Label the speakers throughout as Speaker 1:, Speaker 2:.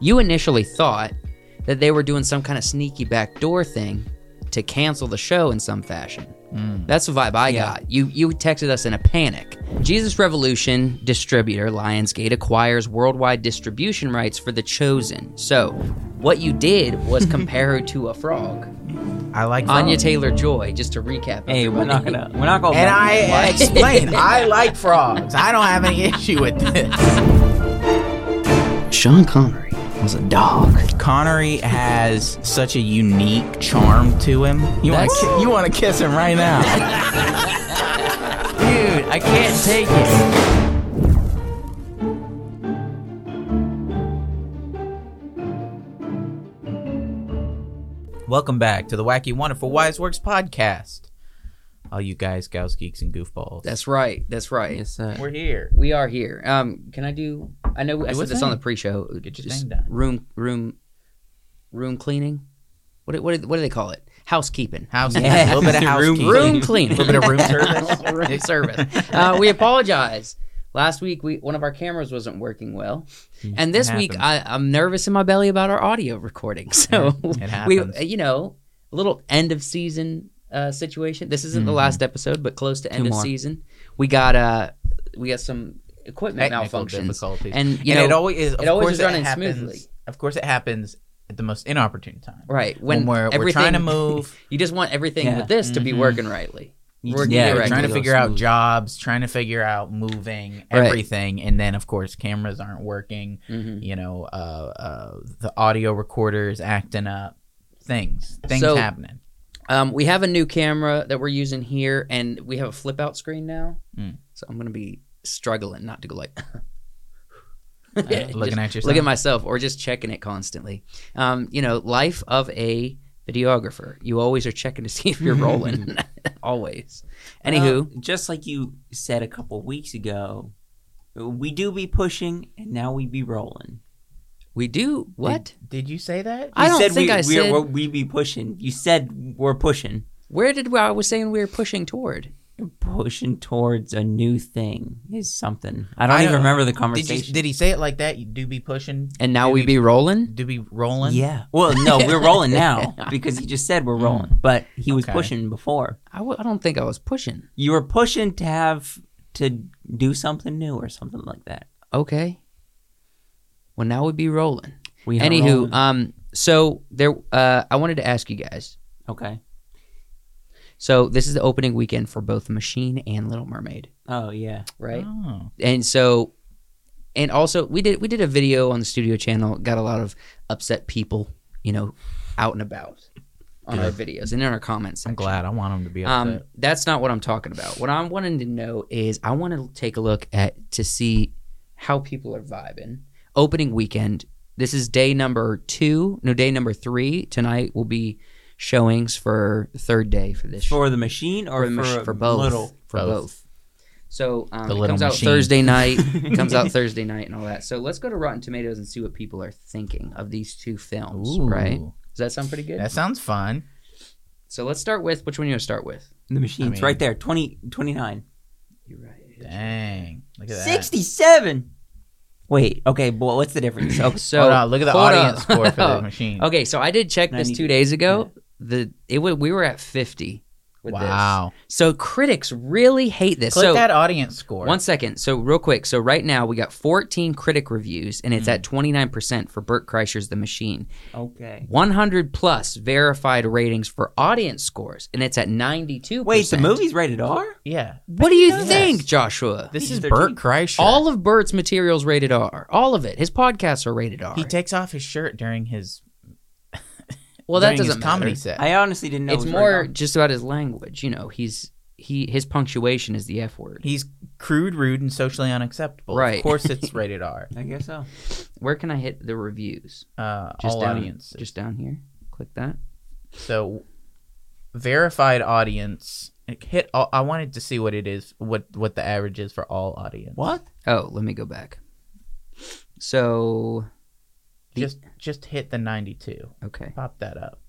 Speaker 1: You initially thought that they were doing some kind of sneaky backdoor thing to cancel the show in some fashion. That's the vibe I got. You you texted us in a panic. Jesus Revolution distributor Lionsgate acquires worldwide distribution rights for The Chosen. So, what you did was compare her to a frog.
Speaker 2: I like
Speaker 1: Anya
Speaker 2: frogs.
Speaker 1: Taylor Joy, just to recap.
Speaker 3: Hey, we're not
Speaker 1: everybody.
Speaker 3: gonna we're not gonna.
Speaker 2: And I explain, I like frogs. I don't have any issue with this.
Speaker 1: Sean Connery was a dog.
Speaker 2: Connery has such a unique charm to him. You want
Speaker 1: That's-
Speaker 2: to you want to kiss him right now, dude. I can't take it. Welcome back to the Wacky Wonderful Wise Works podcast. All you guys, gals, geeks, and goofballs.
Speaker 1: That's right. That's right.
Speaker 3: Yes, sir.
Speaker 2: we're here.
Speaker 1: We are here. Um, can I do? I know I
Speaker 2: Do a
Speaker 1: said this
Speaker 2: thing.
Speaker 1: on the pre-show.
Speaker 2: Get your
Speaker 1: Just
Speaker 2: thing done.
Speaker 1: Room, room, room cleaning. What do, what do, what do they call it? Housekeeping.
Speaker 2: House,
Speaker 3: Yeah.
Speaker 2: a little bit of
Speaker 3: Room-
Speaker 2: housekeeping.
Speaker 1: Room cleaning.
Speaker 2: A little bit of room service.
Speaker 1: room service. Uh, we apologize. Last week, we one of our cameras wasn't working well, and this
Speaker 2: It
Speaker 1: week
Speaker 2: happens.
Speaker 1: I, I'm nervous in my belly about our audio recording. So
Speaker 2: It
Speaker 1: we,
Speaker 2: happens.
Speaker 1: you know, a little end of season uh, situation. This isn't the
Speaker 2: Mm-hmm.
Speaker 1: last episode, but close to end of
Speaker 3: more.
Speaker 1: season. We got uh, we got some equipment
Speaker 2: Technical
Speaker 1: malfunctions,
Speaker 2: difficulties.
Speaker 1: and you
Speaker 2: and
Speaker 1: know,
Speaker 2: it always is. Of
Speaker 1: it always
Speaker 2: course
Speaker 1: is
Speaker 2: it
Speaker 1: running
Speaker 2: happens,
Speaker 1: smoothly.
Speaker 2: Of course, it happens at the most inopportune time.
Speaker 1: right when,
Speaker 2: When, we're, we're
Speaker 1: everything-
Speaker 2: trying to move, Mm-hmm.
Speaker 1: you just want everything
Speaker 3: Yeah.
Speaker 1: with this to be working rightly. We're
Speaker 3: Yeah,
Speaker 2: we're
Speaker 3: right.
Speaker 2: trying to
Speaker 3: Go
Speaker 2: figure out
Speaker 3: smooth.
Speaker 2: jobs, trying to figure out moving,
Speaker 1: Right.
Speaker 2: everything, and then of course cameras aren't working.
Speaker 1: Mhm.
Speaker 2: You know, uh, uh, the audio recorders acting up, things, things
Speaker 1: So-
Speaker 2: happening.
Speaker 1: Um, we have a new camera that we're using here, and we have a flip out screen now.
Speaker 2: Mm.
Speaker 1: So I'm gonna be struggling not to go like
Speaker 2: Uh, looking at yourself.
Speaker 1: look at myself, or just checking it constantly. Um, you know, life of a videographer. You always are checking to see if you're rolling. always.
Speaker 2: Uh,
Speaker 1: Anywho,
Speaker 3: Well, Uh, just like you said a couple weeks ago, we do be pushing, and now we be rolling.
Speaker 1: we do what?
Speaker 2: Did you say that?
Speaker 1: I
Speaker 3: You
Speaker 1: don't
Speaker 3: said
Speaker 1: think
Speaker 3: we,
Speaker 1: I
Speaker 3: we,
Speaker 1: said.
Speaker 3: we we be pushing. You said we're pushing,
Speaker 1: where did we, I was saying we were pushing toward?
Speaker 3: pushing towards a new thing is something. I don't even
Speaker 2: don't-
Speaker 3: remember the
Speaker 2: Did,
Speaker 3: conversation.
Speaker 2: you, did he say it like that? You do be pushing,
Speaker 1: And now
Speaker 2: do
Speaker 1: we be rolling.
Speaker 2: do be rolling.
Speaker 3: yeah. Well, no, we're rolling now because he just said
Speaker 1: Mm.
Speaker 3: we're rolling, but he was
Speaker 2: Okay.
Speaker 3: pushing before.
Speaker 1: I w- I don't think I was pushing.
Speaker 3: You were pushing to have to do something new or something like that.
Speaker 1: Okay. Well, now we be rolling.
Speaker 3: We are
Speaker 1: Anywho,
Speaker 3: rolling.
Speaker 1: um, so there, uh, I wanted to ask you guys.
Speaker 3: okay.
Speaker 1: So this is the opening weekend for both Machine and Little Mermaid,
Speaker 3: Oh yeah.
Speaker 1: right?
Speaker 2: Oh.
Speaker 1: And so, and also we did we did a video on the studio channel. Got a lot of upset people, you know, out and about on our videos and in our comments.
Speaker 2: I'm
Speaker 1: Section.
Speaker 2: glad. I want him to be
Speaker 1: Um,
Speaker 2: upset.
Speaker 1: that's not what I'm talking about. What I'm wanting to know is I want to take a look at to see how people are vibing. Opening weekend. This is day number two. No, day number three. Tonight will be showings for third day for this
Speaker 3: For the machine
Speaker 1: for,
Speaker 3: or
Speaker 1: the mach-
Speaker 3: for,
Speaker 1: for both
Speaker 3: little.
Speaker 1: for both.
Speaker 2: Both.
Speaker 1: So um,
Speaker 2: The
Speaker 1: it
Speaker 2: little
Speaker 1: comes out
Speaker 2: machine.
Speaker 1: Thursday night. It comes out Thursday night and all that. So let's go to Rotten Tomatoes and see what people are thinking of these two films.
Speaker 2: Ooh.
Speaker 1: Right? Does that sound pretty good?
Speaker 2: That sounds fun.
Speaker 1: so let's start with which one you want to start with.
Speaker 3: The machine's
Speaker 2: mean-
Speaker 3: right there. 20, 29.
Speaker 1: You're right.
Speaker 2: Dang. Look at that.
Speaker 3: 67. Wait, okay, boy, what's the difference? Oh,
Speaker 1: So
Speaker 2: Hold on, look at the
Speaker 1: hold
Speaker 2: audience
Speaker 1: up.
Speaker 2: score for the machine.
Speaker 1: Okay, so I did check this
Speaker 3: 90
Speaker 1: two days ago. The it wa we were at fifty. With This.
Speaker 2: wow.
Speaker 1: So critics really hate this.
Speaker 2: Click
Speaker 1: so
Speaker 2: that audience score.
Speaker 1: one second. So real quick. So right now we got fourteen critic reviews, and
Speaker 2: Hmm.
Speaker 1: it's at twenty nine percent for Burt Kreischer's The Machine.
Speaker 3: okay.
Speaker 1: One hundred plus verified ratings for audience scores, and it's at ninety two.
Speaker 3: Wait, the movie's rated R?
Speaker 2: yeah.
Speaker 1: What do you
Speaker 2: Yes.
Speaker 1: think, Joshua?
Speaker 2: This is
Speaker 3: 13.
Speaker 2: Burt Kreischer.
Speaker 1: All of Burt's materials rated R. All of it. His podcasts are rated R.
Speaker 2: he takes off his shirt during his
Speaker 1: well, that
Speaker 2: during his
Speaker 1: doesn't
Speaker 2: comedy
Speaker 1: matter.
Speaker 2: set.
Speaker 3: I honestly didn't know.
Speaker 1: it's
Speaker 3: it was
Speaker 1: more
Speaker 3: rated
Speaker 1: just about his language. You know, he's he his punctuation is the F word.
Speaker 2: He's crude, rude, and socially unacceptable.
Speaker 1: Right.
Speaker 2: Of course, it's rated R.
Speaker 3: R. I guess so.
Speaker 1: Where can I hit the reviews?
Speaker 2: Uh,
Speaker 1: Just
Speaker 2: all
Speaker 1: down,
Speaker 2: audiences.
Speaker 1: Just down here. Click that.
Speaker 2: So, verified audience like, hit. All, I wanted to see what it is. What what the average is for all audience.
Speaker 3: What?
Speaker 1: Oh, let me go back. So
Speaker 2: Just just hit the ninety two.
Speaker 1: okay.
Speaker 2: Pop that up.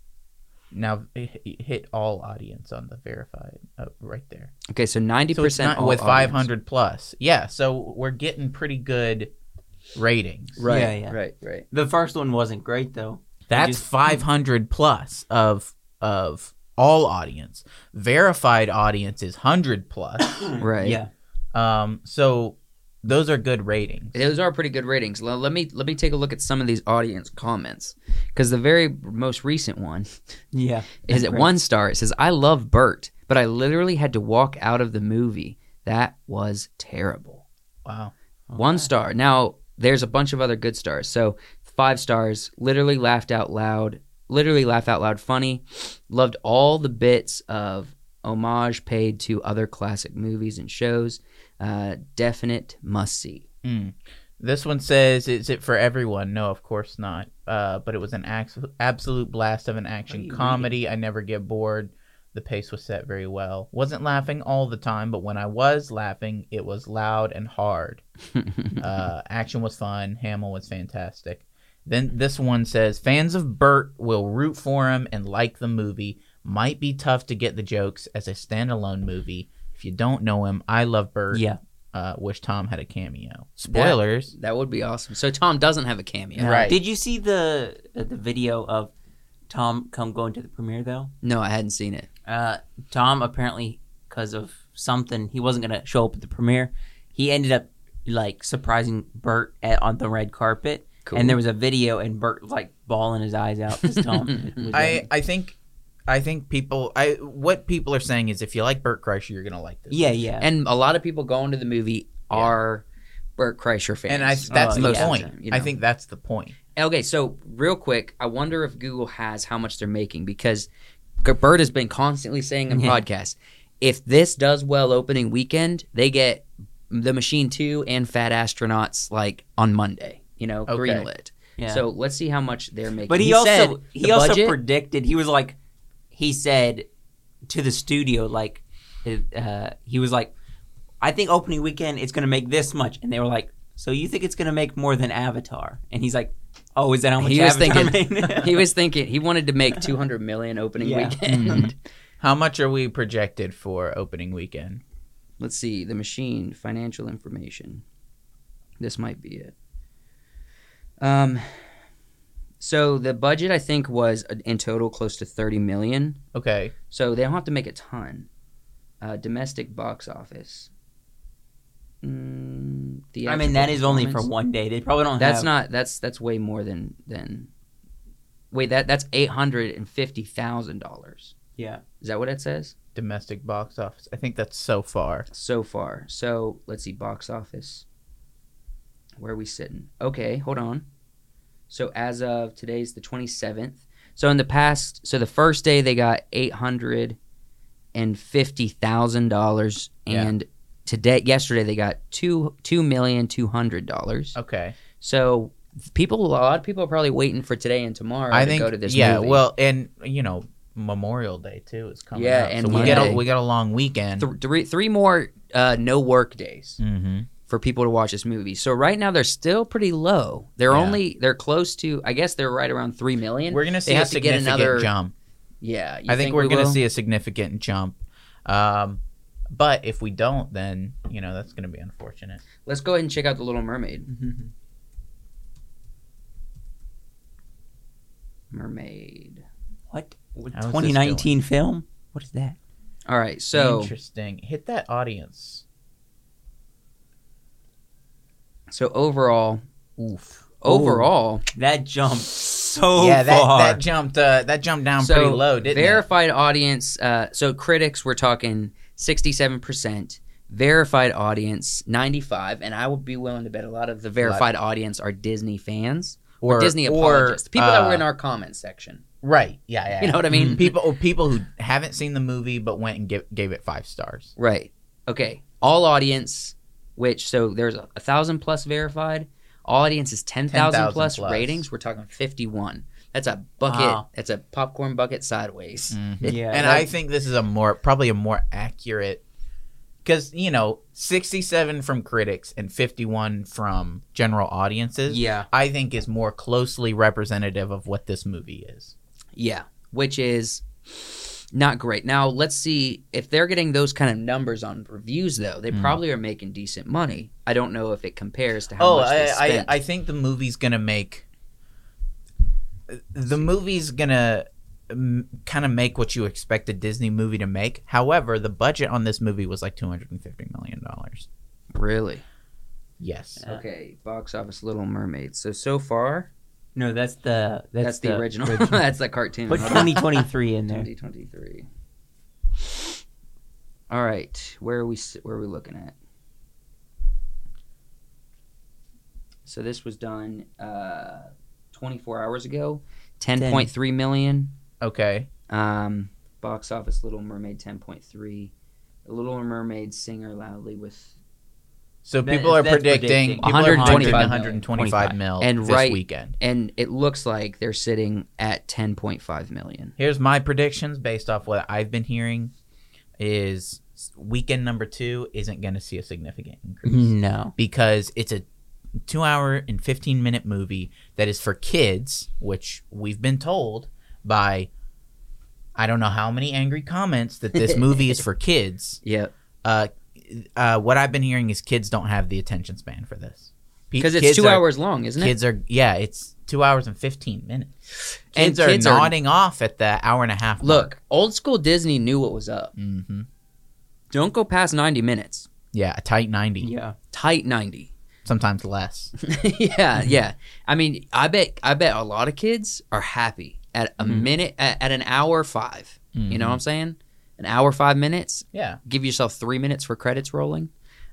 Speaker 2: Now h- h- hit all audience on the verified oh, right there.
Speaker 1: Okay, so ninety
Speaker 2: So it's
Speaker 1: percent
Speaker 2: not with 500 plus. Yeah, so we're getting pretty good ratings.
Speaker 1: Right.
Speaker 3: Yeah, yeah.
Speaker 1: Right. Right.
Speaker 3: The first one wasn't great though.
Speaker 2: That's
Speaker 3: just-
Speaker 2: 500 plus of of all audience. Verified audience is 100 plus.
Speaker 1: Right.
Speaker 3: Yeah.
Speaker 2: um so those are good ratings.
Speaker 1: Those are pretty good ratings. Let, let me let me take a look at some of these audience comments because the very most recent one
Speaker 3: Yeah.
Speaker 1: is at
Speaker 3: Right.
Speaker 1: one star. It says, "I love Bert, but I literally had to walk out of the movie. That was terrible."
Speaker 2: Wow.
Speaker 1: One star. Now there's a bunch of other good stars. So five stars. Literally laughed out loud. Literally laugh out loud. Funny. Loved all the bits of homage paid to other classic movies and shows. Uh, definite must see.
Speaker 2: Mm. This one says, "Is it for everyone?" No, of course not. Uh, but it was an ax- absolute blast of an
Speaker 3: What are
Speaker 2: action
Speaker 3: you
Speaker 2: comedy. I never get bored. The pace was set very well. Wasn't laughing all the time, but when I was laughing, it was loud and hard. uh, action was fun. Hamill was fantastic. Then this one says, "Fans of Bert will root for him and like the movie. Might be tough to get the jokes as a standalone movie. If you don't know him, I love Bert
Speaker 3: Yeah.
Speaker 2: uh, wish Tom had a cameo. Spoilers.
Speaker 1: That would be awesome. So Tom doesn't have a cameo.
Speaker 2: Right.
Speaker 3: Did you see the uh, the video of Tom come going to the premiere though?
Speaker 1: No, I hadn't seen it.
Speaker 3: Uh, Tom apparently because of something he wasn't gonna show up at the premiere. He ended up like surprising Bert at, on the red carpet,
Speaker 1: Cool.
Speaker 3: and there was a video and Bert was, like bawling his eyes out because Tom. was
Speaker 2: I, I think I think people I what people are saying is if you like Burt Kreischer, you're gonna like this.
Speaker 3: yeah yeah
Speaker 1: and a lot of people going to the movie are Burt Kreischer fans.
Speaker 2: And I that's
Speaker 3: Oh,
Speaker 2: the
Speaker 3: yeah.
Speaker 2: point.
Speaker 1: You know.
Speaker 2: I think that's the point.
Speaker 1: okay, so real quick, I wonder if Google has how much they're making because Bert has been constantly saying on
Speaker 3: Yeah.
Speaker 1: podcasts, if this does well opening weekend, they get The Machine Two and Fat Astronauts like on Monday. You know,
Speaker 2: Okay.
Speaker 1: greenlit.
Speaker 3: yeah.
Speaker 1: So let's see how much they're making.
Speaker 3: But he,
Speaker 1: said
Speaker 3: also he
Speaker 1: the
Speaker 3: also
Speaker 1: budget-
Speaker 3: predicted. He was like, he said to the studio like, uh, he was like, I think opening weekend it's gonna make this much, and they were like, so you think it's gonna make more than Avatar? And he's like, oh, is that how much
Speaker 1: He was
Speaker 3: Avatar
Speaker 1: thinking-
Speaker 3: made?
Speaker 1: he was thinking he wanted to make 200 million opening
Speaker 3: Yeah. Mm-hmm.
Speaker 1: weekend.
Speaker 2: How much are we projected for opening weekend?
Speaker 1: Let's see, the machine, financial information. This might be it. Um so the budget I think was uh, in total close to 30 million.
Speaker 2: Okay.
Speaker 1: So they don't have to make a ton. Uh, domestic box office. Mm,
Speaker 3: I mean, that
Speaker 1: theatrical
Speaker 3: is only for
Speaker 1: performance.
Speaker 3: one day. They probably don't.
Speaker 1: That's
Speaker 3: have,
Speaker 1: not that's that's way more than than Wait, that that's $850,000.
Speaker 3: Yeah.
Speaker 1: Is that what it says?
Speaker 2: Domestic box office. I think that's so far.
Speaker 1: so far. So let's see, box office. Where are we sitting? Okay, hold on. So as of today's the 27th. So in the past, so the first day they got eight hundred and fifty thousand dollars,
Speaker 2: Yeah.
Speaker 1: and today, yesterday they got two two million two hundred dollars.
Speaker 2: Okay.
Speaker 1: So people, a lot of people are probably waiting for today and tomorrow
Speaker 2: I
Speaker 1: to
Speaker 2: think
Speaker 1: go to this.
Speaker 2: yeah,
Speaker 1: movie.
Speaker 2: well and you know, Memorial Day too is coming
Speaker 1: Yeah,
Speaker 2: up.
Speaker 1: and
Speaker 2: so we get a,
Speaker 1: Monday.
Speaker 2: we got a long weekend.
Speaker 1: Th- three three more uh, no work days.
Speaker 2: mm-hmm.
Speaker 1: for people to watch this movie. So right now they're still pretty low. They're
Speaker 2: Yeah.
Speaker 1: only they're close to I guess they're right around three million.
Speaker 2: We're gonna see a
Speaker 1: have to get
Speaker 2: significant
Speaker 1: another-
Speaker 2: jump.
Speaker 1: yeah, you
Speaker 2: I think, we're
Speaker 1: we
Speaker 2: going to
Speaker 1: will?
Speaker 2: see a significant jump. Um, but if we don't, then you know that's going to be unfortunate.
Speaker 1: Let's go ahead and check out the Little Mermaid. Mermaid.
Speaker 3: What? What-
Speaker 2: How is this
Speaker 3: 2019 film? What is that?
Speaker 1: All right, so
Speaker 2: interesting. Hit that audience.
Speaker 1: so overall,
Speaker 2: Oof.
Speaker 1: overall,
Speaker 3: That jumped so
Speaker 2: yeah, that,
Speaker 3: far.
Speaker 2: that jumped. Uh, that jumped down
Speaker 1: so
Speaker 2: pretty low, didn't it?
Speaker 1: verified audience. Uh, so critics, we're talking sixty-seven percent. Verified audience, ninety-five, and I would be willing to bet a lot of the verified audience are Disney fans or, Disney apologists, people that were in
Speaker 2: uh,
Speaker 1: our comment section.
Speaker 2: right. Yeah, yeah.
Speaker 1: You know what I mean?
Speaker 2: Mhm. People, people who haven't seen the movie but went and give, gave it five stars.
Speaker 1: Right. Okay. All audience, which so there's a, a thousand plus verified. All audience is ten thousand
Speaker 2: 10,000
Speaker 1: plus,
Speaker 2: plus.
Speaker 1: ratings. We're talking fifty one. That's a bucket.
Speaker 3: Wow.
Speaker 1: That's a popcorn bucket sideways.
Speaker 3: yeah.
Speaker 2: and
Speaker 3: that-
Speaker 2: I think this is a more probably a more accurate because you know sixty-seven from critics and fifty-one from general audiences.
Speaker 1: Yeah.
Speaker 2: I think is more closely representative of what this movie is.
Speaker 1: Yeah. Which is not great. Now let's see if they're getting those kind of numbers on reviews though. They
Speaker 2: Mm.
Speaker 1: probably are making decent money. I don't know if it compares to how
Speaker 2: Oh,
Speaker 1: much they
Speaker 2: I, I
Speaker 1: spent.
Speaker 2: I think the movie's gonna make the movie's gonna kind of make what you expect a Disney movie to make. However, the budget on this movie was like two hundred and fifty million dollars.
Speaker 1: really?
Speaker 2: Yes.
Speaker 3: Yeah.
Speaker 1: Okay, box office Little Mermaid. So so far,
Speaker 3: No, that's the
Speaker 1: that's,
Speaker 3: that's,
Speaker 1: the, original. that's the cartoon.
Speaker 3: Put 2023 in there.
Speaker 1: 2023. All right, where are we? s- Where are we looking at? So this was done uh, 24 hours ago. 10.3 million.
Speaker 2: Okay.
Speaker 1: Um, box office Little Mermaid 10.3. Little Mermaid singer loudly with
Speaker 2: So
Speaker 3: That-
Speaker 2: people are
Speaker 3: that's
Speaker 2: predicting
Speaker 3: predicting.
Speaker 2: people are predicting
Speaker 1: 125
Speaker 2: 125 mil
Speaker 1: And
Speaker 2: this
Speaker 1: right-
Speaker 2: weekend.
Speaker 1: and it looks like they're sitting at 10.5 million.
Speaker 2: Here's my predictions based off what I've been hearing is weekend number 2 isn't going to see a significant increase.
Speaker 3: No.
Speaker 2: because it's a two hour and 15 minute movie that is for kids, which we've been told by I don't know how many angry comments that this movie is for kids.
Speaker 1: Yep.
Speaker 2: Uh, uh, what I've been hearing is kids don't have the attention span for this. Pe-
Speaker 1: Because it's
Speaker 2: kids
Speaker 1: two
Speaker 2: are-
Speaker 1: hours long, isn't it?
Speaker 2: Kids are, yeah, it's two hours and 15 minutes.
Speaker 1: And
Speaker 2: Kids, are
Speaker 1: kids are-
Speaker 2: nodding off at the hour and a half.
Speaker 1: Look, old school Disney knew what was up.
Speaker 2: hmm
Speaker 1: Don't go past 90 minutes.
Speaker 2: Yeah, a tight 90,
Speaker 3: Yeah.
Speaker 1: Tight 90.
Speaker 2: sometimes less.
Speaker 1: yeah,
Speaker 2: Mm-hmm.
Speaker 1: yeah. I mean, I bet I bet a lot of kids are happy at a
Speaker 2: Mhm.
Speaker 1: minute at, at an hour 5. You know what I'm saying? An hour 5 minutes,
Speaker 2: Mm-hmm. Yeah.
Speaker 1: give yourself 3 minutes for credits rolling.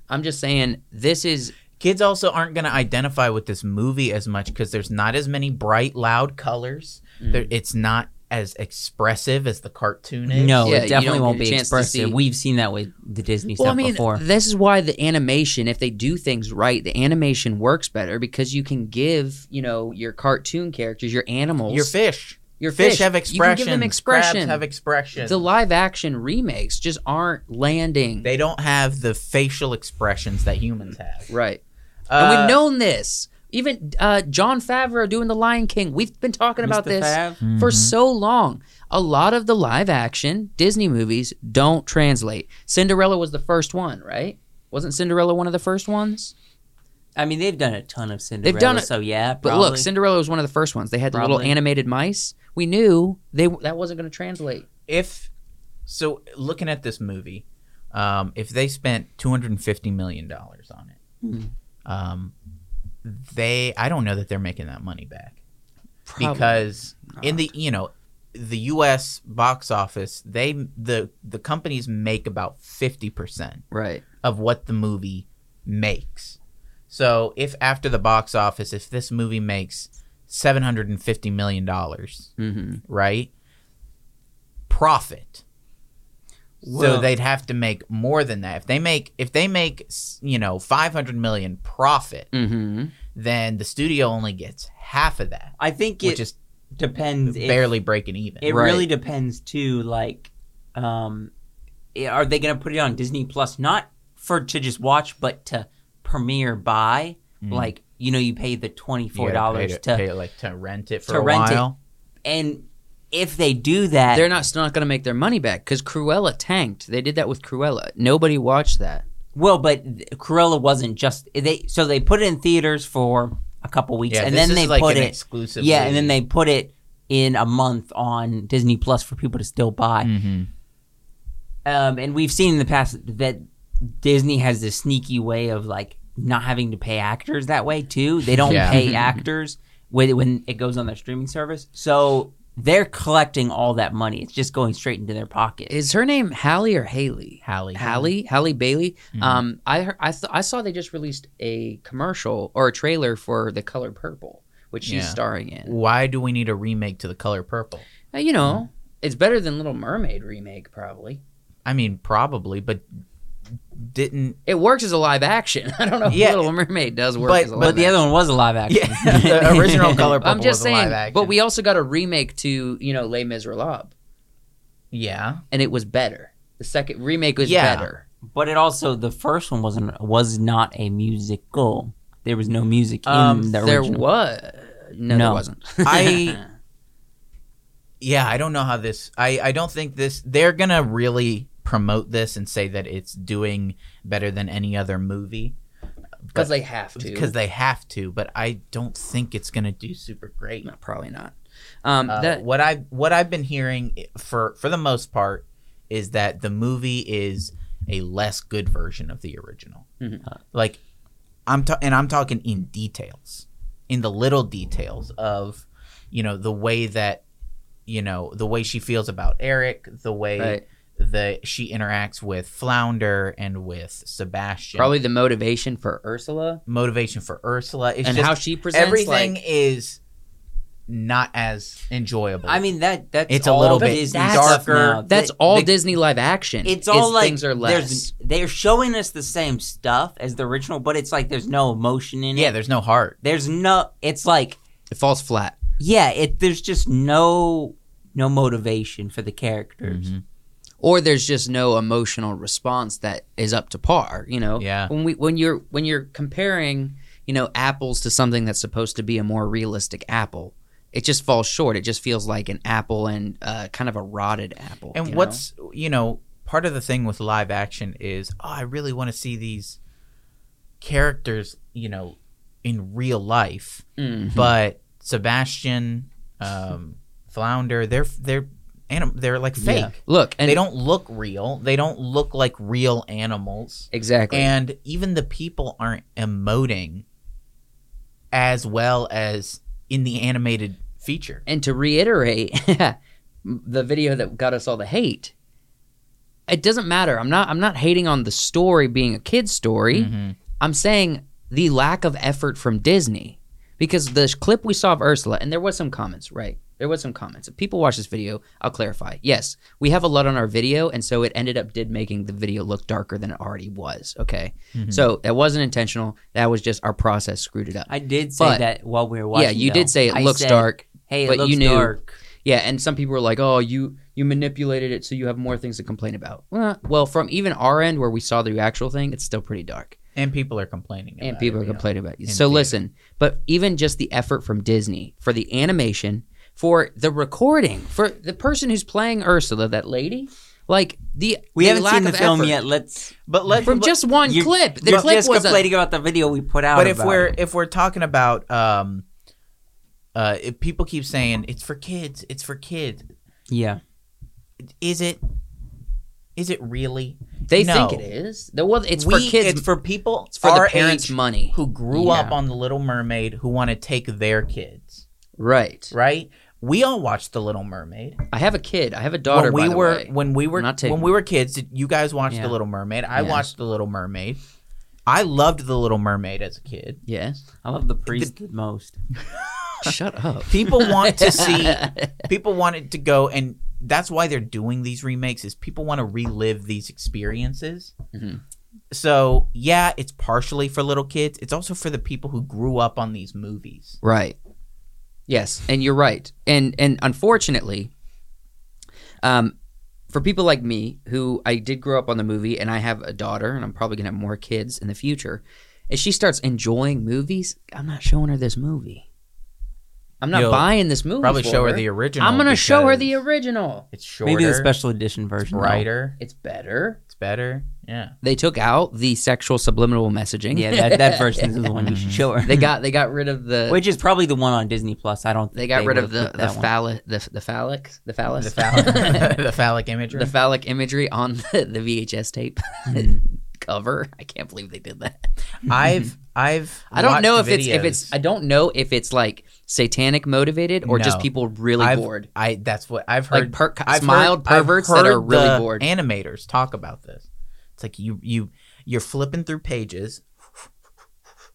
Speaker 1: I'm just saying this is
Speaker 2: kids also aren't going to identify with this movie as much because there's not as many bright loud colors
Speaker 1: Mm.
Speaker 2: there, it's not as expressive as the cartoon is
Speaker 3: No,
Speaker 1: Yeah, you
Speaker 3: it definitely
Speaker 1: don't
Speaker 3: won't
Speaker 1: get a
Speaker 3: be
Speaker 1: chance to
Speaker 3: expressive.
Speaker 1: see-
Speaker 3: We've seen that with the Disney
Speaker 1: Well,
Speaker 3: stuff
Speaker 1: I mean,
Speaker 3: before.
Speaker 1: this is why the animation, if they do things right, the animation works better because you can give, you know, your cartoon characters, your animals,
Speaker 2: your fish
Speaker 1: your
Speaker 2: fish, have
Speaker 1: you can
Speaker 2: expression
Speaker 1: give them expression.
Speaker 2: crabs have expression
Speaker 1: the live action remakes just aren't landing
Speaker 2: they don't have the facial expressions that humans have
Speaker 1: right.
Speaker 2: uh,
Speaker 1: and we've known this. Even uh, John Favreau doing The Lion King, we've been talking about
Speaker 3: Mr.
Speaker 1: this
Speaker 3: Favre?
Speaker 1: for
Speaker 2: Mm-hmm.
Speaker 1: so long. A lot of the live action Disney movies don't translate. Cinderella was the first one, right? Wasn't Cinderella one of the first ones?
Speaker 3: I mean, they've done a ton of Cinderella.
Speaker 1: done it-
Speaker 3: so yeah.
Speaker 1: But
Speaker 3: Probably.
Speaker 1: look, Cinderella was one of the first ones. They had the little
Speaker 3: Probably.
Speaker 1: animated mice. We knew they that wasn't going to translate.
Speaker 2: if so looking at this movie um, if they spent 250 million dollars on it
Speaker 1: Hmm.
Speaker 3: Mhm.
Speaker 2: um, they i don't know that they're making that money back
Speaker 1: Probably
Speaker 2: because in
Speaker 1: not.
Speaker 2: the you know the U.S. box office, they the the companies make about fifty percent
Speaker 1: right,
Speaker 2: of what the movie makes. So if after the box office, if this movie makes seven hundred and fifty million dollars,
Speaker 3: Mm-hmm.
Speaker 1: hmm
Speaker 2: right, profit. so
Speaker 3: Well-
Speaker 2: they'd have to make more than that. If they make if they make s- you know five hundred million profit,
Speaker 1: hmm
Speaker 2: then the studio only gets half of that,
Speaker 3: I think
Speaker 2: which
Speaker 3: it
Speaker 2: is
Speaker 3: depends. if-
Speaker 2: barely breaking even.
Speaker 3: It
Speaker 1: Right.
Speaker 3: really depends too. Like, um, i- are they going to put it on Disney Plus not for to just watch, but to premiere by?
Speaker 2: Mm.
Speaker 3: Like, you know, you pay the twenty
Speaker 2: You
Speaker 3: four
Speaker 2: gotta pay
Speaker 3: dollars to,
Speaker 2: pay, like to rent it for
Speaker 3: to
Speaker 2: a
Speaker 3: rent it.
Speaker 2: while.
Speaker 3: and if they do that,
Speaker 1: they're not still not going to make their money back because Cruella tanked. They did that with Cruella. Nobody watched that.
Speaker 3: well, but th- Cruella wasn't just they. So they put it in theaters for a couple weeks, and
Speaker 2: this
Speaker 3: then
Speaker 2: is
Speaker 3: they
Speaker 2: like
Speaker 3: put
Speaker 2: an
Speaker 3: it.
Speaker 2: exclusive.
Speaker 3: Yeah, and then they put it in a month on Disney Plus for people to still buy.
Speaker 2: Mm-hmm.
Speaker 3: um, and we've seen in the past that Disney has this sneaky way of like not having to pay actors that way too. They don't
Speaker 2: Yeah.
Speaker 3: pay actors when when it goes on their streaming service, so they're collecting all that money. It's just going straight into their pocket.
Speaker 1: Is her name Hallie or Haley?
Speaker 2: Hallie.
Speaker 1: Hallie, Hallie Bailey.
Speaker 2: Mhm.
Speaker 1: Um, I heard, I th- I saw they just released a commercial or a trailer for The Color Purple, which she's
Speaker 2: Yeah.
Speaker 1: starring in.
Speaker 2: Why do we need a remake to The Color Purple?
Speaker 1: Uh, you know, it's better than Little Mermaid remake probably.
Speaker 2: I mean, probably, but didn't.
Speaker 1: It works as a live action. I don't know if
Speaker 2: Yeah.
Speaker 1: Little Mermaid does work
Speaker 2: But-
Speaker 1: as a live
Speaker 3: But the
Speaker 1: action.
Speaker 3: other one was a live action.
Speaker 2: Yeah, the original Color Purple
Speaker 1: I'm just
Speaker 2: was a live
Speaker 1: saying,
Speaker 2: action.
Speaker 1: but we also got a remake to you know Les Miserables,
Speaker 2: Yeah,
Speaker 1: and it was better. The second remake was
Speaker 2: Yeah.
Speaker 1: better.
Speaker 3: But it also the first one wasn't was not a musical. There was no music in
Speaker 2: Um,
Speaker 3: the
Speaker 1: there
Speaker 3: original.
Speaker 1: was no, there
Speaker 3: No.
Speaker 1: wasn't.
Speaker 2: I- yeah, I don't know how this. I I don't think this. They're gonna really promote this and say that it's doing better than any other movie
Speaker 1: because they have to.
Speaker 2: because they have to. But I don't think it's gonna do super great.
Speaker 1: no, probably not. Um,
Speaker 2: Uh,
Speaker 1: that
Speaker 2: what I what I've been hearing i- for for the most part is that the movie is a less good version of the original.
Speaker 1: Mhm.
Speaker 2: Like I'm ta- and I'm talking in details, in the little details of you know the way that you know the way she feels about Eric, the way
Speaker 1: right.
Speaker 2: that she interacts with Flounder and with Sebastian.
Speaker 1: probably the motivation for Ursula
Speaker 2: motivation for Ursula. It's
Speaker 1: and
Speaker 2: just
Speaker 1: how she presents
Speaker 2: everything
Speaker 1: Like,
Speaker 2: is not as enjoyable.
Speaker 3: I mean that that's
Speaker 2: It's a
Speaker 3: all
Speaker 2: little bit
Speaker 3: Disney
Speaker 1: that's-
Speaker 3: stuff now.
Speaker 1: that's
Speaker 3: They-
Speaker 1: all
Speaker 3: they-
Speaker 1: Disney live action.
Speaker 3: It's all
Speaker 1: is
Speaker 3: like
Speaker 1: things are
Speaker 3: there's-
Speaker 1: less.
Speaker 3: They're showing us the same stuff as the original, but it's like there's no emotion in
Speaker 2: yeah,
Speaker 3: it.
Speaker 2: there's no heart.
Speaker 3: There's no. It's like
Speaker 1: It falls flat.
Speaker 3: yeah. It there's just no no motivation for the characters.
Speaker 1: Mm-hmm.
Speaker 2: Mhm.
Speaker 1: or there's just no emotional response that is up to par you know
Speaker 2: Yeah.
Speaker 1: when we when you're when you're comparing you know apples to something that's supposed to be a more realistic apple it just falls short it just feels like an apple and uh, kind of a rotted apple you
Speaker 2: And
Speaker 1: know?
Speaker 2: what's you know part of the thing with live action is oh, I really want to see these characters you know in real life,
Speaker 1: Mhm.
Speaker 2: but Sebastian, um, Flounder, they're they're anim- they're like fake.
Speaker 1: Yeah. look and
Speaker 2: they don't look real. They don't look like real animals,
Speaker 1: exactly
Speaker 2: and even the people aren't emoting as well as in the animated feature.
Speaker 1: And to reiterate, the video that got us all the hate, it doesn't matter. I'm not I'm not hating on the story being a kid's story.
Speaker 3: Mm-hmm.
Speaker 2: Mhm.
Speaker 1: I'm saying the lack of effort from Disney because the clip we saw of Ursula and there was some comments, right? There was some comments. If people watch this video, I'll clarify. Yes, we have a LUT on our video, and so it ended up did making the video look darker than it already was. Okay,
Speaker 3: Hmm.
Speaker 2: Mhm.
Speaker 1: so that wasn't intentional. That was just our process screwed it up.
Speaker 3: I did say
Speaker 1: But-
Speaker 3: that while we were watching.
Speaker 1: yeah, you
Speaker 3: though.
Speaker 1: did say it
Speaker 3: I
Speaker 1: looks
Speaker 3: said,
Speaker 1: dark.
Speaker 3: Hey, it
Speaker 1: but
Speaker 3: looks
Speaker 1: you knew-
Speaker 3: dark.
Speaker 1: Yeah, and some people were like, "Oh, you you manipulated it, so you have more things to complain about." Well, well, from even our end where we saw the actual thing, it's still pretty dark,
Speaker 2: and people are complaining.
Speaker 1: and
Speaker 2: about
Speaker 1: people
Speaker 2: it,
Speaker 1: are
Speaker 2: you know.
Speaker 1: complaining about it.
Speaker 2: in
Speaker 1: So
Speaker 2: theater.
Speaker 1: listen, but even just the effort from Disney for the animation, for the recording, for the person who's playing Ursula, that lady, like the
Speaker 3: We
Speaker 1: the
Speaker 3: haven't
Speaker 1: lack
Speaker 3: seen the
Speaker 1: of
Speaker 3: film
Speaker 1: effort
Speaker 3: yet. Let's.
Speaker 2: But let
Speaker 1: From
Speaker 2: but-
Speaker 1: just one
Speaker 3: you-
Speaker 1: clip, the
Speaker 3: you're
Speaker 1: clip
Speaker 3: just
Speaker 1: was a-
Speaker 3: complaining about the video we put out.
Speaker 2: but if
Speaker 3: about
Speaker 2: we're
Speaker 3: it.
Speaker 2: if we're talking about um uh if people keep saying it's for kids it's for kids
Speaker 3: yeah,
Speaker 2: is it is it really
Speaker 1: they
Speaker 2: No.
Speaker 1: think it is. The- well, it's for kids.
Speaker 2: it's for people
Speaker 1: it's for
Speaker 2: our
Speaker 1: the parents'
Speaker 2: age
Speaker 1: money,
Speaker 2: who grew up
Speaker 1: Yeah.
Speaker 2: on the little mermaid who want to take their kids
Speaker 1: right?
Speaker 2: right we all watched the little mermaid
Speaker 1: I have a kid. I have a daughter.
Speaker 2: when we
Speaker 1: by the
Speaker 2: were
Speaker 1: way.
Speaker 2: when we were
Speaker 1: I'm not taking
Speaker 2: when we were kids did you guys watched
Speaker 3: Yeah.
Speaker 2: the little mermaid i
Speaker 1: Yes.
Speaker 2: watched the little mermaid i loved the little mermaid as a kid
Speaker 1: yes.
Speaker 3: I love the priest the most.
Speaker 1: Shut up.
Speaker 2: people want to see people wanted to go and that's why they're doing these remakes is people want to relive these experiences
Speaker 3: Mm-hmm.
Speaker 1: Mhm.
Speaker 2: so yeah it's partially for little kids it's also for the people who grew up on these movies
Speaker 1: Right. Yes, and you're right. And and unfortunately, um, for people like me who I did grow up on the movie, and I have a daughter, and I'm probably gonna have more kids in the future. If she starts enjoying movies, I'm not showing her this movie. I'm not
Speaker 2: You'll
Speaker 1: buying this movie.
Speaker 2: probably
Speaker 1: for
Speaker 2: show her the original
Speaker 1: I'm gonna show her
Speaker 2: because
Speaker 1: the original.
Speaker 2: it's shorter
Speaker 3: Maybe the special edition
Speaker 2: it's
Speaker 3: version. though.
Speaker 2: brighter
Speaker 1: It's better.
Speaker 2: it's better yeah
Speaker 1: They took out the sexual subliminal messaging.
Speaker 3: Yeah, that, that version is the one you should show her.
Speaker 1: Mm-hmm. they got they got rid of the
Speaker 3: which is probably the one on Disney Plus. I don't.
Speaker 1: they
Speaker 3: think
Speaker 1: got rid of
Speaker 3: would've
Speaker 1: the
Speaker 3: put
Speaker 1: the
Speaker 3: that one.
Speaker 1: phallic the the phallic the phallus
Speaker 2: the phallic, the phallic imagery
Speaker 1: the phallic imagery on the, the VHS tape
Speaker 2: Hmm.
Speaker 1: cover. I can't believe they did that.
Speaker 2: i've i've
Speaker 1: I don't know if
Speaker 2: watched
Speaker 1: it's if
Speaker 2: videos.
Speaker 1: it's I don't know if it's like satanic motivated or just
Speaker 2: No.
Speaker 1: people really
Speaker 2: I've-
Speaker 1: bored.
Speaker 2: I that's what I've
Speaker 1: Like
Speaker 2: heard.
Speaker 1: per-
Speaker 2: I've
Speaker 1: smiled
Speaker 2: heard- I've
Speaker 1: perverts that
Speaker 2: heard
Speaker 1: are really
Speaker 2: the
Speaker 1: bored.
Speaker 2: Animators talk about this. It's like you you you're flipping through pages.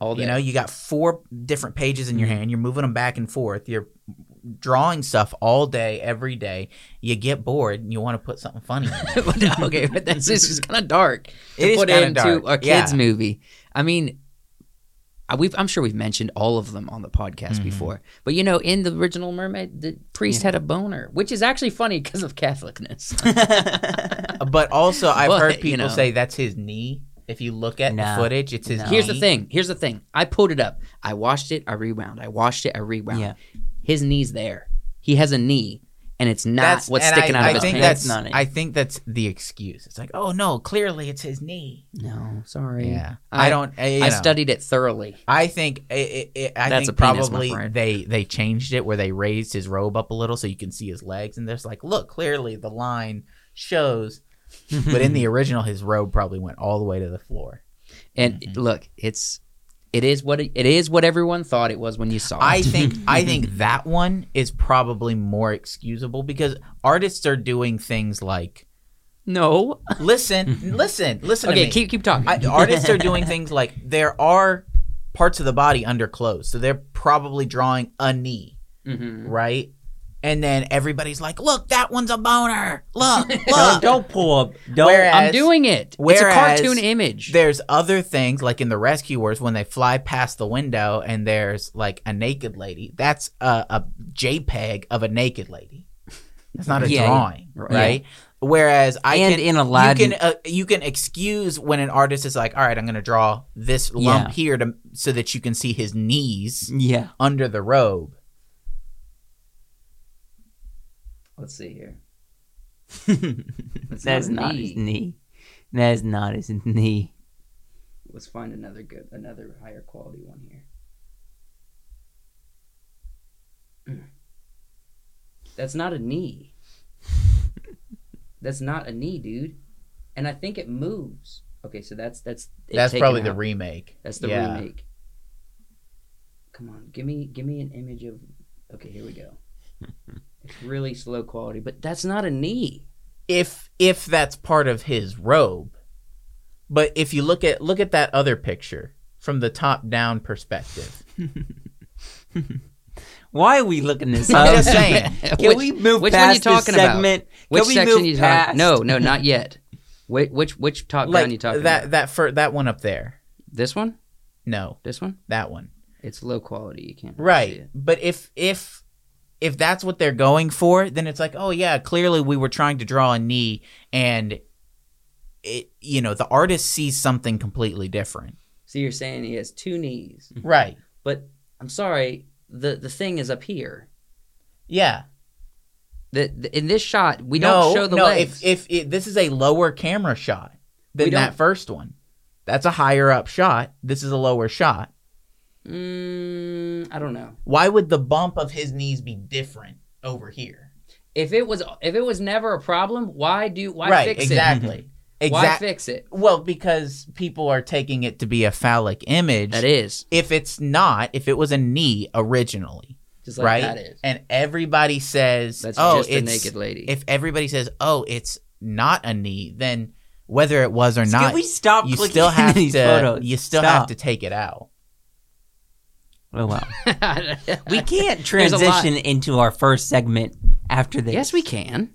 Speaker 1: All day.
Speaker 2: You know, you got four different pages in your
Speaker 1: Mm-hmm.
Speaker 2: hand. You're moving them back and forth. You're drawing stuff all day, every day. You get bored and you want to put something funny. in it.
Speaker 1: okay, but that's it's just kind of dark.
Speaker 2: It
Speaker 1: to
Speaker 2: is
Speaker 1: put
Speaker 2: kinda
Speaker 1: into
Speaker 2: dark,
Speaker 1: a kids
Speaker 2: yeah.
Speaker 1: movie. I mean, I- we've I'm sure we've mentioned all of them on the podcast
Speaker 2: Mhm.
Speaker 1: before, but you know, in the original Mermaid, the priest had a boner, which is actually funny because of Catholicness.
Speaker 2: but also, I've
Speaker 1: But,
Speaker 2: heard
Speaker 1: you know.
Speaker 2: people say that's his knee. If you look at
Speaker 3: No.
Speaker 2: the footage, it's his.
Speaker 3: No.
Speaker 1: Here's the
Speaker 2: knee.
Speaker 1: thing. Here's the thing. I pulled it up. I watched it. I rewound. I watched it. I rewound.
Speaker 3: Yeah.
Speaker 1: His knee's there. He has a knee, and it's not what's sticking
Speaker 2: I,
Speaker 1: out
Speaker 2: I
Speaker 1: of his
Speaker 2: think
Speaker 1: pants.
Speaker 2: That's,
Speaker 3: Not it.
Speaker 2: I think that's the excuse. It's like, oh no, clearly it's his knee.
Speaker 1: No, Oh, sorry.
Speaker 2: Yeah,
Speaker 1: I-
Speaker 2: I, don't. I, you
Speaker 1: I
Speaker 2: know,
Speaker 1: studied it thoroughly.
Speaker 2: I think it, it, I
Speaker 1: That's a
Speaker 2: think
Speaker 1: penis, my
Speaker 2: probably
Speaker 1: friend.
Speaker 2: they they changed it where they raised his robe up a little so you can see his legs, and there's like, look, clearly the line shows. but in the original, his robe probably went all the way to the floor.
Speaker 1: And
Speaker 2: Mm-hmm.
Speaker 1: look, it's it is what it, it is what everyone thought it was when you saw
Speaker 2: I
Speaker 1: it.
Speaker 2: think I think that one is probably more excusable because artists are doing things like
Speaker 1: No.
Speaker 2: listen, listen, listen. to
Speaker 1: Okay,
Speaker 2: me.
Speaker 1: keep keep talking.
Speaker 2: I, artists are doing things like there are parts of the body under clothes, so they're probably drawing a knee,
Speaker 1: Mhm.
Speaker 2: right? And then everybody's like, "Look, that one's a boner. Look,
Speaker 3: Don't,
Speaker 2: look."
Speaker 3: don't pull up. Don't.
Speaker 2: Whereas-
Speaker 1: I'm doing it.
Speaker 2: whereas
Speaker 1: it's a cartoon image.
Speaker 2: There's other things like in the rescuers when they fly past the window and there's like a naked lady. That's a, a JPEG of a naked lady. That's not a
Speaker 3: Yeah,
Speaker 2: drawing,
Speaker 1: yeah.
Speaker 2: right? Whereas I
Speaker 3: and
Speaker 2: can
Speaker 3: in Aladdin,
Speaker 2: You can uh, you can excuse when an artist is like, all right, I'm going to draw this lump
Speaker 3: Yeah.
Speaker 2: here to so that you can see his knees
Speaker 3: yeah.
Speaker 2: under the robe.
Speaker 1: Let's see here. That's
Speaker 3: That's not his knee. That's not his knee.
Speaker 1: Let's find another good, another higher quality one here. That's not a knee. that's not a knee, dude. And I think it moves. Okay, so that's that's it
Speaker 2: That's
Speaker 1: taken
Speaker 2: probably the
Speaker 1: out.
Speaker 2: remake.
Speaker 1: that's the
Speaker 2: yeah.
Speaker 1: remake. Come on, give me give me an image of. Okay, here we go. it's really slow quality, but that's not a knee.
Speaker 2: If if that's part of his robe, but if you look at look at that other picture from the top down perspective,
Speaker 3: Why are we looking this
Speaker 1: Oh.
Speaker 3: up?
Speaker 2: I'm just saying.
Speaker 3: Can
Speaker 1: Which-
Speaker 3: we move
Speaker 1: which one
Speaker 3: past
Speaker 1: you talking
Speaker 3: this
Speaker 1: about?
Speaker 3: segment?
Speaker 1: Which
Speaker 3: Can we
Speaker 1: section
Speaker 3: move
Speaker 1: you
Speaker 3: past?
Speaker 1: talking? No, no, not yet. Which which which top down you
Speaker 2: Like
Speaker 1: talking
Speaker 2: that
Speaker 1: about?
Speaker 2: that for that one up there.
Speaker 1: This one?
Speaker 2: No,
Speaker 1: This one?
Speaker 2: that one.
Speaker 1: It's low quality. You can't really see
Speaker 2: Right.
Speaker 1: it.
Speaker 2: But if if if that's what they're going for, then it's like, oh yeah, clearly we were trying to draw a knee and it you know, the artist sees something completely different.
Speaker 1: So you're saying he has two knees,
Speaker 2: Right.
Speaker 1: but I'm sorry, the the thing is up here.
Speaker 2: Yeah.
Speaker 1: The, the- in this shot, we
Speaker 2: no,
Speaker 1: don't show the
Speaker 2: no,
Speaker 1: legs.
Speaker 2: if if it, this is a lower camera shot than
Speaker 1: We don't-
Speaker 2: that first one. That's a higher up shot. This is a lower shot.
Speaker 1: mm, I don't know.
Speaker 2: Why would the bump of his knees be different over here?
Speaker 1: If it was if it was never a problem, why do why
Speaker 2: right,
Speaker 1: fix
Speaker 2: exactly.
Speaker 1: it? Why
Speaker 2: Exactly.
Speaker 1: fix it?
Speaker 2: Well, because people are taking it to be a phallic image.
Speaker 1: That is
Speaker 2: if it's not, if it was a knee originally,
Speaker 1: just like
Speaker 2: right?
Speaker 1: that is.
Speaker 2: And everybody says,
Speaker 1: That's
Speaker 2: "Oh,
Speaker 1: just a
Speaker 2: it's
Speaker 1: naked lady.
Speaker 2: if everybody says, "Oh, it's not a knee," then whether it was or
Speaker 3: Can
Speaker 2: not,
Speaker 3: we stop
Speaker 2: you
Speaker 3: clicking
Speaker 2: still have to
Speaker 3: these photos?
Speaker 2: you still
Speaker 3: Stop.
Speaker 2: have to take it out.
Speaker 3: Oh wow. We
Speaker 1: we
Speaker 3: can't
Speaker 1: There's a lot.
Speaker 3: transition into our first segment after this.
Speaker 1: Yes, we can.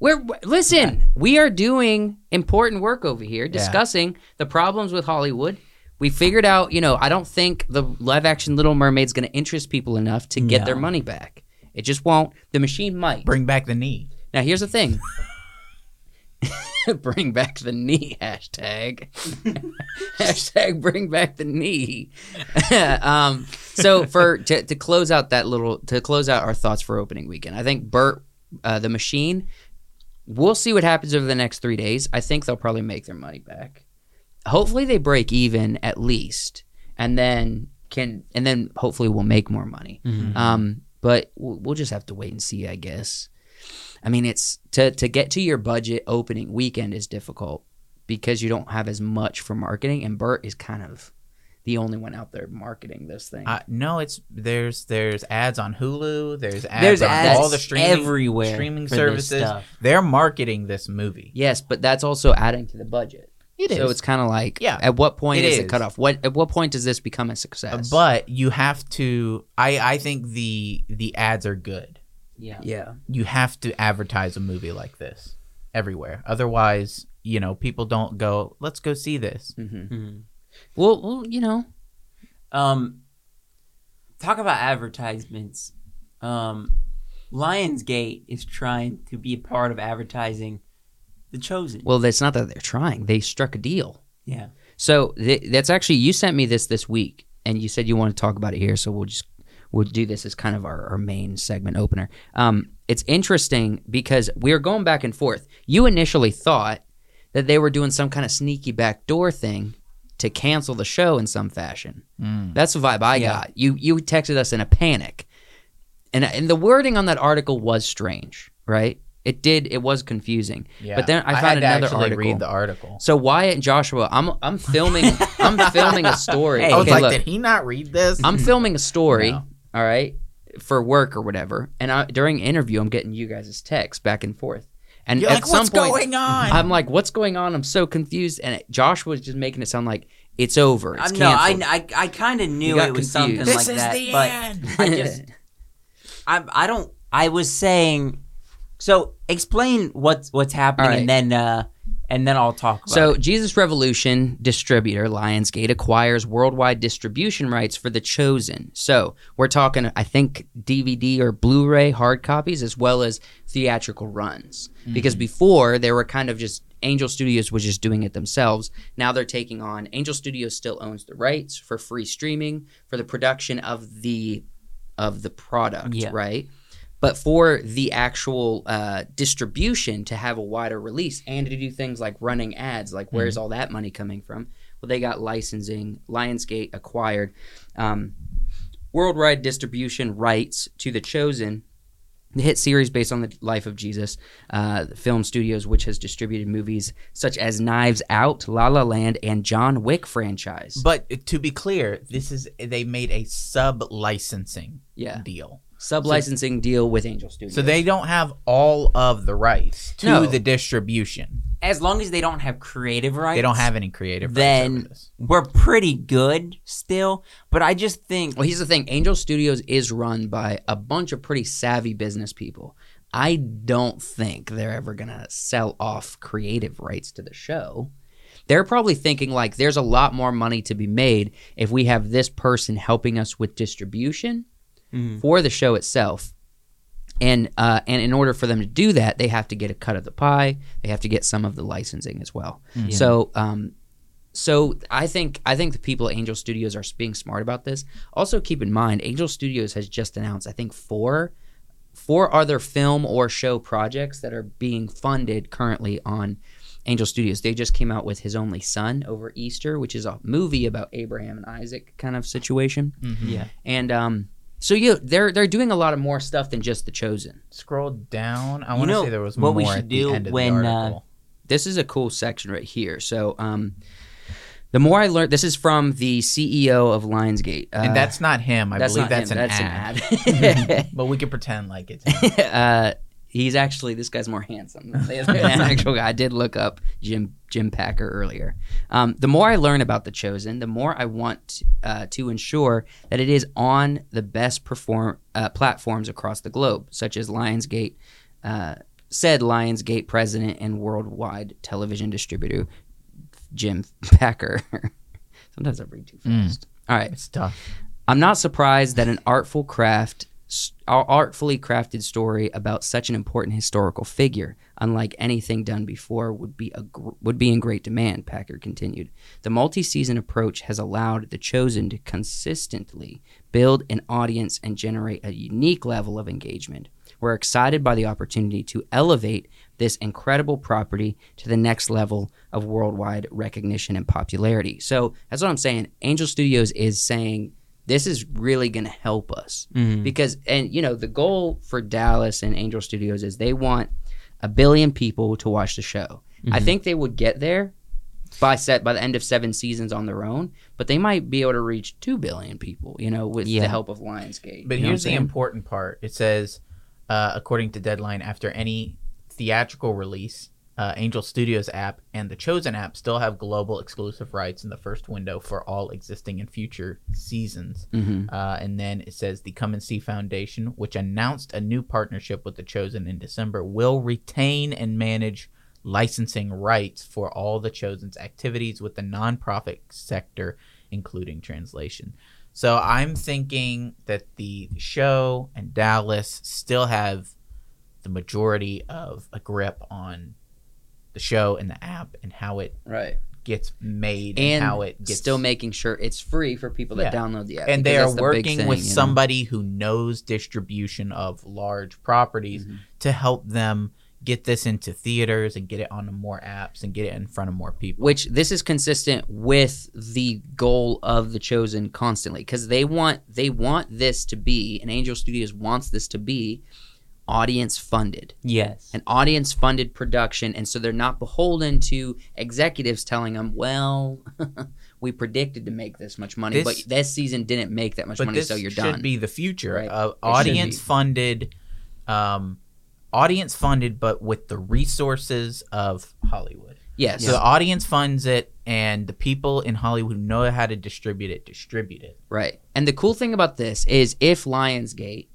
Speaker 1: We're w- listen. We are doing important work over here, discussing the problems with Hollywood. We figured out, you know, I don't think the live action Little Mermaid's going to interest people enough to get their
Speaker 3: No.
Speaker 1: money back. It just won't. The machine might.
Speaker 2: Bring back the knee.
Speaker 1: Now, here's the thing. bring back the knee hashtag. hashtag bring back the knee. um, so for to, to close out that little to close out our thoughts for opening weekend, I think Bert uh, the machine. We'll see what happens over the next three days. I think they'll probably make their money back. Hopefully, they break even at least, and then can and then hopefully we'll make more money.
Speaker 2: Mm-hmm.
Speaker 1: Um, but w- we'll just have to wait and see, I guess. I mean, it's to to get to your budget opening weekend is difficult because you don't have as much for marketing, and Bert is kind of the only one out there marketing this thing.
Speaker 2: Uh, no, it's there's there's ads on Hulu. There's ads
Speaker 3: There's
Speaker 2: on
Speaker 3: ads
Speaker 2: all the streaming
Speaker 3: everywhere
Speaker 2: streaming
Speaker 3: for this
Speaker 2: services.
Speaker 3: stuff.
Speaker 2: They're marketing this movie.
Speaker 1: yes, but that's also adding to the budget.
Speaker 2: It
Speaker 1: so it's kind of like,
Speaker 2: Yeah,
Speaker 1: at what point
Speaker 2: it
Speaker 1: is the
Speaker 2: is.
Speaker 1: cutoff? What at what point does this become a success?
Speaker 2: but you have to. I I think the the ads are good.
Speaker 3: Yeah.
Speaker 1: yeah,
Speaker 2: you have to advertise a movie like this everywhere. Otherwise, you know, people don't go, let's go see this.
Speaker 1: hmm
Speaker 3: Mhm.
Speaker 1: well, well, you know,
Speaker 3: Um, talk about advertisements. Um, Lionsgate is trying to be a part of advertising The Chosen.
Speaker 1: well, it's not that they're trying; they struck a deal.
Speaker 3: yeah.
Speaker 1: So th- that's actually you sent me this this week, and you said you want to talk about it here. So we'll just we'll do this as kind of our, our main segment opener. Um, it's interesting because we are going back and forth. You initially thought that they were doing some kind of sneaky backdoor thing to cancel the show in some fashion.
Speaker 2: Mm.
Speaker 1: That's the vibe I
Speaker 3: Yeah.
Speaker 1: got. You you texted us in a panic, and and the wording on that article was strange, right? It did. It was confusing.
Speaker 2: Yeah.
Speaker 1: But then I
Speaker 2: had
Speaker 1: found
Speaker 2: to
Speaker 1: another
Speaker 2: actually
Speaker 1: article.
Speaker 2: read the article.
Speaker 1: So Wyatt and Joshua, I'm I'm filming I'm filming a story.
Speaker 3: Hey,
Speaker 2: I was
Speaker 1: okay,
Speaker 2: like,
Speaker 1: look,
Speaker 2: did he not read this?
Speaker 1: I'm filming a story,
Speaker 2: No.
Speaker 1: all right, for work or whatever. And I, during interview, I'm getting you guys' texts back and forth. And
Speaker 2: You're
Speaker 1: at
Speaker 2: like,
Speaker 1: some
Speaker 2: what's
Speaker 1: point,
Speaker 2: going on?
Speaker 1: I'm like, what's going on? I'm so confused. And it, Josh was just making it sound like it's over. It's
Speaker 3: Um, no, I,
Speaker 1: canceled.
Speaker 3: I, I kind of knew
Speaker 1: got
Speaker 3: it was
Speaker 1: confused.
Speaker 3: something
Speaker 1: This
Speaker 3: like that, but I just I I don't I was saying so explain what's what's happening
Speaker 1: All right.
Speaker 3: and then uh and then I'll talk about
Speaker 1: So,
Speaker 3: it.
Speaker 1: Jesus Revolution distributor Lionsgate acquires worldwide distribution rights for The Chosen. So, we're talking, I think, DVD or Blu ray hard copies as well as theatrical runs.
Speaker 3: Mm-hmm.
Speaker 1: Because before, they were kind of just Angel Studios was just doing it themselves. Now they're taking on Angel Studios still owns the rights for free streaming for the production of the of the product,
Speaker 3: Yeah.
Speaker 1: right? But for the actual uh, distribution to have a wider release and to do things like running ads, like where's all that money coming from? Well, they got licensing. Lionsgate acquired um, worldwide distribution rights to The Chosen, the hit series based on the life of Jesus, uh, film studios which has distributed movies such as Knives Out, La La Land, and John Wick franchise.
Speaker 2: But to be clear, this is they made a sub licensing
Speaker 1: yeah,
Speaker 2: deal.
Speaker 1: sub licensing deal with Angel Studios.
Speaker 2: So they don't have all of the rights to
Speaker 1: No.
Speaker 2: the distribution.
Speaker 3: as long as they don't have creative rights
Speaker 2: They don't have any creative rights
Speaker 3: Then-
Speaker 2: over this.
Speaker 3: we're pretty good still, but I just think
Speaker 1: Well, here's the thing Angel Studios is run by a bunch of pretty savvy business people. I don't think they're ever going to sell off creative rights to the show. They're probably thinking, like, there's a lot more money to be made if we have this person helping us with distribution
Speaker 3: Mm.
Speaker 1: for the show itself. And uh, and in order for them to do that, they have to get a cut of the pie. They have to get some of the licensing as well.
Speaker 2: Yeah.
Speaker 1: So um, so I think I think the people at Angel Studios are being smart about this. Also, keep in mind, Angel Studios has just announced I think four four other film or show projects that are being funded currently on Angel Studios. They just came out with His Only Son over Easter, which is a movie about Abraham and Isaac kind of situation.
Speaker 2: Mhm.
Speaker 3: yeah.
Speaker 1: And um, so yeah, they're they're doing a lot of more stuff than just the Chosen.
Speaker 2: Scroll down. I
Speaker 3: You
Speaker 2: want to
Speaker 3: know
Speaker 2: say there was
Speaker 3: what
Speaker 2: more
Speaker 3: we should
Speaker 2: at
Speaker 3: do
Speaker 2: the end of
Speaker 3: when,
Speaker 2: the
Speaker 3: uh,
Speaker 2: article.
Speaker 1: This is a cool section right here. So um, the more I learned, this is from the CEO of Lionsgate, uh,
Speaker 2: and that's not him. I believe that's,
Speaker 1: him,
Speaker 2: an, ad. but we can pretend like it's him.
Speaker 1: an ad. uh, he's actually this guy's more handsome than the other actual guy. I did look up Jim Jim Packer earlier. Um, the more I learn about the Chosen, the more I want uh, to ensure that it is on the best perform uh, platforms across the globe, such as Lionsgate. Uh, said Lionsgate president and worldwide television distributor Jim Packer. Sometimes I read too
Speaker 2: Mm.
Speaker 1: fast. All right.
Speaker 2: It's tough.
Speaker 1: I'm not surprised that an artful craft, s- artfully crafted story about such an important historical figure, unlike anything done before, would be a gr- would be in great demand. Packer continued, "The multi-season approach has allowed the chosen to consistently build an audience and generate a unique level of engagement. We're excited by the opportunity to elevate this incredible property to the next level of worldwide recognition and popularity." So that's what I'm saying. Angel Studios is saying this is really going to help us
Speaker 2: Mm-hmm.
Speaker 3: Mm.
Speaker 1: because and you know the goal for dallas and angel studios is they want a billion people to watch the show i
Speaker 2: Mm-hmm.
Speaker 1: think they would get there by set by the end of seven seasons on their own but they might be able to reach two billion people you know with
Speaker 3: Yeah.
Speaker 1: the help of lionsgate
Speaker 2: But
Speaker 1: you know what
Speaker 2: here's
Speaker 1: I'm
Speaker 2: the
Speaker 1: saying?
Speaker 2: important part. It says, uh, according to Deadline, after any theatrical release, uh, Angel Studios app and the Chosen app still have global exclusive rights in the first window for all existing and future seasons.
Speaker 1: Mhm.
Speaker 2: Uh, and then it says the Come and See Foundation, which announced a new partnership with the Chosen in December, will retain and manage licensing rights for all the Chosen's activities with the nonprofit sector, including translation. So I'm thinking that the show and Dallas still have the majority of a grip on the show and the app and how it
Speaker 1: right
Speaker 2: gets made and,
Speaker 1: and
Speaker 2: how it gets
Speaker 1: still making sure it's free for people that
Speaker 2: Yeah.
Speaker 1: download the app.
Speaker 2: and they
Speaker 1: because
Speaker 2: are
Speaker 1: that's the big
Speaker 2: working
Speaker 1: thing,
Speaker 2: with
Speaker 1: you know?
Speaker 2: somebody who knows distribution of large properties
Speaker 1: Mhm.
Speaker 2: to help them get this into theaters and get it on more apps and get it in front of more people.
Speaker 1: Which this is consistent with the goal of the chosen constantly because they want they want this to be and Angel Studios wants this to be audience funded.
Speaker 3: mm-hmm. Yes.
Speaker 1: an audience funded production and so they're not beholden to executives telling them well we predicted to make this much money
Speaker 2: This-
Speaker 1: but this season didn't make that much
Speaker 2: but
Speaker 1: money
Speaker 2: this
Speaker 1: so you're
Speaker 2: should
Speaker 1: done
Speaker 2: be the future
Speaker 1: Right.
Speaker 2: of
Speaker 1: be.
Speaker 2: audience funded, um, audience funded, but with the resources of Hollywood.
Speaker 1: yes
Speaker 2: So the audience funds it, and the people in Hollywood who know how to distribute it distribute it.
Speaker 1: right and the cool thing about this is if lionsgate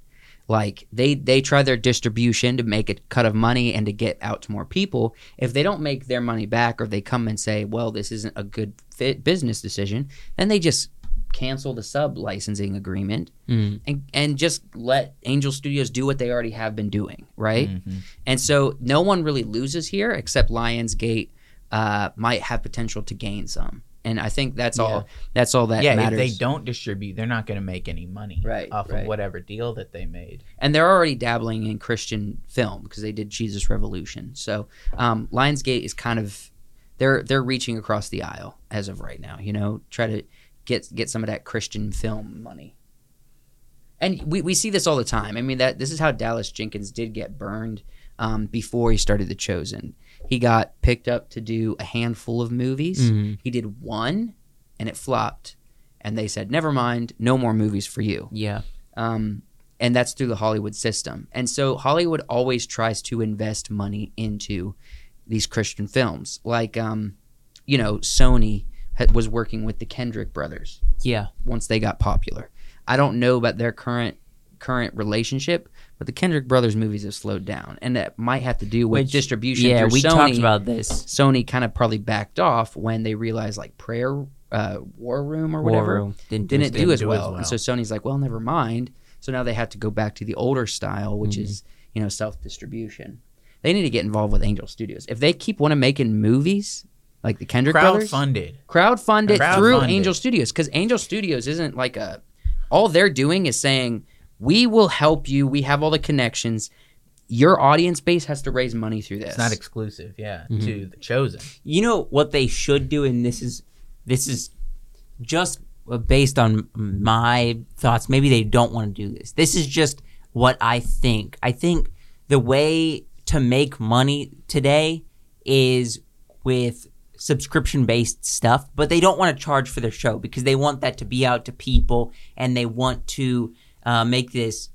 Speaker 1: like they they try their distribution to make a cut of money and to get out to more people if they don't make their money back or they come and say well this isn't a good fit business decision then they just cancel the sub licensing agreement
Speaker 3: Mm-hmm.
Speaker 1: and and just let Angel Studios do what they already have been doing, right?
Speaker 2: Mhm.
Speaker 1: And so no one really loses here except Lionsgate uh, might have potential to gain some, and I think that's all. That's all that
Speaker 2: yeah,
Speaker 1: matters.
Speaker 2: if they don't distribute, they're not going to make any money
Speaker 1: Right,
Speaker 2: off
Speaker 1: right.
Speaker 2: of whatever deal that they made.
Speaker 1: and they're already dabbling in Christian film because they did Jesus Revolution. So um, Lionsgate is kind of they're they're reaching across the aisle as of right now. You know, try to get get some of that Christian film money. And we, we see this all the time. I mean that this is how Dallas Jenkins did get burned um, before he started The Chosen. He got picked up to do a handful of movies.
Speaker 3: Mm-hmm.
Speaker 1: He did one, and it flopped. And they said, "Never mind, no more movies for you."
Speaker 3: Yeah.
Speaker 1: um, and that's through the Hollywood system. And so Hollywood always tries to invest money into these Christian films, like um, you know Sony had, was working with the Kendrick brothers
Speaker 3: Yeah.
Speaker 1: once they got popular. I don't know about their current current relationship, but the Kendrick brothers movies have slowed down, and that might have to do with
Speaker 3: Which-
Speaker 1: distribution.
Speaker 3: Yeah.
Speaker 1: through
Speaker 3: We
Speaker 1: Sony.
Speaker 3: talked about this.
Speaker 1: Sony kind of probably backed off when they realized like prayer uh, war room or whatever
Speaker 3: War Room didn't do
Speaker 1: didn't
Speaker 3: as
Speaker 1: do
Speaker 2: good.
Speaker 1: as well. And so Sony's like, well, never mind. So now they have to go back to the older style, which is you know self distribution. They need to get involved with Angel Studios if they keep want to making movies like the Kendrick brothers.
Speaker 2: Crowdfunded.
Speaker 1: Crowdfund it
Speaker 2: Crowdfund
Speaker 1: through
Speaker 2: it.
Speaker 1: Angel Studios because Angel Studios isn't like a. All they're doing is saying, "We will help you. We have all the connections. Your audience base has to raise money through this."
Speaker 2: It's not exclusive, yeah,
Speaker 1: Mm-hmm.
Speaker 3: Mhm.
Speaker 2: to the chosen.
Speaker 3: You know what they should do, and this is this is just uh, based on my thoughts. Maybe they don't want to do this. This is just what I think. I think the way to make money today is with subscription based stuff, but they don't want to charge for their show because they want that to be out to people and they want to uh, make this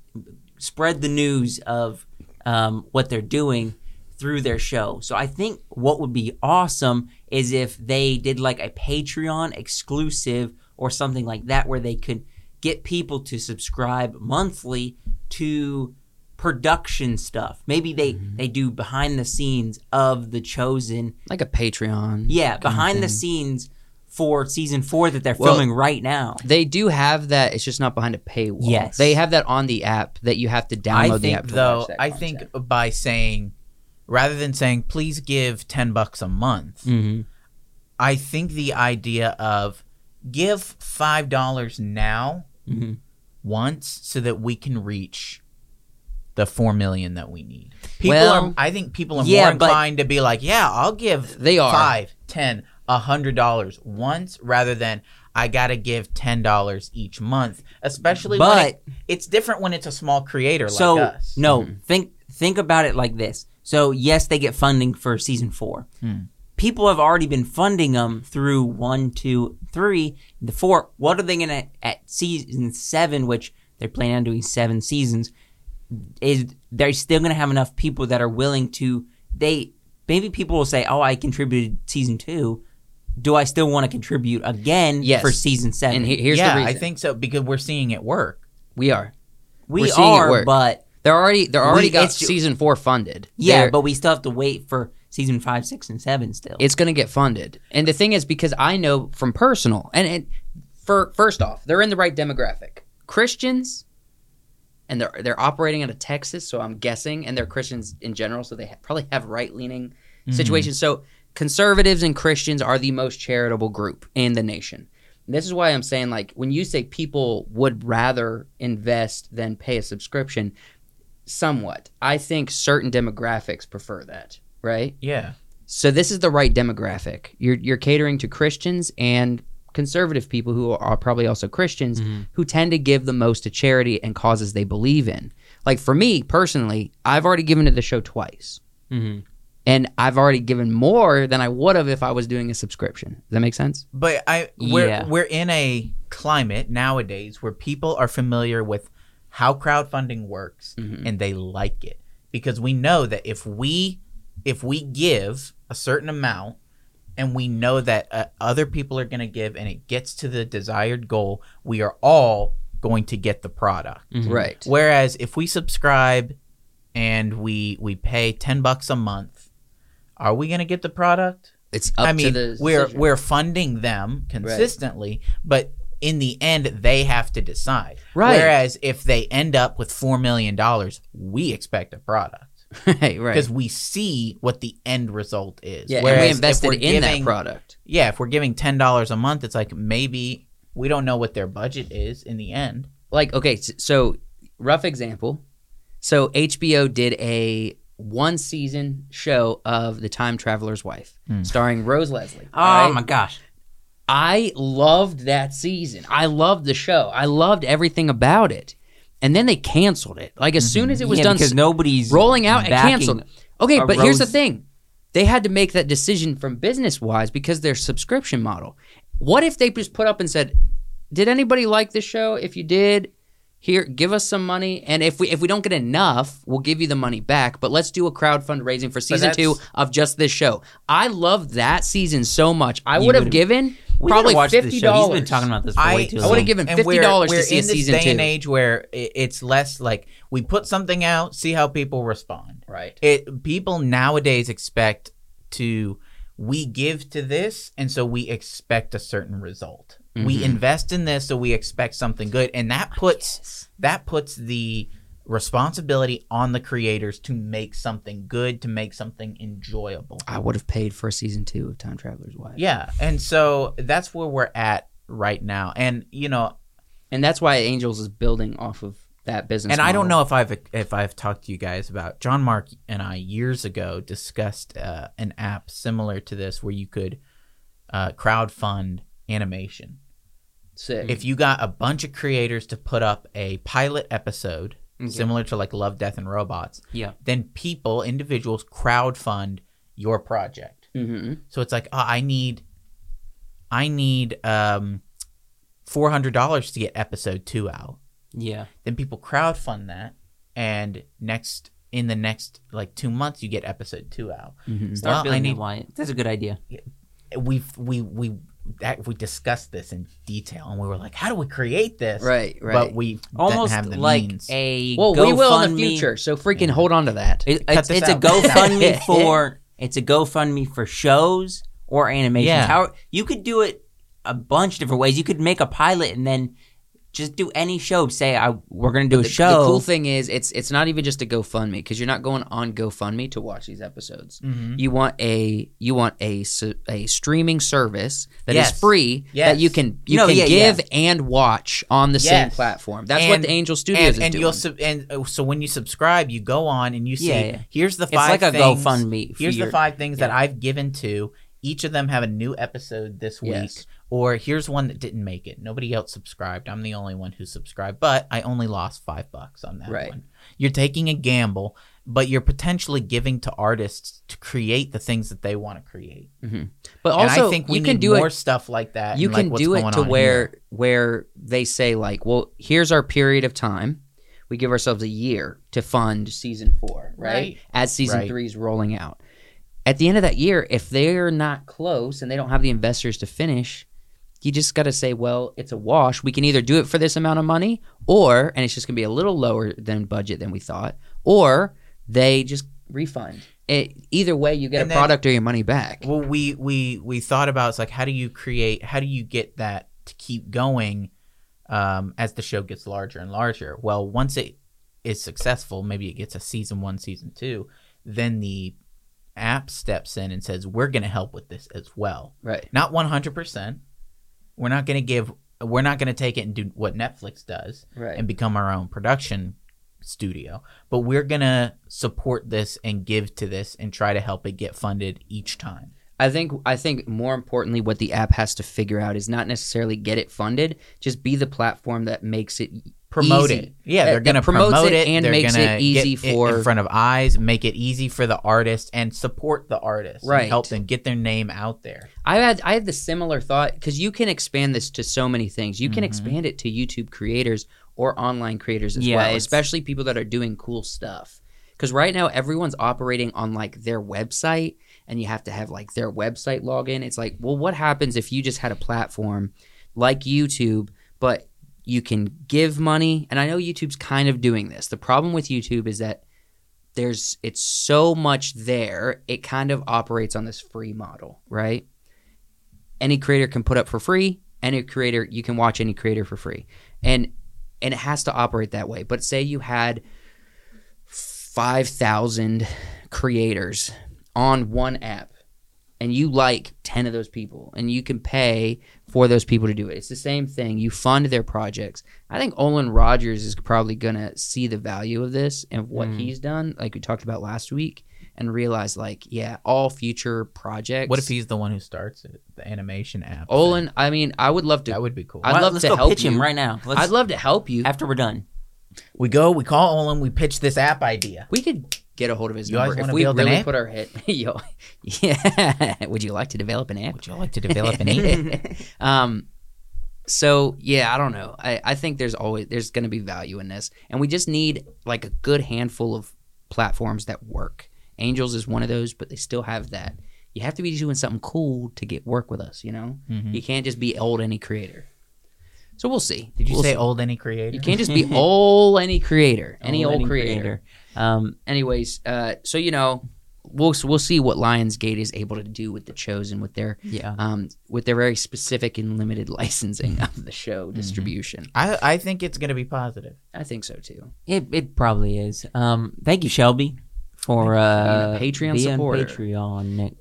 Speaker 3: spread the news of um, what they're doing through their show. So I think what would be awesome is if they did like a Patreon exclusive or something like that where they could get people to subscribe monthly to production stuff. Maybe they they do behind the scenes of The Chosen.
Speaker 1: like a Patreon.
Speaker 3: Yeah, behind the
Speaker 1: thing.
Speaker 3: scenes for season 4 that they're
Speaker 1: Well-
Speaker 3: filming right now.
Speaker 1: They do have that. It's just not behind a paywall.
Speaker 3: Yes.
Speaker 1: they have that on the app that you have to download
Speaker 2: I
Speaker 1: the
Speaker 2: think
Speaker 1: app. To
Speaker 2: though,
Speaker 1: watch that
Speaker 2: I
Speaker 1: content.
Speaker 2: think by saying rather than saying please give 10 bucks a month,
Speaker 1: Mm.
Speaker 3: Mhm.
Speaker 2: I think the idea of give $5 now
Speaker 3: Mhm.
Speaker 2: once so that we can reach the 4 million that we need. People
Speaker 1: Well,
Speaker 2: are I think people are
Speaker 3: yeah,
Speaker 2: more
Speaker 3: but-
Speaker 2: inclined to be like, yeah, I'll give
Speaker 1: They are.
Speaker 2: five, ten, a hundred dollars once rather than I gotta give ten dollars each month, especially when
Speaker 3: But
Speaker 2: it- it's different when it's a small creator
Speaker 3: so
Speaker 2: like us.
Speaker 3: no
Speaker 1: Mm-hmm.
Speaker 3: think think about it like this so yes they get funding for season four
Speaker 2: Hmm.
Speaker 3: people have already been funding them through one two three the four what are they gonna at season seven which they're planning on doing seven seasons is they're still gonna have enough people that are willing to they maybe people will say oh i contributed season two do i still want to contribute again
Speaker 1: Yes.
Speaker 3: for season seven
Speaker 1: And he- here's
Speaker 2: yeah,
Speaker 1: the reason.
Speaker 2: I think so because we're seeing it work.
Speaker 1: we are. we're
Speaker 3: we
Speaker 1: seeing it
Speaker 3: are
Speaker 1: work.
Speaker 3: but
Speaker 1: They're already they're
Speaker 3: We-
Speaker 1: already got
Speaker 3: it's-
Speaker 1: season four funded.
Speaker 3: Yeah,
Speaker 1: They're-
Speaker 3: but we still have to wait for season five, six, and seven still.
Speaker 1: it's going to get funded. And the thing is, because I know from personal, and, and for first off, they're in the right demographic, Christians, and they're they're operating out of
Speaker 2: Mm-hmm.
Speaker 1: Texas, so I'm guessing, and they're Christians in general, so they ha- probably have right leaning situations. So conservatives and Christians are the most charitable group in the nation. This is why I'm saying, like, when you say people would rather invest than pay a subscription, somewhat, I think certain demographics prefer that, right?
Speaker 2: Mm-hmm. Yeah.
Speaker 1: So this is the right demographic. You're you're catering to Christians and conservative people who are probably also Christians
Speaker 3: Mhm.
Speaker 1: who tend to give the most to charity and causes they believe in. Like for me personally, I've already given to the show twice.
Speaker 3: Mm-hmm.
Speaker 1: And I've already given more than I would have if I was doing a subscription. Does that make sense?
Speaker 2: But I we're
Speaker 3: Yeah.
Speaker 2: we're in a climate nowadays where people are familiar with how crowdfunding works
Speaker 1: Mhm.
Speaker 2: and they like it because we know that if we if we give a certain amount and we know that uh, other people are going to give and it gets to the desired goal, we are all going to get the product.
Speaker 3: mm-hmm.
Speaker 1: Right.
Speaker 2: Whereas if we subscribe and we we pay 10 bucks a month, are we going to get the product?
Speaker 1: It's up
Speaker 2: I
Speaker 1: to
Speaker 2: mean,
Speaker 1: the
Speaker 2: we're
Speaker 1: decision.
Speaker 2: we're funding them consistently, but in the end, they have to decide.
Speaker 1: Right.
Speaker 2: Whereas if they end up with four million dollars, we expect a product
Speaker 1: right, right.
Speaker 2: because we see what the end result is.
Speaker 1: Yeah, and
Speaker 2: Whereas
Speaker 1: we
Speaker 2: if
Speaker 1: invested
Speaker 2: we're
Speaker 1: in that
Speaker 2: giving-
Speaker 1: product.
Speaker 2: Yeah, if we're giving ten dollars a month, it's like maybe we don't know what their budget is in the end.
Speaker 1: Like okay, s- so rough example. So HBO did a one season show of The Time Traveler's Wife
Speaker 2: Hmm.
Speaker 1: starring Rose Leslie.
Speaker 3: Oh
Speaker 1: all right?
Speaker 3: my gosh.
Speaker 1: I loved that season. I loved the show. I loved everything about it. And then they canceled it. Like as soon as it was
Speaker 3: Mm-hmm. yeah,
Speaker 1: done
Speaker 3: because nobody's
Speaker 1: rolling out and
Speaker 3: backing-
Speaker 1: canceled. Okay,
Speaker 3: a
Speaker 1: but here's the
Speaker 3: Rose-
Speaker 1: thing. They had to make that decision from business wise because their subscription model. What if they just put up and said, "Did anybody like this show? If you did, here, give us some money, and if we if we don't get enough, we'll give you the money back. But let's do a crowdfund raising for season
Speaker 2: that's-
Speaker 1: two of just this show." I loved that season so much. I
Speaker 3: You
Speaker 1: would have
Speaker 3: would've-
Speaker 1: given
Speaker 3: We
Speaker 1: probably
Speaker 3: gotta watch this
Speaker 1: fifty
Speaker 3: show.
Speaker 1: dollars.
Speaker 3: He's been talking about this for way too
Speaker 1: I
Speaker 3: long.
Speaker 1: would've given
Speaker 2: and we're-
Speaker 1: $50 to
Speaker 2: we're
Speaker 1: see a
Speaker 2: in this
Speaker 1: season
Speaker 2: day and
Speaker 1: two.
Speaker 2: age where i- it's less like we put something out, see how people respond.
Speaker 1: right.
Speaker 2: It people nowadays expect to we give to this, and so we expect a certain result.
Speaker 1: Mhm.
Speaker 2: We invest in this, so we expect something good, and that puts that puts the responsibility on the creators to make something good, to make something enjoyable.
Speaker 1: I would have paid for season two of Time Traveler's Wife.
Speaker 2: Yeah, and so that's where we're at right now, and you know
Speaker 1: and that's why Angels is building off of that business.
Speaker 2: and I don't
Speaker 1: model.
Speaker 2: know if I've if I've talked to you guys about John Mark and I years ago discussed uh, an app similar to this where you could uh, crowdfund animation.
Speaker 1: Sick.
Speaker 2: If you got a bunch of creators to put up a pilot episode
Speaker 3: Okay.
Speaker 2: similar to like Love, Death, and Robots,
Speaker 3: Yeah.
Speaker 2: then people, individuals, crowdfund your project.
Speaker 1: hmm
Speaker 2: So it's like, oh, I need, I need um, four hundred dollars to get episode two out
Speaker 3: Yeah.
Speaker 2: then people crowdfund that and next in the next like two months you get episode two out
Speaker 1: hmm
Speaker 3: Start
Speaker 2: Well, I
Speaker 3: building
Speaker 2: need-
Speaker 3: it, Wyatt. That's a good idea.
Speaker 2: we've we we that we discussed this in detail and we were like how do we create this
Speaker 1: Right, right.
Speaker 2: but we didn't
Speaker 3: Almost
Speaker 2: have the
Speaker 3: like
Speaker 2: means.
Speaker 3: a
Speaker 1: well, we will in the
Speaker 3: GoFundMe.
Speaker 1: future. So freaking
Speaker 2: Yeah.
Speaker 1: hold on to that.
Speaker 3: It-
Speaker 2: Cut
Speaker 3: it's
Speaker 2: this
Speaker 3: it's a
Speaker 2: out. Cut this out.
Speaker 3: GoFundMe for it's a GoFundMe for shows or animations.
Speaker 2: Yeah.
Speaker 3: How you could do it a bunch of different ways. You could make a pilot and then just do any show. Say I we're gonna do a
Speaker 1: the,
Speaker 3: show.
Speaker 1: the cool thing is, it's it's not even just a GoFundMe because you're not going on GoFundMe to watch these episodes.
Speaker 2: Mhm.
Speaker 1: You want a you want a s- a streaming service that is
Speaker 2: Yes.
Speaker 1: free
Speaker 2: Yes.
Speaker 1: that you can you
Speaker 3: No,
Speaker 1: can
Speaker 3: yeah,
Speaker 1: give and watch on the same
Speaker 2: Yes.
Speaker 1: platform. That's what
Speaker 2: And-
Speaker 1: the Angel Studios
Speaker 2: and,
Speaker 1: is
Speaker 2: and
Speaker 1: doing.
Speaker 2: you'll sub- and uh, so when you subscribe you go on and you see
Speaker 3: Yeah, yeah.
Speaker 2: here's the
Speaker 3: it's
Speaker 2: five
Speaker 3: like a
Speaker 2: things,
Speaker 3: GoFundMe. For
Speaker 2: here's
Speaker 3: your,
Speaker 2: the five things that
Speaker 3: yeah.
Speaker 2: I've given to. Each of them have a new episode this week.
Speaker 1: Yes.
Speaker 2: Or here's one that didn't make it. Nobody else subscribed. I'm the only one who subscribed, but I only lost five bucks on that
Speaker 1: Right.
Speaker 2: one. You're taking a gamble, but you're potentially giving to artists to create the things that they want to create.
Speaker 1: but
Speaker 2: And
Speaker 1: also,
Speaker 2: I think we
Speaker 1: you
Speaker 2: need
Speaker 1: can do
Speaker 2: more
Speaker 1: it.
Speaker 2: stuff like that.
Speaker 1: You
Speaker 2: and, like,
Speaker 1: can
Speaker 2: what's
Speaker 1: do it
Speaker 2: going
Speaker 1: to
Speaker 2: on
Speaker 1: where
Speaker 2: here.
Speaker 1: where they say like, well, here's our period of time. We give ourselves a year to fund season four, right?
Speaker 2: Right.
Speaker 1: As season
Speaker 2: Right.
Speaker 1: three's rolling out. At the end of that year, if they're not close and they don't have the investors to finish, you just got to say, well, it's a wash. We can either do it for this amount of money, or and it's just gonna be a little lower than budget than we thought, or they just refund. It, either way, you get
Speaker 2: And
Speaker 1: a
Speaker 2: then-
Speaker 1: product or your money back.
Speaker 2: well we we we thought about it's like how do you create how do you get that to keep going um, as the show gets larger and larger well once it is successful maybe it gets a season one season two then the app steps in and says, "We're going to help with this as well."
Speaker 1: Right.
Speaker 2: Not 100%. We're not going to give we're not going to take it and do what Netflix does
Speaker 1: Right.
Speaker 2: and become our own production studio, but we're going to support this and give to this and try to help it get funded each time.
Speaker 1: I think I think more importantly, what the app has to figure out is not necessarily get it funded, just be the platform that makes it
Speaker 2: Promote
Speaker 1: easy.
Speaker 2: it. Yeah,
Speaker 1: That-
Speaker 2: they're going to
Speaker 1: that promotes
Speaker 2: promote
Speaker 1: it
Speaker 2: it,
Speaker 1: and
Speaker 2: they're
Speaker 1: makes
Speaker 2: gonna
Speaker 1: it easy
Speaker 2: get in
Speaker 1: for-
Speaker 2: front of eyes, make it easy for the artist and support the artist. and
Speaker 1: Right.
Speaker 2: help them get their name out there.
Speaker 1: I had I had the similar thought because you can expand this to so many things. You can
Speaker 2: Mhm.
Speaker 1: expand it to YouTube creators or online creators as
Speaker 3: Yeah,
Speaker 1: well,
Speaker 3: it's-
Speaker 1: especially people that are doing cool stuff. Because right now everyone's operating on like their website, and you have to have like their website login. It's like, well, what happens if you just had a platform like YouTube, but you can give money? And I know YouTube's kind of doing this. The problem with YouTube is that there's it's so much there it kind of operates on this free model right any creator can put up for free any creator you can watch any creator for free and and it has to operate that way but say you had 5000 creators on one app and you like 10 of those people and you can pay for those people to do it it's the same thing you fund their projects i think olin rogers is probably going to see the value of this and what
Speaker 2: Mm.
Speaker 1: he's done like we talked about last week and realize like yeah all future projects
Speaker 2: What if he's the one who starts it, the animation app? thing?
Speaker 1: olin i mean i would love to
Speaker 2: that would be cool.
Speaker 1: I'd
Speaker 3: Why-
Speaker 1: love
Speaker 3: let's
Speaker 1: to
Speaker 3: go
Speaker 1: help
Speaker 3: pitch him
Speaker 1: you.
Speaker 3: right now. Let's,
Speaker 1: i'd love to help you
Speaker 3: after we're done.
Speaker 2: we go, we call Olin, we pitch this app idea.
Speaker 1: we could get a hold of his
Speaker 2: You guys
Speaker 1: number if
Speaker 2: wanna
Speaker 1: we
Speaker 2: build an
Speaker 1: really
Speaker 2: app?
Speaker 1: put our head yo yeah would you like to develop an app
Speaker 2: Would you like to develop an app?
Speaker 1: um so yeah i don't know i, I think there's always there's going to be value in this and we just need like a good handful of platforms that work angels is one of those but they still have that you have to be doing something cool to get work with us you know
Speaker 2: Mhm.
Speaker 1: you can't just be old any creator so we'll see
Speaker 2: Did you
Speaker 1: We'll
Speaker 2: say
Speaker 1: see.
Speaker 2: old any creator?
Speaker 1: you can't just be old any creator any
Speaker 3: Old
Speaker 1: old,
Speaker 3: any
Speaker 1: creator.
Speaker 3: creator.
Speaker 1: um anyways uh so you know we'll we'll see what lionsgate is able to do with the chosen with their
Speaker 3: Yeah.
Speaker 1: um, with their very specific and limited
Speaker 3: Mm-hmm.
Speaker 1: licensing of the show distribution.
Speaker 2: I, I think it's going to be positive.
Speaker 1: I think so too.
Speaker 3: It it probably is. Um, thank you, Shelby, for uh,
Speaker 1: Being a Patreon
Speaker 3: being
Speaker 1: supporter.
Speaker 3: Patreon. Nick.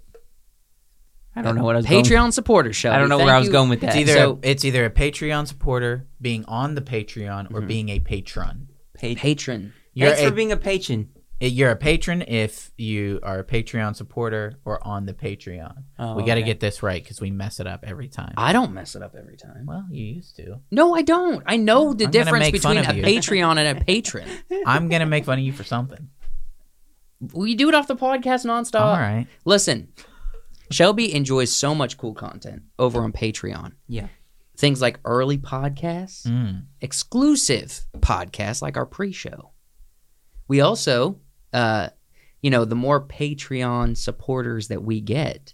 Speaker 3: I don't know what I was.
Speaker 1: Patreon
Speaker 3: Going
Speaker 1: supporter show.
Speaker 3: I don't know where I was going with
Speaker 2: It's
Speaker 3: that.
Speaker 2: either
Speaker 1: so-
Speaker 2: it's either a Patreon supporter being on the Patreon
Speaker 1: Mm-hmm.
Speaker 2: or being a patron.
Speaker 3: Pat-
Speaker 1: Patron.
Speaker 2: You're
Speaker 3: Thanks
Speaker 2: a,
Speaker 3: for being a patron.
Speaker 2: you're a patron if you are a Patreon supporter or on the Patreon.
Speaker 3: Oh,
Speaker 2: we got to
Speaker 3: okay.
Speaker 2: get this right because we mess it up every time.
Speaker 1: I don't mess it up every time.
Speaker 2: well, you used to.
Speaker 1: No, I don't. I know the
Speaker 2: I'm gonna
Speaker 1: difference
Speaker 2: make fun
Speaker 1: between a
Speaker 2: of you.
Speaker 1: Patreon and a patron.
Speaker 2: I'm gonna make fun of you for something.
Speaker 1: we do it off the podcast nonstop.
Speaker 2: All right.
Speaker 1: Listen, Shelby enjoys so much cool content over on Patreon.
Speaker 3: Yeah.
Speaker 1: Things like early podcasts,
Speaker 2: Mm.
Speaker 1: exclusive podcasts like our pre-show. We also, uh, you know, the more Patreon supporters that we get,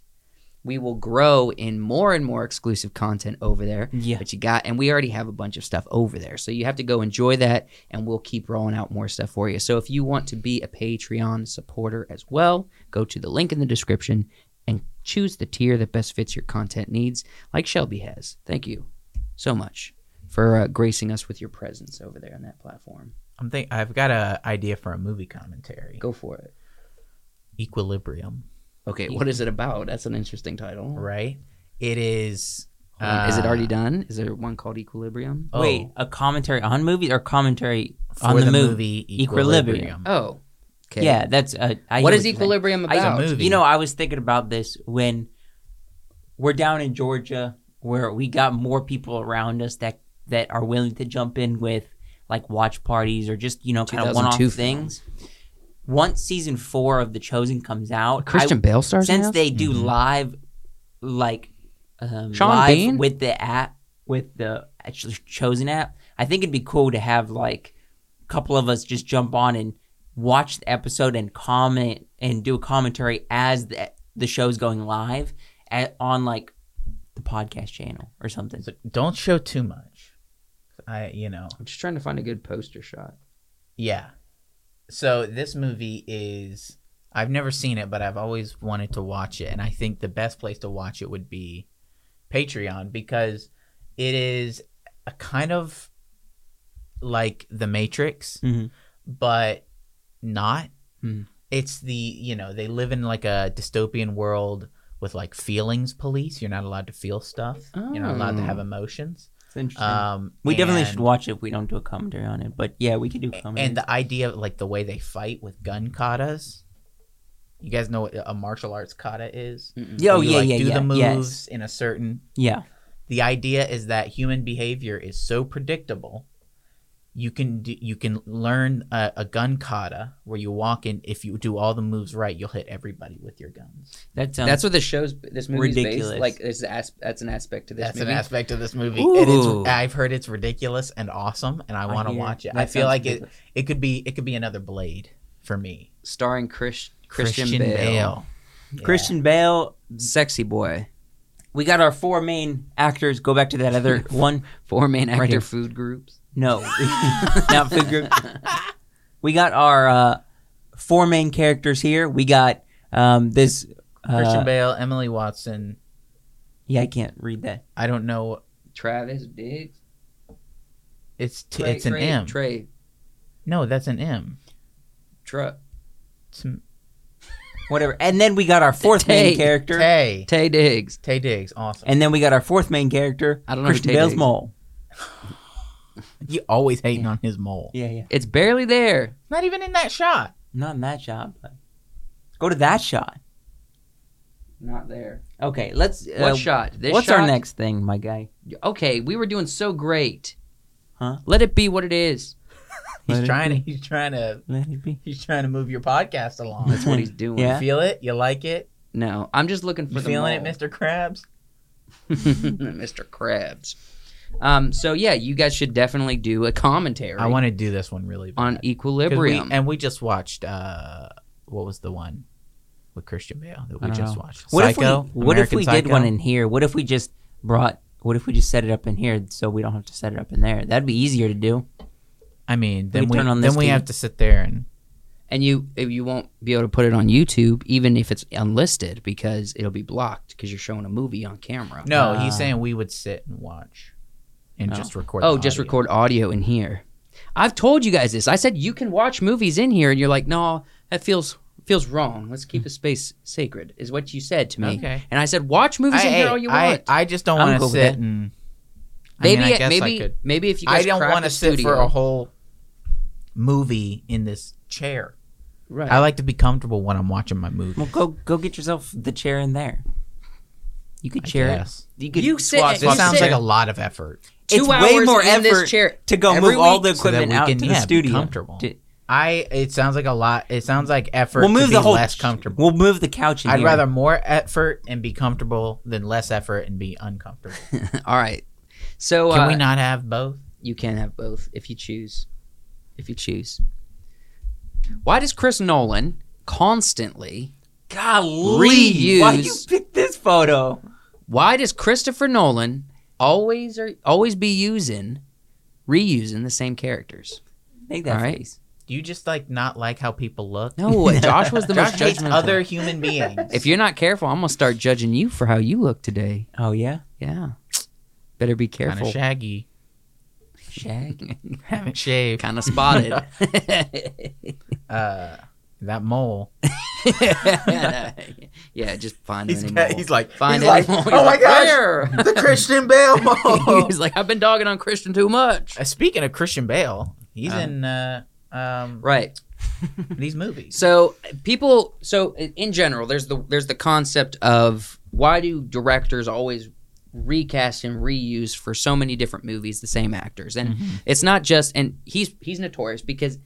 Speaker 1: we will grow in more and more exclusive content over there.
Speaker 3: Yeah.
Speaker 1: But you got, and we already have a bunch of stuff over there, so you have to go enjoy that, and we'll keep rolling out more stuff for you. So if you want to be a Patreon supporter as well, go to the link in the description and choose the tier that best fits your content needs, like Shelby has. Thank you so much for uh, gracing us with your presence over there on that platform.
Speaker 2: I'm think I've got a idea for a movie commentary.
Speaker 1: Go for it.
Speaker 2: Equilibrium.
Speaker 1: Okay, what is it about? That's an interesting title.
Speaker 2: Right. It is.
Speaker 1: Hold on, is it
Speaker 2: uh,
Speaker 1: already done? Is there one called Equilibrium?
Speaker 2: Oh,
Speaker 3: Wait, a commentary on movies or commentary
Speaker 2: for
Speaker 3: on the, movie? Equilibrium.
Speaker 2: Equilibrium?
Speaker 1: Oh, okay.
Speaker 3: Yeah, that's. Uh, I
Speaker 1: what
Speaker 3: hear
Speaker 1: is
Speaker 3: you're saying.
Speaker 1: Equilibrium
Speaker 3: I-
Speaker 1: about?
Speaker 2: It's a movie.
Speaker 3: You know, I was thinking about this when we're down in Georgia, where we got more people around us that that are willing to jump in with like watch parties or just you know kind of one-off
Speaker 1: 2002
Speaker 3: things. Once season four of The Chosen comes out,
Speaker 1: Christian Bale
Speaker 3: I,
Speaker 1: stars in
Speaker 3: since
Speaker 1: this?
Speaker 3: they do
Speaker 2: Mhm.
Speaker 3: live, like um,
Speaker 1: Sean
Speaker 3: live
Speaker 1: Bean?
Speaker 3: with the app with the actually Chosen app, I think it'd be cool to have like a couple of us just jump on and watch the episode and comment and do a commentary as the the show's going live at, on like the podcast channel or something.
Speaker 2: So don't show too much. I, you know,
Speaker 1: I'm just trying to find a good poster shot.
Speaker 2: yeah. So this movie is I've never seen it, but I've always wanted to watch it, and I think the best place to watch it would be Patreon because it is a kind of like The Matrix,
Speaker 3: Mhm.
Speaker 2: but not.
Speaker 3: Hmm.
Speaker 2: it's the you know they live in like a dystopian world with like feelings police. You're not allowed to feel stuff. You're not allowed to
Speaker 1: Oh.
Speaker 2: have emotions.
Speaker 3: It's interesting.
Speaker 2: Um,
Speaker 3: Uh, we definitely
Speaker 2: and-
Speaker 3: should watch it. if We don't do a commentary on it, but yeah, we could do commentary.
Speaker 2: And uh, the idea of like the way they fight with gun katas. You guys know what a martial arts kata is?
Speaker 1: Mm-mm.
Speaker 3: yeah, oh,
Speaker 2: Where you,
Speaker 3: yeah,
Speaker 2: like,
Speaker 3: yeah,
Speaker 2: Do
Speaker 3: yeah,
Speaker 2: the moves
Speaker 3: yes.
Speaker 2: in a certain.
Speaker 3: yeah.
Speaker 2: The idea is that human behavior is so predictable. You can do, you can learn a, a gun kata where you walk in. If you do all the moves right, you'll hit everybody with your guns.
Speaker 3: That sounds.
Speaker 1: That's what this show's this movie's
Speaker 3: Ridiculous.
Speaker 1: based. Like it's as- that's an aspect to this
Speaker 2: That's
Speaker 1: movie.
Speaker 2: an aspect of this movie. It
Speaker 3: Ooh.
Speaker 2: is, I've heard it's ridiculous and awesome, and I want to
Speaker 3: hear-
Speaker 2: watch it.
Speaker 3: that
Speaker 2: I feel
Speaker 3: sounds
Speaker 2: like it,
Speaker 3: ridiculous.
Speaker 2: it could be it could be another Blade for me.
Speaker 1: Starring Chris, Christian, Bale.
Speaker 2: Yeah.
Speaker 3: Christian Bale.
Speaker 1: sexy boy,
Speaker 3: We got our four main actors. Go back to that other one.
Speaker 1: four main actor
Speaker 3: here.
Speaker 1: food groups.
Speaker 3: No, not food group. We got our uh, four main characters here. We got um, this.
Speaker 2: Christian
Speaker 3: Uh,
Speaker 2: Bale, Emily Watson.
Speaker 3: yeah, I can't read that.
Speaker 2: I don't know.
Speaker 1: Travis Diggs.
Speaker 2: It's t-
Speaker 1: Trey-
Speaker 2: it's an
Speaker 1: Trey-
Speaker 2: M.
Speaker 1: Trey
Speaker 2: no, that's an M.
Speaker 1: Truck.
Speaker 2: It's m-
Speaker 3: Whatever. And then we got our fourth main
Speaker 1: Tay.
Speaker 3: character.
Speaker 2: Tay.
Speaker 1: Tay Diggs.
Speaker 2: Tay Diggs, awesome.
Speaker 3: And then we got our fourth main character.
Speaker 1: I don't know who
Speaker 3: Christian
Speaker 1: Tay
Speaker 3: Bale's
Speaker 1: Diggs-
Speaker 3: mole.
Speaker 2: you always hating on his mole.
Speaker 3: Yeah, yeah.
Speaker 1: It's barely there.
Speaker 2: Not even in that shot.
Speaker 3: Not in that shot, but go to that shot.
Speaker 1: Not there.
Speaker 3: Okay, let's. Uh,
Speaker 1: What shot? This
Speaker 3: what's our
Speaker 1: shot?
Speaker 3: next thing, my guy?
Speaker 1: Okay, we were doing so great.
Speaker 3: Huh?
Speaker 1: Let it be what it is.
Speaker 2: He's
Speaker 3: Let it
Speaker 2: trying to. He's trying to.
Speaker 3: Let it be.
Speaker 2: He's trying to move your podcast along.
Speaker 1: That's what he's doing.
Speaker 2: You
Speaker 3: Yeah.
Speaker 2: feel it? You like it?
Speaker 1: No, I'm just looking for
Speaker 2: You
Speaker 1: the
Speaker 2: feeling it,
Speaker 1: mole.
Speaker 2: Mr. Krabs?
Speaker 1: Mr. Krabs. Um, so yeah, you guys should definitely do a commentary
Speaker 2: I want to do this one really bad.
Speaker 1: on
Speaker 2: 'Cause we-
Speaker 1: equilibrium.
Speaker 2: and we just watched. uh What was the one with Christian Bale that
Speaker 3: I
Speaker 2: we
Speaker 3: don't
Speaker 2: just
Speaker 3: know.
Speaker 2: watched?
Speaker 3: What
Speaker 2: Psycho?
Speaker 3: if we? What if
Speaker 2: American
Speaker 3: we
Speaker 2: Psycho?
Speaker 3: did one in here? What if we just brought? What if we just set it up in here so we don't have to set it up in there? That'd be easier to do.
Speaker 2: I mean, then we,
Speaker 3: turn on
Speaker 2: then
Speaker 3: this
Speaker 2: we
Speaker 3: TV.
Speaker 2: have to sit there and
Speaker 1: and you if you won't be able to put it on YouTube even if it's unlisted because it'll be blocked because you're showing a movie on camera.
Speaker 2: No,
Speaker 3: Ah.
Speaker 2: he's saying we would sit and watch and
Speaker 3: Oh.
Speaker 2: just record.
Speaker 1: Oh,
Speaker 2: the
Speaker 1: just
Speaker 2: audio.
Speaker 1: record audio in here. I've told you guys this. I said you can watch movies in here, and you're like, no, that feels feels wrong. Let's keep the space sacred, is what you said to me.
Speaker 2: Okay.
Speaker 1: And I said, watch movies
Speaker 2: I,
Speaker 1: in here all
Speaker 2: I,
Speaker 1: you
Speaker 2: I,
Speaker 1: want.
Speaker 2: I just don't
Speaker 3: I'm
Speaker 2: want to
Speaker 3: cool with
Speaker 2: sit
Speaker 3: that.
Speaker 2: and. I mean,
Speaker 1: maybe
Speaker 2: I guess
Speaker 1: maybe
Speaker 2: I, could.
Speaker 1: maybe if you
Speaker 2: I
Speaker 1: guys
Speaker 2: don't
Speaker 1: want to
Speaker 2: sit
Speaker 1: studio,
Speaker 2: for a whole movie in this chair.
Speaker 1: right.
Speaker 2: I like to be comfortable when I'm watching my movie.
Speaker 3: Well, go go get yourself the chair in there. You could
Speaker 2: I
Speaker 3: share it.
Speaker 2: guess.
Speaker 3: You could
Speaker 1: You sit-
Speaker 3: swap
Speaker 1: you
Speaker 2: This
Speaker 3: swap
Speaker 1: sit-
Speaker 2: sounds
Speaker 3: the
Speaker 2: like
Speaker 3: chair.
Speaker 2: a lot of effort.
Speaker 1: two
Speaker 3: it's
Speaker 1: hours
Speaker 3: way more
Speaker 1: in
Speaker 3: effort
Speaker 1: this chair.
Speaker 3: to go
Speaker 1: every
Speaker 3: move all the
Speaker 1: week
Speaker 2: so that
Speaker 3: equipment
Speaker 2: we
Speaker 3: out
Speaker 2: can,
Speaker 3: to
Speaker 2: yeah,
Speaker 3: the
Speaker 2: be
Speaker 3: studio.
Speaker 2: comfortable.
Speaker 3: To-
Speaker 2: I. It sounds like a lot. It sounds like effort.
Speaker 3: we'll
Speaker 2: to
Speaker 3: move
Speaker 2: be
Speaker 3: the whole
Speaker 2: less comfortable.
Speaker 3: We'll move the couch in
Speaker 2: I'd
Speaker 3: here.
Speaker 2: rather more effort and be comfortable than less effort and be uncomfortable.
Speaker 1: all right. So
Speaker 2: Can
Speaker 1: uh,
Speaker 2: we not have both?
Speaker 1: you can have both if you choose. If you choose. Why does Chris Nolan constantly?
Speaker 3: golly. Why you
Speaker 1: reuse-
Speaker 3: pick this photo?
Speaker 1: Why does Christopher Nolan always or always be using reusing the same characters?
Speaker 3: Make that
Speaker 1: All right.
Speaker 3: face.
Speaker 2: Do you just like not like how people look?
Speaker 1: No, uh, Josh was the
Speaker 2: Josh
Speaker 1: most
Speaker 2: hates
Speaker 1: judgmental.
Speaker 2: other human beings.
Speaker 1: If you're not careful, I'm gonna start judging you for how you look today.
Speaker 3: Oh yeah,
Speaker 1: Yeah, better be
Speaker 2: kind of
Speaker 1: careful.
Speaker 2: shaggy,
Speaker 3: shag.
Speaker 2: haven't shaved.
Speaker 1: Kind of spotted.
Speaker 2: Uh, that mole.
Speaker 1: yeah, just find
Speaker 2: He's,
Speaker 1: him anymore.
Speaker 2: he's like,
Speaker 1: find
Speaker 2: he's like,
Speaker 1: him anymore.
Speaker 2: oh my gosh,
Speaker 1: god,
Speaker 2: the Christian Bale mole.
Speaker 1: he's like, I've been dogging on Christian too much.
Speaker 2: Uh, Speaking of Christian Bale, he's
Speaker 1: Uh.
Speaker 2: in uh, um,
Speaker 1: Right.
Speaker 2: these movies.
Speaker 1: So people. So in general, there's the there's the concept of why do directors always recast and reuse for so many different movies the same actors and
Speaker 2: Mm-hmm.
Speaker 1: It's not just and he's he's notorious because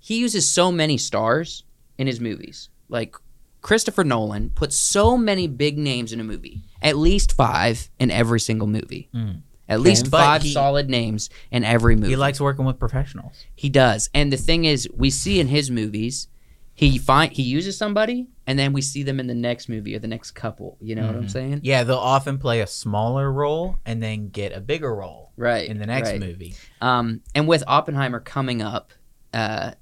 Speaker 1: he uses so many stars in his movies. Like Christopher Nolan puts so many big names in a movie. At least 5 in every single movie.
Speaker 2: Mm.
Speaker 1: At least
Speaker 2: Okay. But
Speaker 1: 5
Speaker 2: he-
Speaker 1: solid names in every movie.
Speaker 2: He likes working with professionals.
Speaker 1: He does. And the thing is, we see in his movies, he find he uses somebody and then we see them in the next movie or the next couple, you know what I'm
Speaker 2: Mhm.
Speaker 1: saying?
Speaker 2: Yeah, they'll often play a smaller role and then get a bigger role
Speaker 1: Right.
Speaker 2: in the next
Speaker 1: right.
Speaker 2: movie.
Speaker 1: Um, and with Oppenheimer coming up, uh,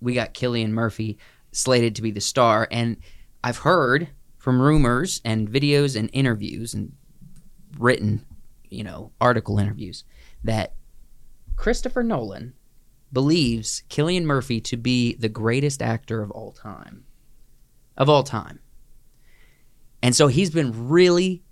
Speaker 1: we got Killian Murphy slated to be the star. And I've heard from rumors and videos and interviews and written, you know, article interviews that Christopher Nolan believes Killian Murphy to be the greatest actor of all time. Of all time. And so he's been really,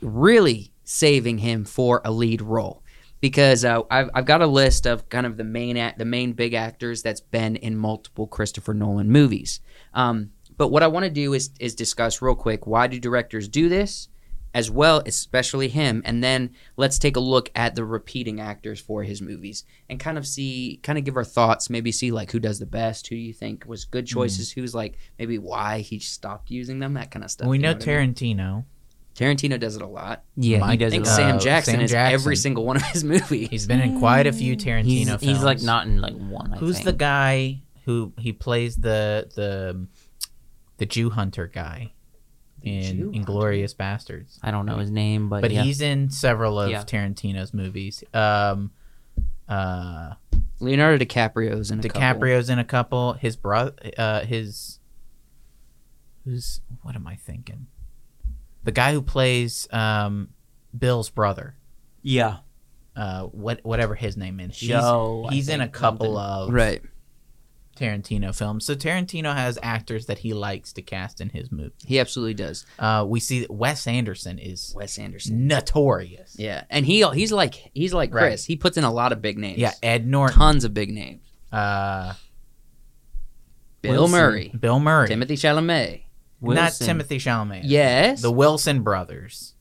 Speaker 1: really saving him for a lead role because uh, I've, I've got a list of kind of the main act, the main big actors that's been in multiple Christopher Nolan movies. Um, but what I want to do is is discuss real quick why do directors do this, as well, especially him, and then let's take a look at the repeating actors for his movies and kind of see, kind of give our thoughts, maybe see like who does the best, who you think was good choices, who's like maybe why he stopped using them, that kind of stuff.
Speaker 2: we
Speaker 1: You
Speaker 2: know,
Speaker 1: what I mean?
Speaker 2: Tarantino.
Speaker 1: Tarantino does it a lot.
Speaker 3: Yeah, he
Speaker 2: Mike-
Speaker 1: I
Speaker 3: does
Speaker 1: think
Speaker 3: it.
Speaker 2: Uh,
Speaker 1: Sam Jackson
Speaker 2: Sam
Speaker 1: is every
Speaker 2: Jackson.
Speaker 1: single one of his movies.
Speaker 2: He's been in quite a few Tarantino
Speaker 3: Mm. he's,
Speaker 2: films.
Speaker 3: he's like not in like one. I
Speaker 2: Who's
Speaker 3: think.
Speaker 2: the guy who he plays the the the Jew hunter guy in
Speaker 1: Jew
Speaker 2: Inglorious Bastards?
Speaker 3: I don't know his name, but,
Speaker 2: But
Speaker 3: yeah.
Speaker 2: he's in several of
Speaker 3: Yeah.
Speaker 2: Tarantino's movies. Um, uh,
Speaker 1: Leonardo DiCaprio's in a couple.
Speaker 2: DiCaprio's in a couple. His brother, uh, his who's what am I thinking? The guy who plays um, Bill's brother.
Speaker 3: yeah.
Speaker 2: Uh, what whatever his name is. He's-
Speaker 3: Joe. I
Speaker 2: he's in a
Speaker 3: think,
Speaker 2: couple
Speaker 3: something.
Speaker 2: of
Speaker 1: Right.
Speaker 2: Tarantino films. So Tarantino has actors that he likes to cast in his movies.
Speaker 1: He absolutely does.
Speaker 2: Uh, we see that Wes Anderson is
Speaker 1: Wes Anderson.
Speaker 2: notorious.
Speaker 1: Yeah, and he he's like he's like
Speaker 2: Right.
Speaker 1: Chris. He puts in a lot of big names.
Speaker 2: Yeah, Ed Norton.
Speaker 1: tons of big names.
Speaker 2: Uh,
Speaker 1: Bill
Speaker 2: Wilson.
Speaker 1: Murray,
Speaker 2: Bill Murray.
Speaker 1: Timothy Chalamet.
Speaker 2: Not
Speaker 3: Wilson.
Speaker 2: Timothy Chalamet.
Speaker 1: Yes.
Speaker 2: The Wilson brothers.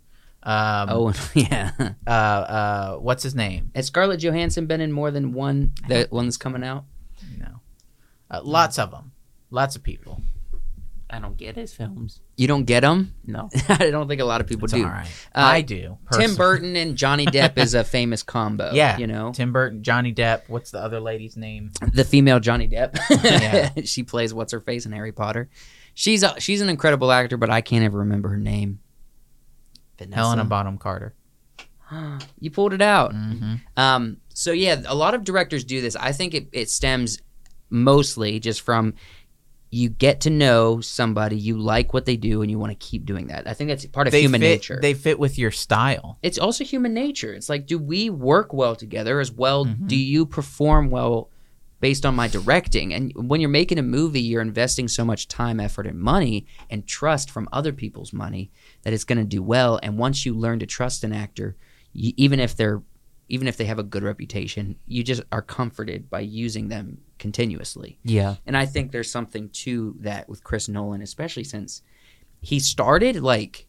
Speaker 2: Um,
Speaker 1: oh and- yeah.
Speaker 2: uh, uh, what's his name?
Speaker 1: Has Scarlett Johansson been in more than one? The one that's coming out.
Speaker 2: No. Uh, lots of them. Lots of people.
Speaker 3: I don't get his films.
Speaker 1: You don't get them.
Speaker 3: No.
Speaker 1: I don't think a lot of people
Speaker 2: It's
Speaker 1: do.
Speaker 2: all right.
Speaker 1: Uh,
Speaker 2: I do.
Speaker 1: Tim
Speaker 2: personally.
Speaker 1: Burton and Johnny Depp is a famous combo.
Speaker 2: Yeah.
Speaker 1: you know
Speaker 2: Tim Burton, Johnny Depp. What's the other lady's name?
Speaker 1: the female Johnny Depp.
Speaker 2: Yeah.
Speaker 1: she plays what's her face in Harry Potter. She's a, she's an incredible actor, but I can't ever remember her name.
Speaker 2: Helena Bonham Carter.
Speaker 1: you pulled it out.
Speaker 2: Mm-hmm.
Speaker 1: Um, so yeah, a lot of directors do this. I think it, it stems mostly just from you get to know somebody, you like what they do, and you want to keep doing that. I think that's part of human
Speaker 2: fit,
Speaker 1: nature.
Speaker 2: They fit with your style.
Speaker 1: it's also human nature. It's like, do we work well together as well?
Speaker 2: Mhm.
Speaker 1: Do you perform well based on my directing? And when you're making a movie, you're investing so much time, effort, and money and trust from other people's money that it's going to do well. And once you learn to trust an actor, you, even if they're even if they have a good reputation, you just are comforted by using them continuously.
Speaker 3: Yeah.
Speaker 1: And I think there's something to that with Chris Nolan, especially since he started like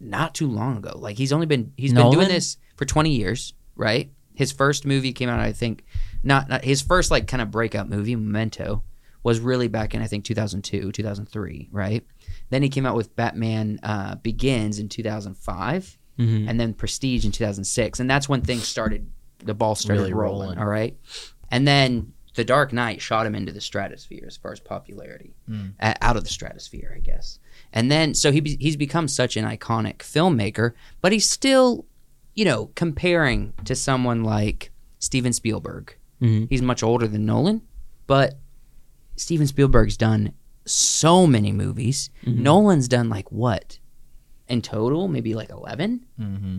Speaker 1: not too long ago. Like he's only been he's been doing
Speaker 3: Nolan?
Speaker 1: this for 20 years, right? His first movie came out, I think, not, not his first like kind of breakout movie, Memento, was really back in I think 2002, 2003, right? Then he came out with Batman uh, Begins in 2005
Speaker 3: Mm-hmm.
Speaker 1: and then Prestige in 2006, and that's when things started. The ball started
Speaker 2: Really
Speaker 1: rolling,
Speaker 2: rolling.
Speaker 1: All right, and then The Dark Knight shot him into the stratosphere as far as popularity,
Speaker 2: Mm.
Speaker 1: A- out of the stratosphere, I guess. And then so he be- he's become such an iconic filmmaker, but he's still, you know, comparing to someone like Steven Spielberg.
Speaker 3: Mhm.
Speaker 1: He's much older than Nolan, but Steven Spielberg's done so many movies.
Speaker 3: Mhm.
Speaker 1: Nolan's done like what in total? Maybe like eleven.
Speaker 2: Mm-hmm.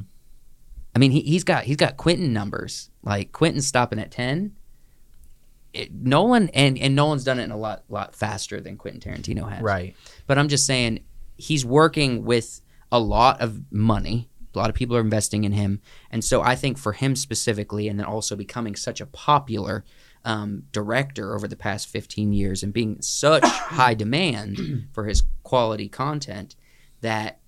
Speaker 1: I mean, he, he's got he's got Quentin numbers. Like Quentin's stopping at ten. It, Nolan and and Nolan's done it in a lot lot faster than Quentin Tarantino has.
Speaker 2: Right.
Speaker 1: But I'm just saying he's working with a lot of money. A lot of people are investing in him, and so I think for him specifically, and then also becoming such a popular um, director over the past 15 years and being such high demand for his quality content that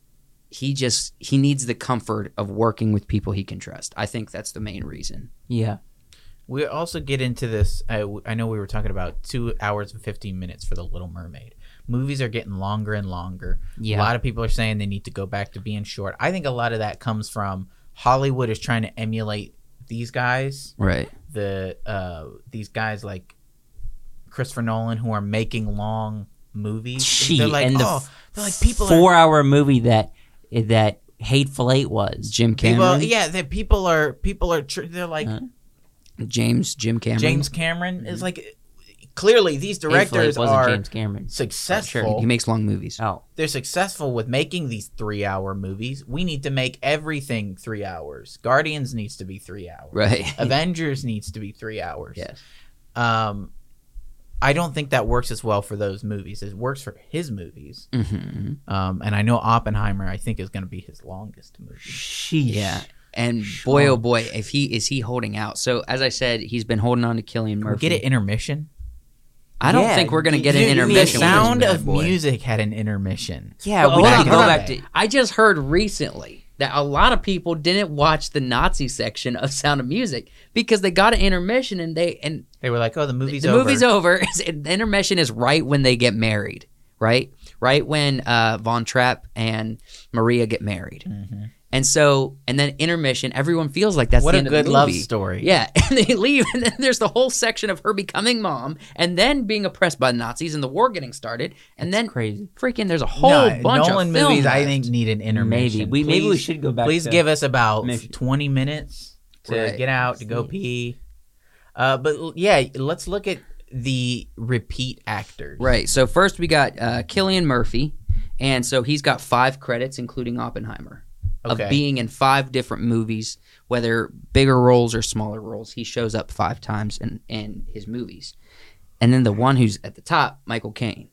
Speaker 1: he just he needs the comfort of working with people he can trust. I think that's the main reason.
Speaker 3: Yeah.
Speaker 2: We also get into this. I, I know we were talking about two hours and 15 minutes for The Little Mermaid. Movies are getting longer and longer.
Speaker 3: Yeah.
Speaker 2: A lot of people are saying they need to go back to being short. I think a lot of that comes from Hollywood is trying to emulate these guys,
Speaker 1: Right.
Speaker 2: the uh, these guys like Christopher Nolan who are making long movies.
Speaker 3: She
Speaker 2: they're like,
Speaker 3: and the
Speaker 2: oh, they're like people are
Speaker 3: four-hour movie that that Hateful Eight was.
Speaker 1: Jim
Speaker 2: people,
Speaker 1: Cameron,
Speaker 2: yeah, that people are people are tr- they're like
Speaker 3: Uh,
Speaker 1: James Jim Cameron, Mm-hmm.
Speaker 2: James Cameron is like clearly these directors
Speaker 3: wasn't
Speaker 2: are
Speaker 3: James Cameron.
Speaker 2: successful.
Speaker 1: Sure, he makes long movies.
Speaker 3: Oh,
Speaker 2: They're successful with making these three-hour movies. We need to make everything three hours. Guardians needs to be three hours.
Speaker 1: Right.
Speaker 2: Avengers needs to be three hours.
Speaker 1: yes.
Speaker 2: Um, I don't think that works as well for those movies. It works for his movies.
Speaker 1: hmm
Speaker 2: Um, and I know Oppenheimer, I think, is going to be his longest movie.
Speaker 3: sheesh.
Speaker 1: Yeah. And boy,
Speaker 3: Sure.
Speaker 1: oh boy, if he is he holding out. So as I said, he's been holding on to Killian
Speaker 2: Can we
Speaker 1: Murphy.
Speaker 2: get an intermission?
Speaker 1: I don't
Speaker 3: Yeah,
Speaker 1: think we're gonna get an
Speaker 3: you- you mean
Speaker 1: intermission.
Speaker 2: The
Speaker 1: with this
Speaker 2: sound
Speaker 1: bad
Speaker 2: of
Speaker 1: boy.
Speaker 2: music had an intermission.
Speaker 3: Yeah,
Speaker 2: Well,
Speaker 3: we
Speaker 2: hold
Speaker 3: gotta
Speaker 2: on,
Speaker 3: go
Speaker 2: hold on.
Speaker 3: back to.
Speaker 1: I just heard recently that a lot of people didn't watch the Nazi section of Sound of Music because they got an intermission and they and
Speaker 2: They were like, "Oh, the movie's
Speaker 1: the
Speaker 2: over."
Speaker 1: movie's over. and the intermission is right when they get married, right? Right when uh, Von Trapp and Maria get married,
Speaker 2: Mhm.
Speaker 1: and so and then intermission. Everyone feels like that's
Speaker 2: What
Speaker 1: the
Speaker 2: a
Speaker 1: end of
Speaker 2: good
Speaker 1: the
Speaker 2: love
Speaker 1: movie.
Speaker 2: story.
Speaker 1: Yeah, and they leave, and then there's the whole section of her becoming mom, and then being oppressed by Nazis, and the war getting started, and then
Speaker 3: crazy.
Speaker 1: freaking there's a whole
Speaker 2: No,
Speaker 1: bunch
Speaker 2: Nolan
Speaker 1: of film
Speaker 2: movies I
Speaker 1: left.
Speaker 2: think need an intermission.
Speaker 3: Maybe we maybe we
Speaker 2: Please-
Speaker 3: should go back.
Speaker 2: Please
Speaker 3: to,
Speaker 2: give us about
Speaker 3: Mission.
Speaker 2: 20 minutes to
Speaker 1: Right.
Speaker 2: get out to go
Speaker 3: Sneak.
Speaker 2: pee. Uh, but l- yeah, let's look at the repeat actors.
Speaker 1: Right. So first we got uh, Killian Murphy, and so he's got five credits, including Oppenheimer,
Speaker 2: Okay.
Speaker 1: of being in five different movies, whether bigger roles or smaller roles. He shows up five times in in his movies, and then the one who's at the top, Michael Caine.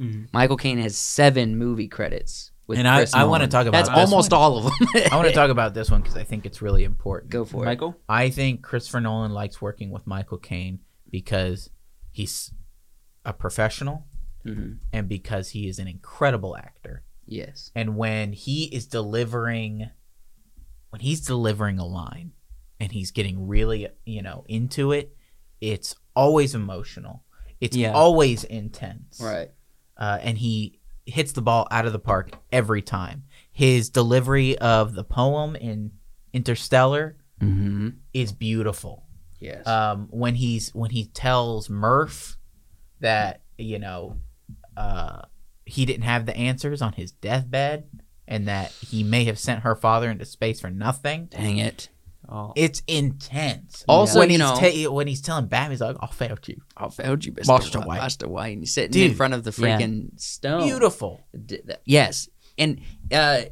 Speaker 3: Mhm.
Speaker 1: Michael Caine has seven movie credits. With
Speaker 2: And I-
Speaker 1: Chris
Speaker 2: I wanna
Speaker 1: Nolan.
Speaker 2: talk about
Speaker 1: that's
Speaker 2: this
Speaker 1: almost all of them.
Speaker 2: I want to talk about this one because I think it's really important.
Speaker 1: Go for it.
Speaker 3: Michael.
Speaker 2: I think Christopher Nolan likes working with Michael Caine because he's a professional
Speaker 1: Mhm.
Speaker 2: and because he is an incredible actor.
Speaker 1: Yes.
Speaker 2: and when he is delivering when he's delivering a line and he's getting really you know into it it's always emotional it's
Speaker 3: Yeah.
Speaker 2: always intense
Speaker 1: Right.
Speaker 2: uh, and he hits the ball out of the park every time his delivery of the poem in interstellar
Speaker 1: Mm-hmm. Uh,
Speaker 2: is beautiful
Speaker 1: Yes.
Speaker 2: um, when he's when he tells Murph that you know uh, he didn't have the answers on his deathbed and that he may have sent her father into space for nothing.
Speaker 1: Dang it.
Speaker 3: Oh,
Speaker 2: It's intense.
Speaker 1: Also,
Speaker 2: when
Speaker 1: you
Speaker 2: he's
Speaker 1: know-
Speaker 2: ta- when he's telling Bam, he's like, "I failed you."
Speaker 1: I failed you, Mr.
Speaker 2: Master
Speaker 1: White.
Speaker 2: White.
Speaker 1: Master White. And he's sitting in
Speaker 2: Dude.
Speaker 1: front of the
Speaker 3: Yeah.
Speaker 1: freaking stone.
Speaker 2: Beautiful.
Speaker 1: D- th- yes and uh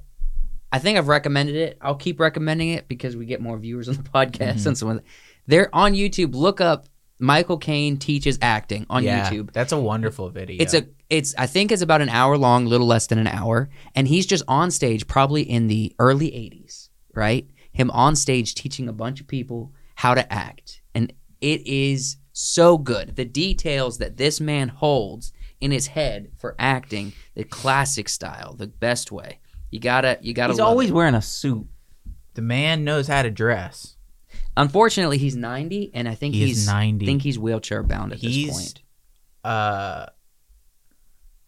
Speaker 1: i think i've recommended it i'll keep recommending it because we get more viewers on the podcast and so on they're on youtube look up michael caine teaches acting on
Speaker 2: yeah,
Speaker 1: youtube
Speaker 2: That's a wonderful video.
Speaker 1: it's a it's i think it's about an hour long little less than an hour and he's just on stage probably in the early 80s right him on stage teaching a bunch of people how to act and it is so good the details that this man holds in his head for acting the classic style the best way you gotta you gotta
Speaker 3: he's
Speaker 1: love
Speaker 3: always
Speaker 1: it.
Speaker 3: wearing a suit.
Speaker 2: the man knows how to dress.
Speaker 1: unfortunately he's 90 and i think
Speaker 2: He is
Speaker 1: he's I
Speaker 2: 90.
Speaker 1: think he's wheelchair bound at
Speaker 2: He's-
Speaker 1: this point
Speaker 2: Uh,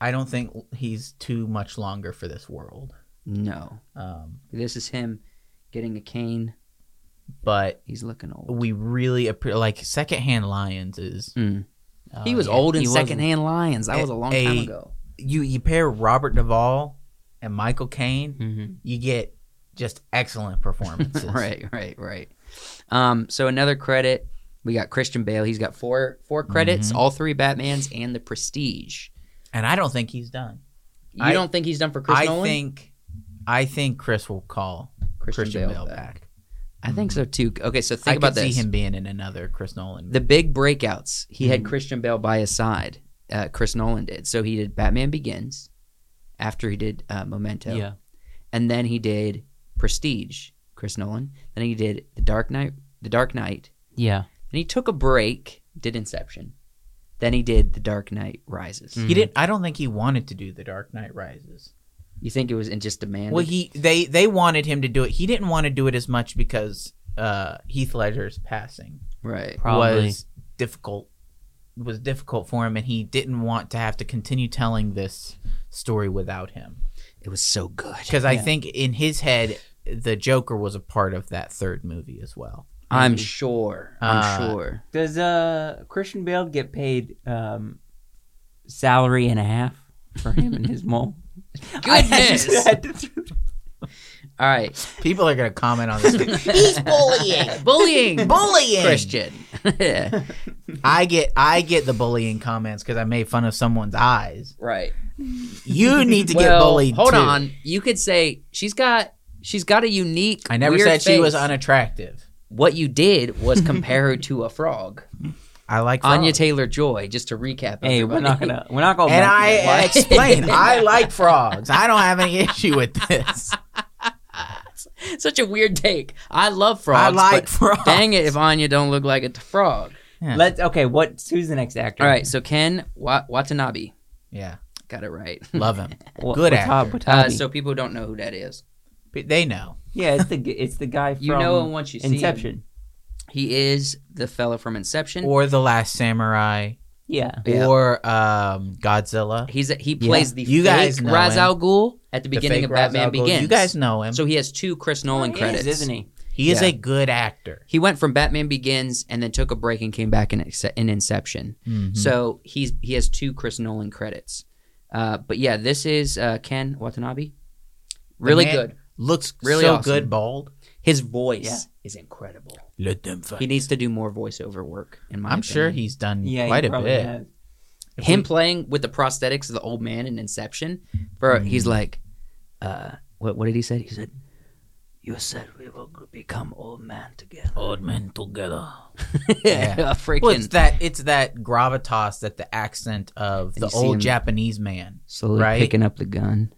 Speaker 2: I don't think he's too much longer for this world.
Speaker 1: no
Speaker 2: Um,
Speaker 1: this is him getting a cane
Speaker 2: but
Speaker 1: he's looking old
Speaker 2: we really appre- like secondhand lions is
Speaker 1: Mm.
Speaker 2: uh,
Speaker 1: He was old in
Speaker 3: he wasn't.
Speaker 1: secondhand lions. That
Speaker 2: A-
Speaker 1: was a long time
Speaker 2: a-
Speaker 1: ago.
Speaker 2: you you pair robert duvall and michael caine
Speaker 3: Mm-hmm.
Speaker 2: you get just excellent performances
Speaker 1: Right, right, right. Um, so another credit we got Christian Bale. He's got four four credits,
Speaker 2: Mhm.
Speaker 1: all three Batman's and The Prestige.
Speaker 2: and i don't think he's done
Speaker 1: You
Speaker 2: I-
Speaker 1: don't think he's done for Chris
Speaker 2: i
Speaker 1: Nolan?
Speaker 2: think i think chris will call christian, bale, back,
Speaker 1: I think so too. Okay, so think
Speaker 2: i
Speaker 1: about
Speaker 2: could
Speaker 1: this.
Speaker 2: see him Mm-hmm. being in another chris nolan
Speaker 1: The big breakouts. He had
Speaker 3: Mhm.
Speaker 1: Christian Bale by his side. Uh, Chris Nolan did. So he did Batman Begins after he did uh, Memento.
Speaker 3: Yeah.
Speaker 1: and then he did Prestige, Chris Nolan. Then he did The Dark Knight, The Dark Knight.
Speaker 3: Yeah.
Speaker 1: Then he took a break, did Inception. Then he did The Dark Knight Rises.
Speaker 3: Mm.
Speaker 2: he didn't i don't think he wanted to do the dark knight rises
Speaker 1: You think it was in just demand?
Speaker 2: well he they they wanted him to do it he didn't want to do it as much because uh heath ledger's passing
Speaker 1: right.
Speaker 3: Probably.
Speaker 2: was difficult was difficult for him and he didn't want to have to continue telling this story without him
Speaker 1: It was so good.
Speaker 2: because i
Speaker 3: Yeah.
Speaker 2: think in his head the joker was a part of that third movie as well
Speaker 1: I'm sure. I'm
Speaker 2: Uh,
Speaker 1: sure.
Speaker 3: Does uh Christian Bale get paid um salary and a half for him and his mole? I had to-
Speaker 1: Goodness!
Speaker 3: I had to throw-
Speaker 1: All right.
Speaker 2: people are going to comment on this
Speaker 1: bullying. bullying.
Speaker 2: bullying
Speaker 1: Christian.
Speaker 2: I get I get the bullying comments because I made fun of someone's eyes.
Speaker 1: Right.
Speaker 2: You need to get
Speaker 1: well,
Speaker 2: bullied.
Speaker 1: hold
Speaker 2: too.
Speaker 1: on. You could say she's got she's got a unique.
Speaker 2: I never
Speaker 1: weird
Speaker 2: said she was
Speaker 1: face.
Speaker 2: unattractive.
Speaker 1: what you did was compare her to a frog.
Speaker 2: I like
Speaker 1: Anya
Speaker 2: frogs.
Speaker 1: Taylor Oh, Joy. Just to recap.
Speaker 3: Hey, we're not
Speaker 1: everybody.
Speaker 3: gonna we're not gonna.
Speaker 2: and
Speaker 3: back
Speaker 2: I
Speaker 3: that.
Speaker 1: Why?
Speaker 2: explain. I like frogs. I don't have any issue with this.
Speaker 1: Such a weird take. I love
Speaker 2: I
Speaker 1: frogs.
Speaker 2: like
Speaker 1: but
Speaker 2: frogs.
Speaker 1: Dang it, if Anya don't look like a t- frog.
Speaker 3: Let's okay. What? Who's the next actor?
Speaker 1: All right, so Ken Wa- Watanabe
Speaker 2: Yeah,
Speaker 1: got it right.
Speaker 2: love him.
Speaker 3: Wa-
Speaker 2: Good
Speaker 3: Watabe,
Speaker 1: Uh,
Speaker 3: Watabe.
Speaker 1: so people who don't know who that is,
Speaker 2: But they know.
Speaker 3: yeah, it's the g- it's the guy from
Speaker 1: you know him once you see him.
Speaker 3: Inception.
Speaker 1: He is the fella from Inception.
Speaker 2: Or the Last Samurai.
Speaker 3: Yeah.
Speaker 1: Yeah.
Speaker 2: Or um, Godzilla.
Speaker 1: He's he
Speaker 3: Yeah.
Speaker 1: plays the
Speaker 2: You
Speaker 1: fake
Speaker 2: guys know
Speaker 1: Ra's
Speaker 2: him.
Speaker 1: al Ghul at the
Speaker 2: The
Speaker 1: beginning
Speaker 2: fake
Speaker 1: of
Speaker 2: Ra's
Speaker 1: Batman
Speaker 2: al Ghul.
Speaker 1: Begins.
Speaker 2: You guys know him.
Speaker 1: So he has two Chris Nolan
Speaker 3: He
Speaker 1: credits,
Speaker 3: is, isn't he?
Speaker 2: he is
Speaker 1: yeah.
Speaker 2: a good actor.
Speaker 1: He went from Batman Begins and then took a break and came back in, Ince- in Inception.
Speaker 2: Mm-hmm.
Speaker 1: So he's he has two Chris Nolan credits. Uh, but yeah, this is uh, Ken Watanabe. Really
Speaker 2: man-
Speaker 1: good.
Speaker 2: looks
Speaker 1: Really
Speaker 2: so
Speaker 1: awesome.
Speaker 2: good bald.
Speaker 1: His voice
Speaker 3: Yeah.
Speaker 1: is incredible.
Speaker 2: Let them fight.
Speaker 1: He needs to do more voiceover work. In my
Speaker 2: I'm sure
Speaker 1: opinion.
Speaker 2: he's done
Speaker 3: Yeah, he
Speaker 2: quite a
Speaker 3: probably
Speaker 2: bit.
Speaker 3: has.
Speaker 2: If
Speaker 1: him
Speaker 2: we-
Speaker 1: playing with the prosthetics of the old man in Inception.
Speaker 2: Mm-hmm.
Speaker 1: For he's like, uh, what what did he say? He said, "You said we will become old man together."
Speaker 2: old men together.
Speaker 1: yeah,
Speaker 2: Oh, Yeah.
Speaker 1: freaking
Speaker 2: Well, it's that it's that gravitas that the accent of
Speaker 1: And
Speaker 2: the
Speaker 1: you see him-
Speaker 2: old Japanese man.
Speaker 1: slowly
Speaker 2: right?
Speaker 1: picking up the gun.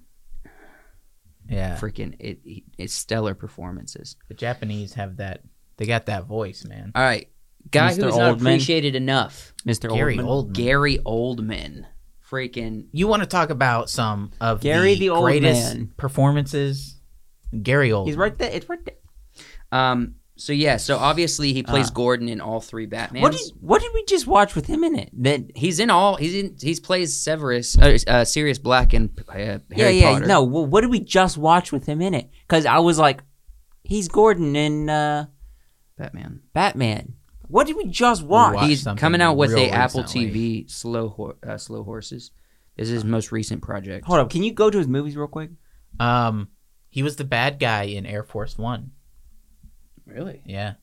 Speaker 2: Yeah,
Speaker 1: Freaking it, it, it's stellar performances.
Speaker 2: the Japanese have that. They got that voice, man.
Speaker 1: All right, guy
Speaker 3: Mr.
Speaker 1: who's not
Speaker 3: Oldman.
Speaker 1: appreciated enough,
Speaker 3: Mr.
Speaker 2: Gary
Speaker 3: Oldman.
Speaker 2: Oldman.
Speaker 1: Gary Oldman. Freaking
Speaker 2: You want to talk about some of
Speaker 3: Gary
Speaker 2: the,
Speaker 3: the old
Speaker 2: greatest
Speaker 3: man.
Speaker 2: performances? Gary Oldman.
Speaker 3: He's right there. It's right there.
Speaker 1: um. So yeah, so obviously he plays
Speaker 3: Uh.
Speaker 1: Gordon in all three Batmans.
Speaker 3: What did what did we just watch with him in it? That
Speaker 1: He's in all. He's in. He's plays Severus, uh, uh, Sirius Black, and uh, Harry
Speaker 3: yeah,
Speaker 1: Potter.
Speaker 3: yeah. No, well, what did we just watch with him in it? Because I was like, he's Gordon in uh,
Speaker 1: Batman.
Speaker 3: Batman. What did we just watch?
Speaker 2: Watch
Speaker 1: he's
Speaker 2: something
Speaker 1: coming out with
Speaker 2: real
Speaker 1: a Apple
Speaker 2: recently.
Speaker 1: TV slow Hor- uh, slow horses. This is his most recent project.
Speaker 3: Hold up, can you go to his movies real quick?
Speaker 2: Um, he was the bad guy in Air Force One.
Speaker 1: Really?
Speaker 2: Yeah,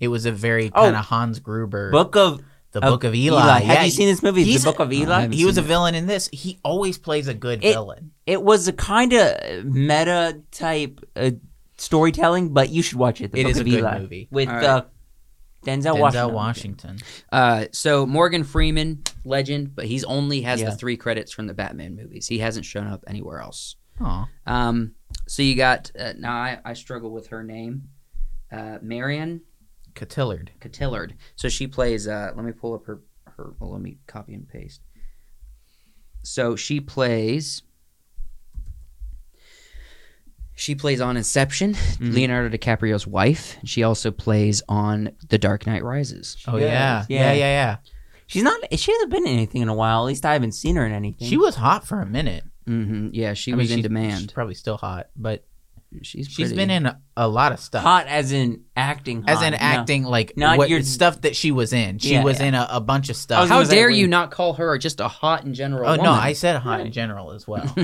Speaker 2: it was a very
Speaker 3: Oh.
Speaker 2: kind of Hans Gruber
Speaker 3: Book of
Speaker 2: the
Speaker 3: of
Speaker 2: Book of Eli.
Speaker 3: Have
Speaker 2: Yeah,
Speaker 3: you seen this movie?
Speaker 2: he's
Speaker 3: The Book of Eli.
Speaker 1: haven't
Speaker 2: He was a
Speaker 1: seen it.
Speaker 2: villain in this. He always plays a good
Speaker 3: It-
Speaker 2: villain.
Speaker 3: it was a kind of meta type uh, storytelling, but you should watch it. The
Speaker 2: It
Speaker 3: Book
Speaker 2: is a
Speaker 3: of
Speaker 2: good
Speaker 3: Eli
Speaker 2: movie.
Speaker 3: with
Speaker 1: All right.
Speaker 3: uh, Denzel,
Speaker 2: Denzel
Speaker 3: Washington.
Speaker 2: Washington.
Speaker 1: Uh, so Morgan Freeman, legend, but he's only has
Speaker 3: Yeah.
Speaker 1: the three credits from the Batman movies. He hasn't shown up anywhere else.
Speaker 2: Aw.
Speaker 1: Um, so you got uh, now I, I struggle with her name, uh, Marion
Speaker 2: Cotillard.
Speaker 1: Cotillard. So she plays. Uh, let me pull up her her. Well, let me copy and paste. So she plays. She plays on Inception,
Speaker 2: Mm-hmm.
Speaker 1: Leonardo DiCaprio's wife. She also plays on The Dark Knight Rises.
Speaker 2: Oh
Speaker 3: does.
Speaker 2: yeah.
Speaker 3: Yeah.
Speaker 2: yeah, yeah, yeah,
Speaker 3: She's not. She hasn't been in anything in a while. At least I haven't seen her in anything.
Speaker 2: She was hot for a minute.
Speaker 1: hmm Yeah, she
Speaker 2: Mm-hmm.
Speaker 1: was in
Speaker 2: I mean, she's- She's
Speaker 1: demand.
Speaker 2: probably still hot, but
Speaker 1: She's
Speaker 2: she's
Speaker 1: pretty.
Speaker 2: been in a, a lot of stuff.
Speaker 3: hot as in acting.
Speaker 2: As
Speaker 3: hot,
Speaker 2: in
Speaker 3: no.
Speaker 2: acting, like
Speaker 3: Not
Speaker 2: what
Speaker 3: your-
Speaker 2: stuff that she was in. She
Speaker 3: Yeah,
Speaker 2: was
Speaker 3: yeah.
Speaker 2: in a, a bunch of
Speaker 3: I
Speaker 2: stuff.
Speaker 3: was
Speaker 1: How
Speaker 3: gonna say,
Speaker 1: dare
Speaker 3: we-
Speaker 1: you not call her just a hot in general?
Speaker 2: Oh no,
Speaker 1: woman?
Speaker 2: I said hot in general as well.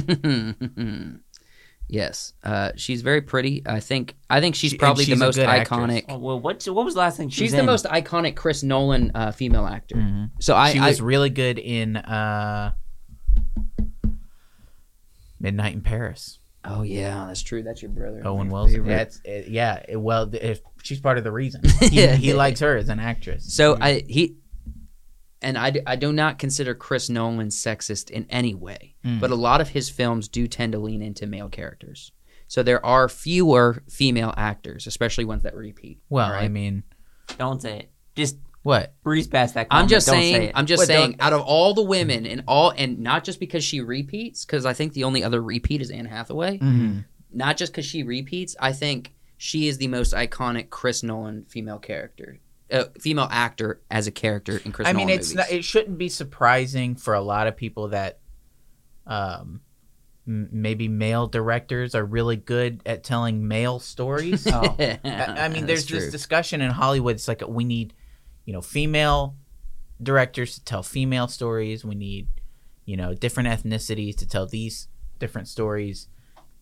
Speaker 1: yes, uh, she's very pretty. I think. I think she's
Speaker 2: She- and
Speaker 1: probably
Speaker 2: she's
Speaker 1: the
Speaker 2: a
Speaker 1: most
Speaker 2: good actress.
Speaker 1: iconic.
Speaker 3: Oh, well, what what was the last thing she
Speaker 1: She's
Speaker 3: was
Speaker 1: the
Speaker 3: in?
Speaker 1: most iconic Chris Nolan uh, female actor.
Speaker 2: Mhm.
Speaker 1: So I,
Speaker 2: she
Speaker 1: I
Speaker 2: was really good in uh, Midnight in Paris.
Speaker 1: oh yeah, that's true. That's your brother.
Speaker 2: Owen
Speaker 1: My
Speaker 2: Wilson.
Speaker 1: favorite.
Speaker 2: That's it, yeah. it- well, th- if she's part of the reason he,
Speaker 1: Yeah.
Speaker 2: he likes her as an actress.
Speaker 1: So I he, and I, d- I do not consider Chris Nolan sexist in any way,
Speaker 2: Mm.
Speaker 1: but a lot of his films do tend to lean into male characters. So there are fewer female actors, especially ones that repeat.
Speaker 2: Well,
Speaker 1: right?
Speaker 2: I mean,
Speaker 3: Don't say it. Just
Speaker 2: what?
Speaker 3: breeze past that.
Speaker 1: I'm
Speaker 3: Comment.
Speaker 1: just
Speaker 3: Don't Say
Speaker 1: saying.
Speaker 3: it.
Speaker 1: I'm just
Speaker 2: Well, don't- Hmm.
Speaker 1: saying. Out of all the women and all, and not just because she repeats, because I think the only other repeat is Anne Hathaway.
Speaker 2: Mm-hmm.
Speaker 1: Not just because she repeats. I think she is the most iconic Chris Nolan female character, uh, female actor as a character in Chris.
Speaker 2: I mean,
Speaker 1: Nolan
Speaker 2: it's
Speaker 1: movies.
Speaker 2: not, it shouldn't be surprising for a lot of people that, um, m- maybe male directors are really good at telling male stories. I,
Speaker 3: Oh.
Speaker 2: I mean, there's
Speaker 1: That's true.
Speaker 2: this discussion in Hollywood. It's like we need, you know, female directors to tell female stories. We need, you know, different ethnicities to tell these different stories.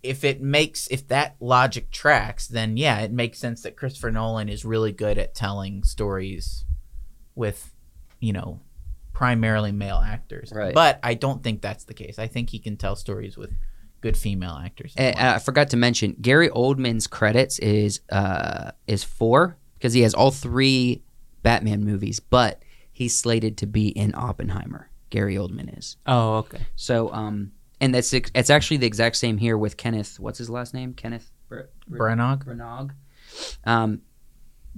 Speaker 2: If it makes if that logic tracks, then yeah, it makes sense that Christopher Nolan is really good at telling stories with you know, primarily male actors.
Speaker 1: Right.
Speaker 2: But I don't think that's the case. I think he can tell stories with good female actors. as
Speaker 1: And,
Speaker 2: well.
Speaker 1: Eh, I forgot to mention Gary Oldman's credits is uh is four because he has all three Batman movies, but he's slated to be in Oppenheimer. Gary Oldman is
Speaker 3: Oh, okay.
Speaker 1: so um and that's ex- it's actually the exact same here with Kenneth. What's his last name? Kenneth Br- Br-
Speaker 2: Branagh.
Speaker 1: Branagh. Um,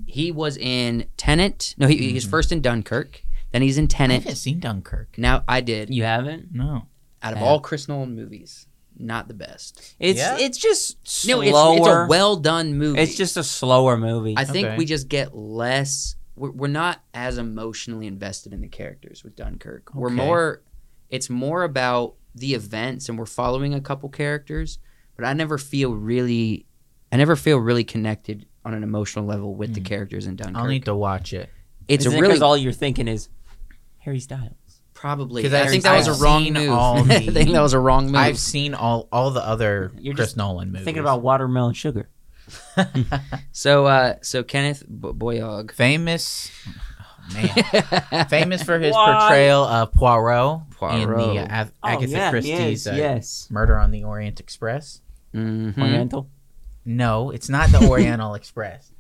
Speaker 1: he was in Tenant. No, he, he
Speaker 3: Mm-hmm.
Speaker 1: was
Speaker 2: Mhm.
Speaker 1: first in Dunkirk. Then he's in
Speaker 2: I
Speaker 1: Tenant.
Speaker 2: haven't seen Dunkirk.
Speaker 1: Now I did.
Speaker 3: You haven't?
Speaker 2: No.
Speaker 1: Out of
Speaker 3: Yeah.
Speaker 1: all Chris Nolan movies, not the best.
Speaker 3: It's
Speaker 2: Yeah.
Speaker 3: it's just slower.
Speaker 1: No, it's, it's a well done movie.
Speaker 3: It's just a slower movie.
Speaker 1: I think
Speaker 2: Okay.
Speaker 1: we just get less. We're, we're not as emotionally invested in the characters with Dunkirk. We're
Speaker 2: Okay.
Speaker 1: more. It's more about the events, and we're following a couple characters. But I never feel really. I never feel really connected on an emotional level with the
Speaker 2: Mm.
Speaker 1: characters in Dunkirk.
Speaker 2: I'll need to watch it.
Speaker 1: it's a
Speaker 3: Isn't it
Speaker 1: really
Speaker 3: 'cause all you're thinking is Harry Styles.
Speaker 1: probably.
Speaker 2: 'Cause
Speaker 1: I
Speaker 2: I've-
Speaker 1: think that was
Speaker 2: I've
Speaker 1: a wrong
Speaker 2: seen
Speaker 1: move.
Speaker 2: all
Speaker 1: I
Speaker 2: the-
Speaker 1: think that was a wrong move.
Speaker 2: I've seen all all the other
Speaker 3: You're
Speaker 2: Chris
Speaker 3: just
Speaker 2: Nolan movies.
Speaker 3: Thinking about watermelon sugar.
Speaker 1: so uh, so Kenneth B- Boyog. Mm-hmm.
Speaker 2: famous oh, man famous for his
Speaker 3: Why?
Speaker 2: portrayal of Poirot, in
Speaker 1: Poirot.
Speaker 2: the uh, Ath-
Speaker 3: Oh,
Speaker 2: Agatha Christie's uh,
Speaker 3: yes.
Speaker 2: Murder on the Orient Express.
Speaker 3: Hmm?
Speaker 1: Mhm.
Speaker 3: Oriental.
Speaker 2: No, it's not the Oriental Express.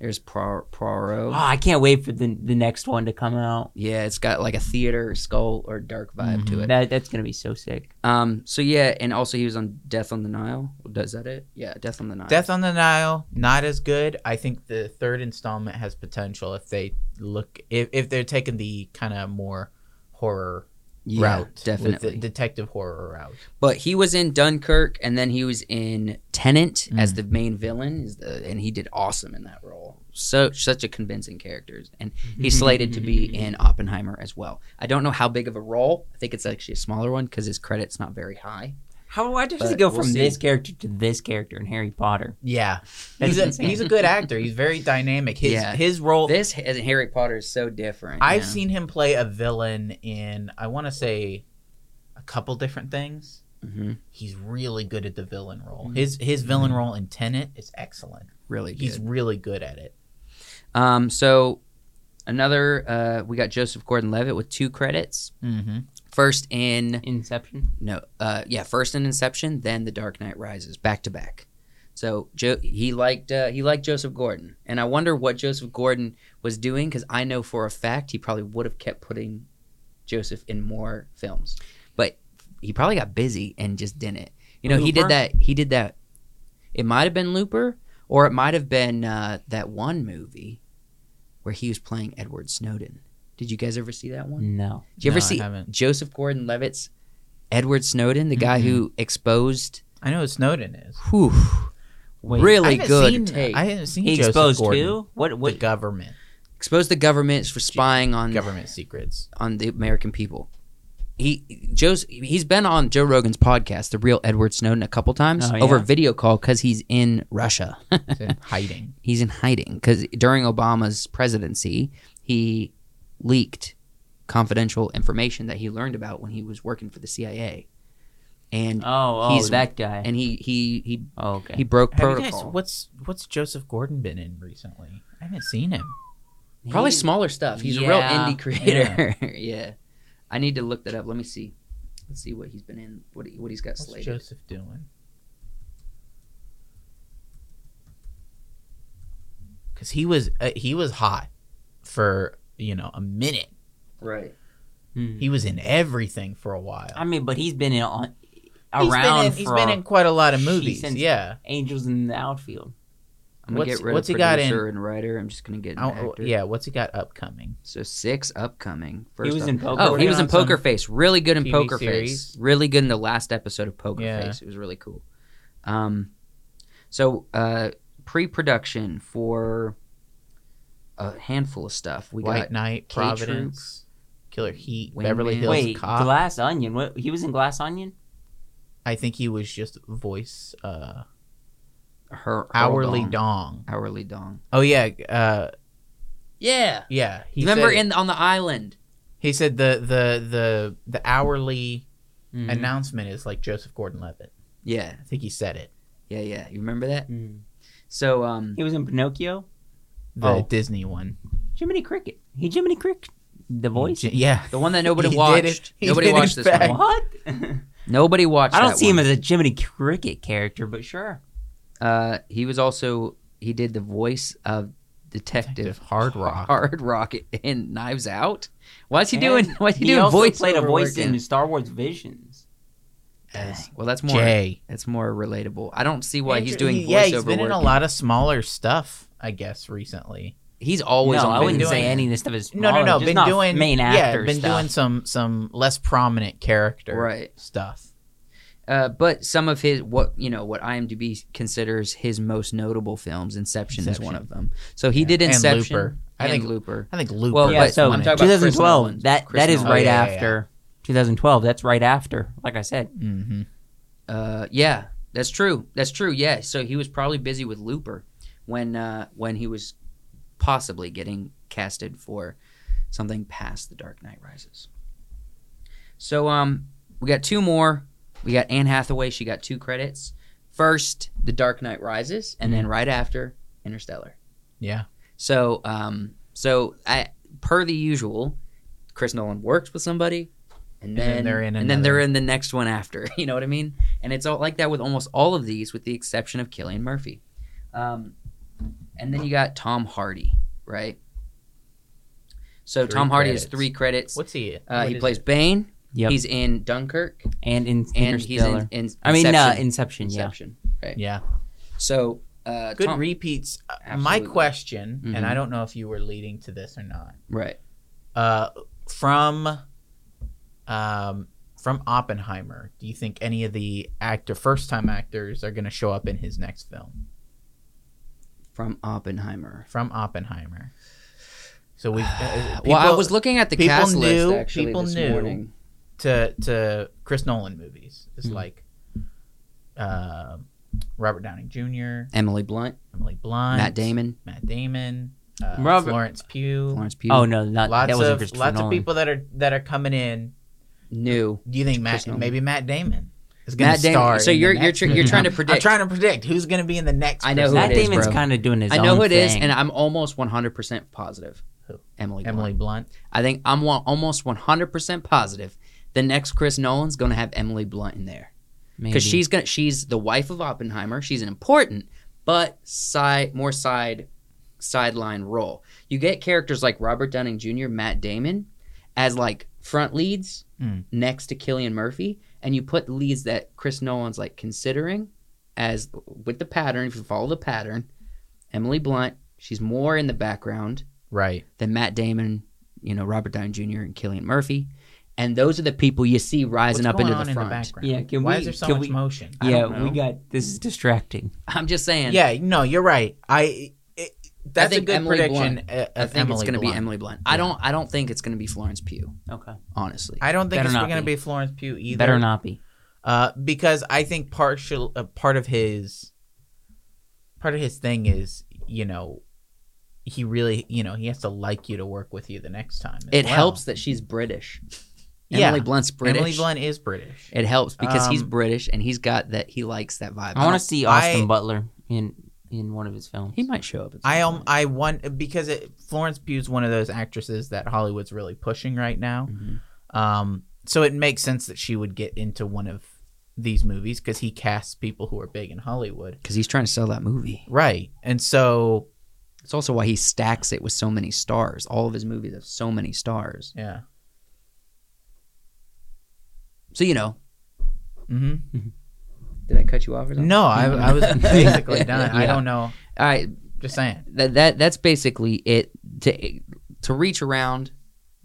Speaker 1: There's Poir- Poirot.
Speaker 3: Oh, I can't wait for the the next one to come out.
Speaker 1: Yeah, it's got like a theater skull or dark vibe to it.
Speaker 3: That that's gonna be so sick.
Speaker 1: Um. So yeah, and also he was on Death on the Nile. Is that it? Yeah, Death on the Nile.
Speaker 2: Death on the Nile, not as good. I think the third installment has potential if they look if, if they're taking the kind of more horror
Speaker 1: yeah,
Speaker 2: route, with the
Speaker 1: definitely.
Speaker 2: detective horror route.
Speaker 1: but he was in Dunkirk, and then he was in Tenant as the main villain. Is the and he did awesome in that role. So such a convincing character, and he's slated to be in Oppenheimer as well. I don't know how big of a role. I think it's actually a smaller one because his credit's not very high.
Speaker 3: How why does
Speaker 1: But
Speaker 3: it go
Speaker 1: we'll
Speaker 3: from
Speaker 1: see.
Speaker 3: this character to this character in Harry Potter?
Speaker 2: Yeah,
Speaker 3: That's
Speaker 2: he's a,
Speaker 3: insane.
Speaker 2: he's a good actor. He's very dynamic. His
Speaker 1: Yeah.
Speaker 2: his role
Speaker 1: This as in Harry Potter is so different.
Speaker 2: I've
Speaker 1: yeah.
Speaker 2: seen him play a villain in I want to say a couple different things.
Speaker 1: Mhm.
Speaker 2: He's really good at the villain role. His his villain role in Tenet is excellent.
Speaker 1: really good.
Speaker 2: He's really good at it.
Speaker 1: Um, so another, uh, we got Joseph Gordon-Levitt with two credits.
Speaker 2: Mm-hmm.
Speaker 1: First in
Speaker 3: Inception.
Speaker 1: no, uh, yeah, first in Inception, then The Dark Knight Rises, back to back. So jo- he liked uh, he liked Joseph Gordon, and I wonder what Joseph Gordon was doing because I know for a fact he probably would have kept putting Joseph in more films, but he probably got busy and just didn't. You know, he did
Speaker 3: Looper?
Speaker 1: that. He did that. It might have been Looper, or it might have been uh, that one movie where he was playing Edward Snowden. Did you guys ever see that one?
Speaker 3: No.
Speaker 1: Did you ever
Speaker 2: No, I
Speaker 1: see
Speaker 2: haven't.
Speaker 1: Joseph Gordon-Levitt's Edward Snowden, the guy who exposed
Speaker 2: I know who Snowden is.
Speaker 1: whew,
Speaker 3: Wait.
Speaker 2: I
Speaker 1: really
Speaker 2: haven't
Speaker 1: good
Speaker 2: seen-
Speaker 1: take,
Speaker 2: I haven't seen
Speaker 3: He
Speaker 2: Joseph
Speaker 3: exposed
Speaker 2: Gordon,
Speaker 3: who? What
Speaker 2: the
Speaker 3: what
Speaker 2: government
Speaker 1: exposed the government for spying on
Speaker 2: government secrets.
Speaker 1: on the American people. He Joe's he's been on Joe Rogan's podcast, the real Edward Snowden, a couple times
Speaker 3: Oh,
Speaker 1: over
Speaker 3: yeah?
Speaker 1: video call because he's in Russia.
Speaker 2: It's in hiding.
Speaker 1: he's in hiding because during Obama's presidency, he leaked confidential information that he learned about when he was working for the CIA, and
Speaker 3: Oh, oh
Speaker 1: He's-
Speaker 3: that guy.
Speaker 1: and he he he
Speaker 3: oh, okay.
Speaker 1: he broke
Speaker 2: Have you
Speaker 1: protocol.
Speaker 2: guys- what's what's Joseph Gordon been in recently? I haven't seen him.
Speaker 1: Probably
Speaker 3: He-
Speaker 1: smaller stuff. He's a real
Speaker 3: Yeah.
Speaker 1: indie creator. Yeah. I need to look that up. Let me see. Let's see what he's been in. What he, what he's got
Speaker 2: What's
Speaker 1: slated.
Speaker 2: Joseph doing? Because he was uh, he was hot for you know a minute.
Speaker 1: Right.
Speaker 3: Hmm.
Speaker 2: He was in everything for a while.
Speaker 3: I mean, but he's been in on
Speaker 2: He's been
Speaker 3: around
Speaker 2: in-
Speaker 3: for
Speaker 2: he's been in quite a lot of
Speaker 3: She
Speaker 2: movies.
Speaker 3: since-
Speaker 2: yeah.
Speaker 3: Angels in the Outfield.
Speaker 1: I'm gonna
Speaker 2: What's-
Speaker 1: get rid
Speaker 2: what's
Speaker 1: of
Speaker 2: he got in-
Speaker 1: producer and writer. I'm just gonna get an
Speaker 2: I don't-
Speaker 1: actor.
Speaker 2: Oh, yeah. What's he got upcoming?
Speaker 1: So six upcoming. First
Speaker 3: was
Speaker 1: up-
Speaker 3: in Poker
Speaker 1: Oh, he
Speaker 3: Face.
Speaker 1: was in
Speaker 2: On some
Speaker 1: Poker Face. Really good in
Speaker 2: TV
Speaker 1: Poker Face.
Speaker 2: series.
Speaker 1: Really good in the last episode of Poker
Speaker 2: Yeah.
Speaker 1: Face. It was really cool. Um, so uh, pre-production for a handful of stuff. We
Speaker 2: White
Speaker 1: got
Speaker 2: Knight,
Speaker 1: K
Speaker 2: Providence, Killer Heat,
Speaker 1: Wingman.
Speaker 2: Beverly Hills
Speaker 3: Wait,
Speaker 2: Cop.
Speaker 3: Glass Onion. What he was in Glass Onion?
Speaker 2: I think he was just voice uh,
Speaker 1: her
Speaker 2: hourly
Speaker 1: Dong.
Speaker 2: dong.
Speaker 1: Hourly Dong.
Speaker 2: Oh yeah, uh,
Speaker 1: Yeah.
Speaker 2: yeah. He
Speaker 1: Remember
Speaker 2: said-
Speaker 1: in on the island.
Speaker 2: He said the the the the hourly
Speaker 1: Hmm.
Speaker 3: Mhm.
Speaker 1: Mm-hmm.
Speaker 2: announcement is like Joseph Gordon-Levitt.
Speaker 1: Yeah,
Speaker 2: I think he said it.
Speaker 1: yeah, yeah. You remember that?
Speaker 3: Mhm.
Speaker 1: So, um,
Speaker 3: He was in Pinocchio.
Speaker 2: The
Speaker 1: Oh.
Speaker 2: Disney one.
Speaker 3: Jiminy Cricket. He Jiminy Cricket. The voice?
Speaker 2: J- Yeah.
Speaker 1: The one that nobody
Speaker 2: He did it.
Speaker 1: watched.
Speaker 2: He
Speaker 1: Nobody
Speaker 2: did it
Speaker 1: watched this
Speaker 2: back.
Speaker 1: one.
Speaker 3: What?
Speaker 1: Nobody watched.
Speaker 3: I don't
Speaker 1: that
Speaker 3: see him
Speaker 1: one.
Speaker 3: as a Jiminy Cricket character, but sure.
Speaker 1: Uh, he was also he did the voice of Detective
Speaker 2: Detective Hard Rock.
Speaker 1: Hard Rock in Knives Out. Why's he
Speaker 3: And
Speaker 1: doing? Why's he,
Speaker 3: He
Speaker 1: doing
Speaker 3: also
Speaker 1: voice?
Speaker 3: played a
Speaker 1: over
Speaker 3: voice
Speaker 1: again?
Speaker 3: in Star Wars Visions.
Speaker 1: Yes. Uh, Well, that's more.
Speaker 2: Jay.
Speaker 1: That's more relatable. I don't see why he's
Speaker 2: Andrew-
Speaker 1: doing
Speaker 2: he-
Speaker 1: voiceover
Speaker 2: Yeah, he's been
Speaker 1: work.
Speaker 2: in a lot of smaller stuff, I guess, recently.
Speaker 1: He's always.
Speaker 3: no,
Speaker 1: on
Speaker 3: I wouldn't
Speaker 1: video.
Speaker 3: say
Speaker 2: doing-
Speaker 3: any of this stuff is
Speaker 2: No, no, no.
Speaker 3: just
Speaker 2: Been
Speaker 3: not
Speaker 2: doing
Speaker 3: main actor
Speaker 2: Yeah, been
Speaker 3: stuff.
Speaker 2: doing some some less prominent character
Speaker 1: Right.
Speaker 2: stuff.
Speaker 1: Uh, but some of his what you know what IMDb considers his most notable films. Inception, is one
Speaker 2: Inception.
Speaker 1: of them. So he
Speaker 2: Yeah.
Speaker 1: did
Speaker 2: And
Speaker 1: Inception.
Speaker 2: Looper. I
Speaker 1: and
Speaker 2: think-
Speaker 1: Looper.
Speaker 2: I think Looper.
Speaker 1: Well,
Speaker 3: yeah,
Speaker 1: but
Speaker 3: so
Speaker 1: I'm talking about Chris
Speaker 3: 2012.
Speaker 1: Nolan's-
Speaker 3: That
Speaker 1: Chris
Speaker 3: that is
Speaker 1: Nolan.
Speaker 3: right
Speaker 2: Oh, yeah, yeah,
Speaker 3: after 2012. That's right after. Like I said,
Speaker 2: hmm
Speaker 1: Uh, yeah, that's true. That's true. Yeah. So he was probably busy with Looper when uh, when he was possibly getting casted for something past The Dark Knight Rises. So um, we got two more. We got Anne Hathaway. She got two credits. First, The Dark Knight Rises, and
Speaker 2: Mm-hmm.
Speaker 1: then right after, Interstellar.
Speaker 2: Yeah.
Speaker 1: So um, so I per the usual, Chris Nolan works with somebody, and
Speaker 2: And
Speaker 1: then,
Speaker 2: then they're in
Speaker 1: and then they're
Speaker 2: another.
Speaker 1: in the next one after. You know what I mean? And it's all like that with almost all of these, with the exception of Killian Murphy. Um, and then you got Tom Hardy, right? So
Speaker 2: Three
Speaker 1: Tom Hardy has
Speaker 2: credits.
Speaker 1: three credits.
Speaker 2: What's he?
Speaker 1: Uh,
Speaker 2: what
Speaker 1: he
Speaker 2: is
Speaker 1: plays
Speaker 2: it?
Speaker 1: Bane.
Speaker 3: yep.
Speaker 1: He's in Dunkirk,
Speaker 3: and in
Speaker 1: and he's
Speaker 3: Interstellar.
Speaker 1: in, in
Speaker 3: I mean, uh,
Speaker 1: Inception.
Speaker 3: Inception. Yeah.
Speaker 1: Inception.
Speaker 2: Yeah.
Speaker 1: So uh,
Speaker 2: Good
Speaker 1: Tom,
Speaker 2: repeats. Uh, My
Speaker 1: Absolutely.
Speaker 2: question,
Speaker 1: Mhm.
Speaker 2: and I don't know if you were leading to this or not.
Speaker 1: right?
Speaker 2: Uh, from um from Oppenheimer, do you think any of the actor first time actors are going to show up in his next film?
Speaker 1: From Oppenheimer.
Speaker 2: From Oppenheimer. So we uh, people,
Speaker 1: well, I was looking at the
Speaker 2: people
Speaker 1: cast list
Speaker 2: knew-
Speaker 1: actually
Speaker 2: people
Speaker 1: this
Speaker 2: knew.
Speaker 1: morning.
Speaker 2: to to Chris Nolan movies. It's
Speaker 1: Mhm.
Speaker 2: like uh, Robert Downey Jr.,
Speaker 1: Emily Blunt,
Speaker 2: Emily Blunt,
Speaker 1: Matt Damon,
Speaker 2: Matt Damon, uh,
Speaker 3: Robert-
Speaker 2: Florence Pugh.
Speaker 1: Florence Pugh.
Speaker 3: Oh no, not,
Speaker 2: lots
Speaker 3: that wasn't
Speaker 2: of
Speaker 3: Christopher
Speaker 2: lots
Speaker 3: Nolan.
Speaker 2: of people that are that are coming in.
Speaker 1: new.
Speaker 2: Do you think
Speaker 1: Chris
Speaker 2: Matt
Speaker 1: Nolan.
Speaker 2: maybe Matt Damon is going to
Speaker 1: Matt Damon.
Speaker 2: star?
Speaker 1: so
Speaker 2: in the
Speaker 1: you're you're
Speaker 2: next
Speaker 1: tr- you're
Speaker 2: movie?
Speaker 1: trying to
Speaker 2: I'm
Speaker 1: predict.
Speaker 2: trying to predict who's going to be in the next.
Speaker 1: I know
Speaker 2: Chris
Speaker 1: who
Speaker 3: Matt
Speaker 1: it
Speaker 2: Nolan
Speaker 1: is,
Speaker 3: Damon's
Speaker 1: bro.
Speaker 3: kind of doing his.
Speaker 1: I know
Speaker 3: own
Speaker 1: who it is,
Speaker 3: thing.
Speaker 1: and I'm almost 100% positive.
Speaker 2: Who?
Speaker 1: Emily.
Speaker 2: Emily
Speaker 1: Blunt.
Speaker 2: Blunt.
Speaker 1: I think I'm wa- almost 100% positive. The next Chris Nolan's gonna have Emily Blunt in there
Speaker 3: Maybe.
Speaker 1: because she's gonna she's the wife of Oppenheimer. She's an important but side more side sideline role. You get characters like Robert Downing Jr., Matt Damon, as like front leads
Speaker 2: Mm.
Speaker 1: next to Killian Murphy, and you put leads that Chris Nolan's like considering as with the pattern. If you follow the pattern, Emily Blunt, she's more in the background
Speaker 2: Right.
Speaker 1: than Matt Damon, you know, Robert Downey Jr. and Killian Murphy, and those are the people you see rising
Speaker 2: What's
Speaker 1: up
Speaker 2: going
Speaker 1: into
Speaker 2: on
Speaker 1: the
Speaker 2: in the
Speaker 1: front.
Speaker 2: background?
Speaker 3: Yeah, can
Speaker 2: Why
Speaker 3: we-
Speaker 2: is there so
Speaker 3: can
Speaker 2: much
Speaker 3: we-
Speaker 2: motion? I
Speaker 3: Yeah,
Speaker 2: don't know.
Speaker 3: we got this is distracting.
Speaker 1: I'm just saying.
Speaker 2: Yeah, no, you're right. I it, that's
Speaker 1: think
Speaker 2: a good
Speaker 1: Emily
Speaker 2: prediction.
Speaker 1: Blunt.
Speaker 2: uh, Of
Speaker 1: I think
Speaker 2: Emily
Speaker 1: it's going to be
Speaker 2: Blunt.
Speaker 1: Emily Blunt. I don't. I don't think it's going to be Florence Pugh.
Speaker 3: Okay,
Speaker 1: Honestly,
Speaker 2: I don't think
Speaker 3: Better
Speaker 2: it's
Speaker 3: not
Speaker 2: going to
Speaker 3: be.
Speaker 2: be Florence Pugh either.
Speaker 3: better not be.
Speaker 2: Uh, because I think partial uh, part of his part of his thing is you know he really you know he has to like you to work with you the next time. as
Speaker 1: it
Speaker 2: well.
Speaker 1: helps that she's British.
Speaker 2: Yeah.
Speaker 1: Emily Blunt's British.
Speaker 2: Emily Blunt is British.
Speaker 1: It helps because he's
Speaker 2: Um,
Speaker 1: British and he's got that. He likes that vibe.
Speaker 3: I want to see Austin
Speaker 2: I-
Speaker 3: Butler in in one of his films.
Speaker 1: He might show up. at some
Speaker 2: I um
Speaker 1: point.
Speaker 2: I want because it, Florence Pugh's one of those actresses that Hollywood's really pushing right now.
Speaker 1: Mhm.
Speaker 2: Um, so it makes sense that she would get into one of these movies because he casts people who are big in Hollywood.
Speaker 1: because he's trying to sell that movie.
Speaker 2: Right, and so
Speaker 1: It's also why he stacks it with so many stars. All of his movies have so many stars.
Speaker 2: yeah.
Speaker 1: So you know,
Speaker 2: hmm
Speaker 1: did I cut you off or something?
Speaker 2: No, I, I was basically done. I
Speaker 1: Yeah.
Speaker 2: don't know.
Speaker 1: All right,
Speaker 2: Just saying.
Speaker 1: that, that that's basically it to to reach around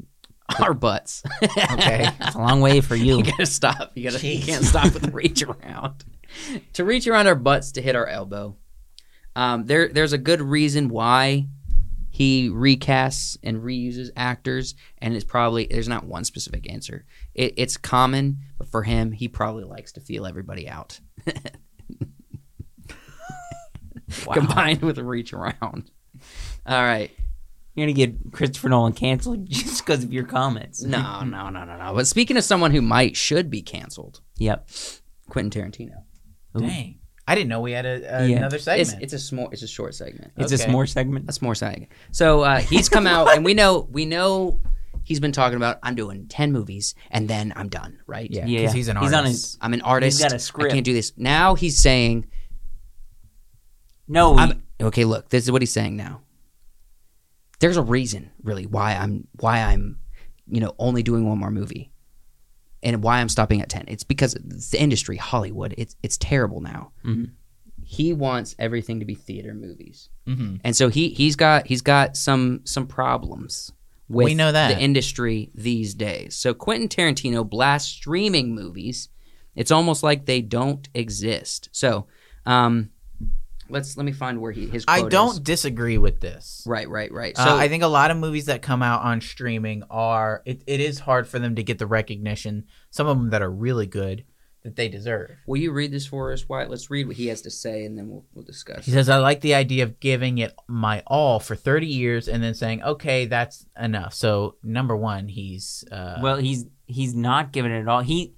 Speaker 1: our butts.
Speaker 2: Okay.
Speaker 3: It's a long way for you.
Speaker 1: you gotta stop. You gotta. You
Speaker 2: Jeez.
Speaker 1: can't stop with reach around. to reach around our butts to hit our elbow. Um, there, there's a good reason why he recasts and reuses actors, and it's probably there's not one specific answer. It, it's common, but for him, he probably likes to feel everybody out.
Speaker 3: Wow.
Speaker 1: Combined with reach around. All right.
Speaker 3: You're gonna get Christopher Nolan canceled just because of your comments.
Speaker 1: No, no, no, no, no. But speaking of someone who might should be canceled,
Speaker 3: Yep.
Speaker 1: Quentin Tarantino.
Speaker 3: Ooh.
Speaker 2: Dang. I didn't know we had a, a
Speaker 3: Yeah.
Speaker 2: another
Speaker 1: It's,
Speaker 2: segment.
Speaker 1: it's a small. It's a short segment.
Speaker 3: It's
Speaker 2: Okay.
Speaker 3: this more segment.
Speaker 1: That's more saying. So uh, he's come out, and we know we know he's been talking about I'm doing ten movies and then I'm done, right?
Speaker 2: Yeah,
Speaker 3: Yeah,
Speaker 2: because he's an artist.
Speaker 3: on his
Speaker 1: I'm an artist.
Speaker 3: He's got a
Speaker 1: I
Speaker 3: script.
Speaker 1: can't do this. Now he's saying,
Speaker 3: no.
Speaker 1: I'm- okay, look, this is what he's saying now. There's a reason, really, why I'm why I'm, you know, only doing one more movie, and why I'm stopping at ten. It's because it's the industry, Hollywood. It's it's terrible now.
Speaker 3: Mhm.
Speaker 1: He wants everything to be theater movies.
Speaker 2: hmm
Speaker 1: and so he he's got he's got some some problems with
Speaker 2: We know that.
Speaker 1: the industry these days. So Quentin Tarantino blasts streaming movies. It's almost like they don't exist. So um, let's let me find where he his
Speaker 2: I
Speaker 1: quote
Speaker 2: don't
Speaker 1: is.
Speaker 2: disagree with this.
Speaker 1: right right right. So
Speaker 2: Uh, I think a lot of movies that come out on streaming are it, it is hard for them to get the recognition. Some of them that are really good that they deserve.
Speaker 1: will you read this for us? Why? Let's read what he has to say, and then we'll we'll discuss.
Speaker 2: He says, "I like the idea of giving it my all for 30 years and then saying, okay, that's enough." So number one, he's uh,
Speaker 3: well, he's he's not giving it all. He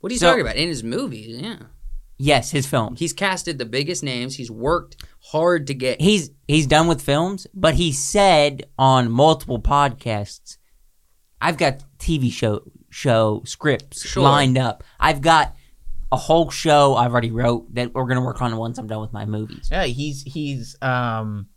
Speaker 1: what are you
Speaker 3: So-
Speaker 1: talking about in his movies? Yeah,
Speaker 3: yes, his films.
Speaker 1: he's casted the biggest names. He's worked hard to get.
Speaker 3: He's he's done with films, but he said on multiple podcasts, "I've got TV show show scripts
Speaker 1: Sure.
Speaker 3: lined up. I've got a whole show I've already wrote that we're gonna work on once I'm done with my movies."
Speaker 2: yeah, he's he's um,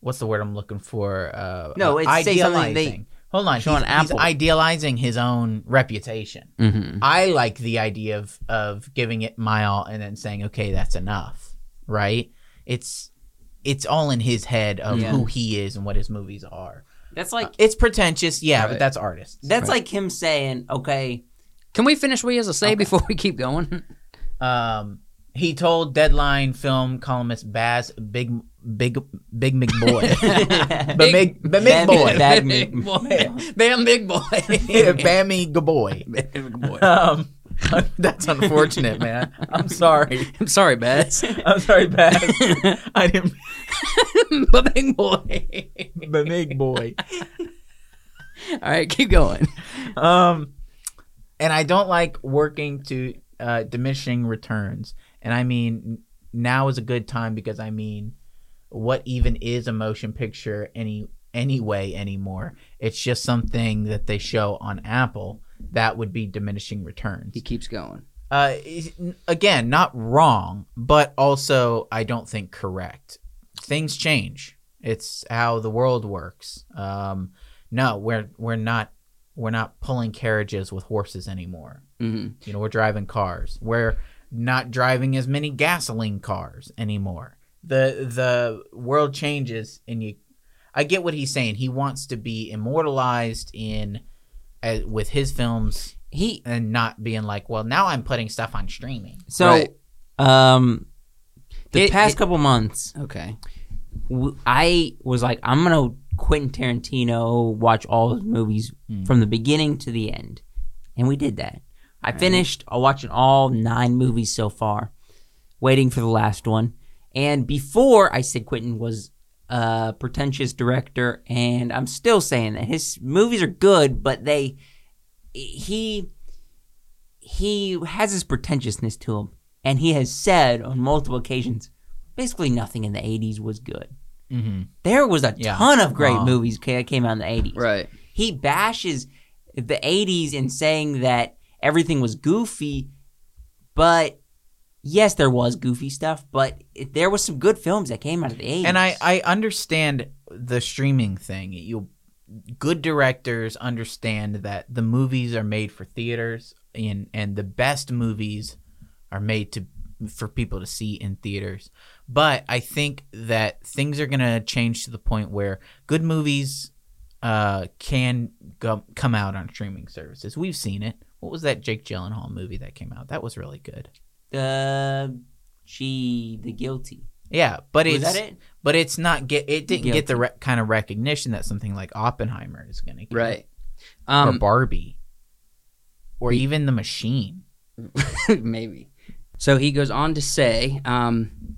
Speaker 2: what's the word I'm looking for? Uh,
Speaker 3: No,
Speaker 2: uh,
Speaker 3: it's say something they-
Speaker 2: idealizing. Hold on,
Speaker 3: Show
Speaker 2: he's,
Speaker 3: on
Speaker 2: he's
Speaker 3: Apple.
Speaker 2: idealizing his own reputation.
Speaker 1: Mm-hmm.
Speaker 2: I like the idea of of giving it my all and then saying, okay, that's enough, right? It's it's all in his head of
Speaker 1: Yeah.
Speaker 2: who he is and what his movies are.
Speaker 3: That's like
Speaker 2: It's pretentious, yeah,
Speaker 1: Right.
Speaker 2: but that's artists.
Speaker 3: that's
Speaker 1: Uh, Right.
Speaker 3: like him saying, "Okay,
Speaker 1: Can we finish what he has to say before we keep going?
Speaker 2: um, he told Deadline film columnist Baz Big Big Big McBoy,
Speaker 3: Bam,
Speaker 2: Big Big, Big,
Speaker 3: Bam-
Speaker 2: Boy,
Speaker 3: Bad
Speaker 1: big
Speaker 3: me.
Speaker 1: boy. Bam, big boy.
Speaker 2: Bammy Gaboy.
Speaker 1: Bam, big boy.
Speaker 2: Um, that's unfortunate, man. I'm sorry.
Speaker 1: I'm sorry, Baz.
Speaker 2: I'm sorry, Baz. I didn't.
Speaker 1: but big boy.
Speaker 2: The big boy.
Speaker 1: All right, keep going.
Speaker 2: um, and I don't like working to uh, diminishing returns. And I mean, n- now is a good time because I mean, what even is a motion picture any anyway anymore? It's just something that they show on Apple that would be diminishing returns.
Speaker 1: He keeps going.
Speaker 2: Uh, is- n- again, not wrong, but also I don't think correct. Things change. It's how the world works. Um, no, we're we're not we're not pulling carriages with horses anymore.
Speaker 1: hmm
Speaker 2: You know, we're driving cars. We're not driving as many gasoline cars anymore. The the world changes, and you. I get what he's saying. He wants to be immortalized in, uh, with his films
Speaker 3: he
Speaker 2: and not being like, well, now I'm putting stuff on streaming.
Speaker 3: so
Speaker 1: Right.
Speaker 3: um the
Speaker 1: It-
Speaker 3: past
Speaker 1: it-
Speaker 3: couple months
Speaker 1: Okay.
Speaker 3: w- I was like, I'm gonna Quentin Tarantino watch all his movies
Speaker 2: Hmm.
Speaker 3: from the beginning to the end, and we did that. I
Speaker 1: Right.
Speaker 3: finished uh, watching all nine movies so far, waiting for the last one. And before I said Quentin was a pretentious director, and I'm still saying that his movies are good, but they he he has this pretentiousness to him, and he has said on multiple occasions, basically nothing in the '80s was good
Speaker 2: Mm-hmm.
Speaker 3: there was a
Speaker 2: Yeah. Uh-huh.
Speaker 3: ton of great
Speaker 2: Wow.
Speaker 3: movies ca- came out in the 80s.
Speaker 1: Right.
Speaker 3: He bashes the 80s in saying that everything was goofy, but yes, there was goofy stuff, but it, there was some good films that came out of the 80s.
Speaker 2: And I, I understand the streaming thing. You good directors understand that the movies are made for theaters and and the best movies are made to for people to see in theaters. But I think that things are going to change to the point where good movies uh, can go, come out on streaming services. We've seen it. What was that Jake Gyllenhaal movie that came out? That was really good.
Speaker 3: the gee, the guilty.
Speaker 2: Yeah, but
Speaker 3: Was
Speaker 2: it's
Speaker 3: that it?
Speaker 2: but it's not get it didn't get
Speaker 3: Guilty.
Speaker 2: the re- kind of recognition that something like Oppenheimer is going to get,
Speaker 1: Right.
Speaker 2: Or
Speaker 1: Um,
Speaker 2: Barbie, or even The Machine.
Speaker 1: maybe. So he goes on to say, um,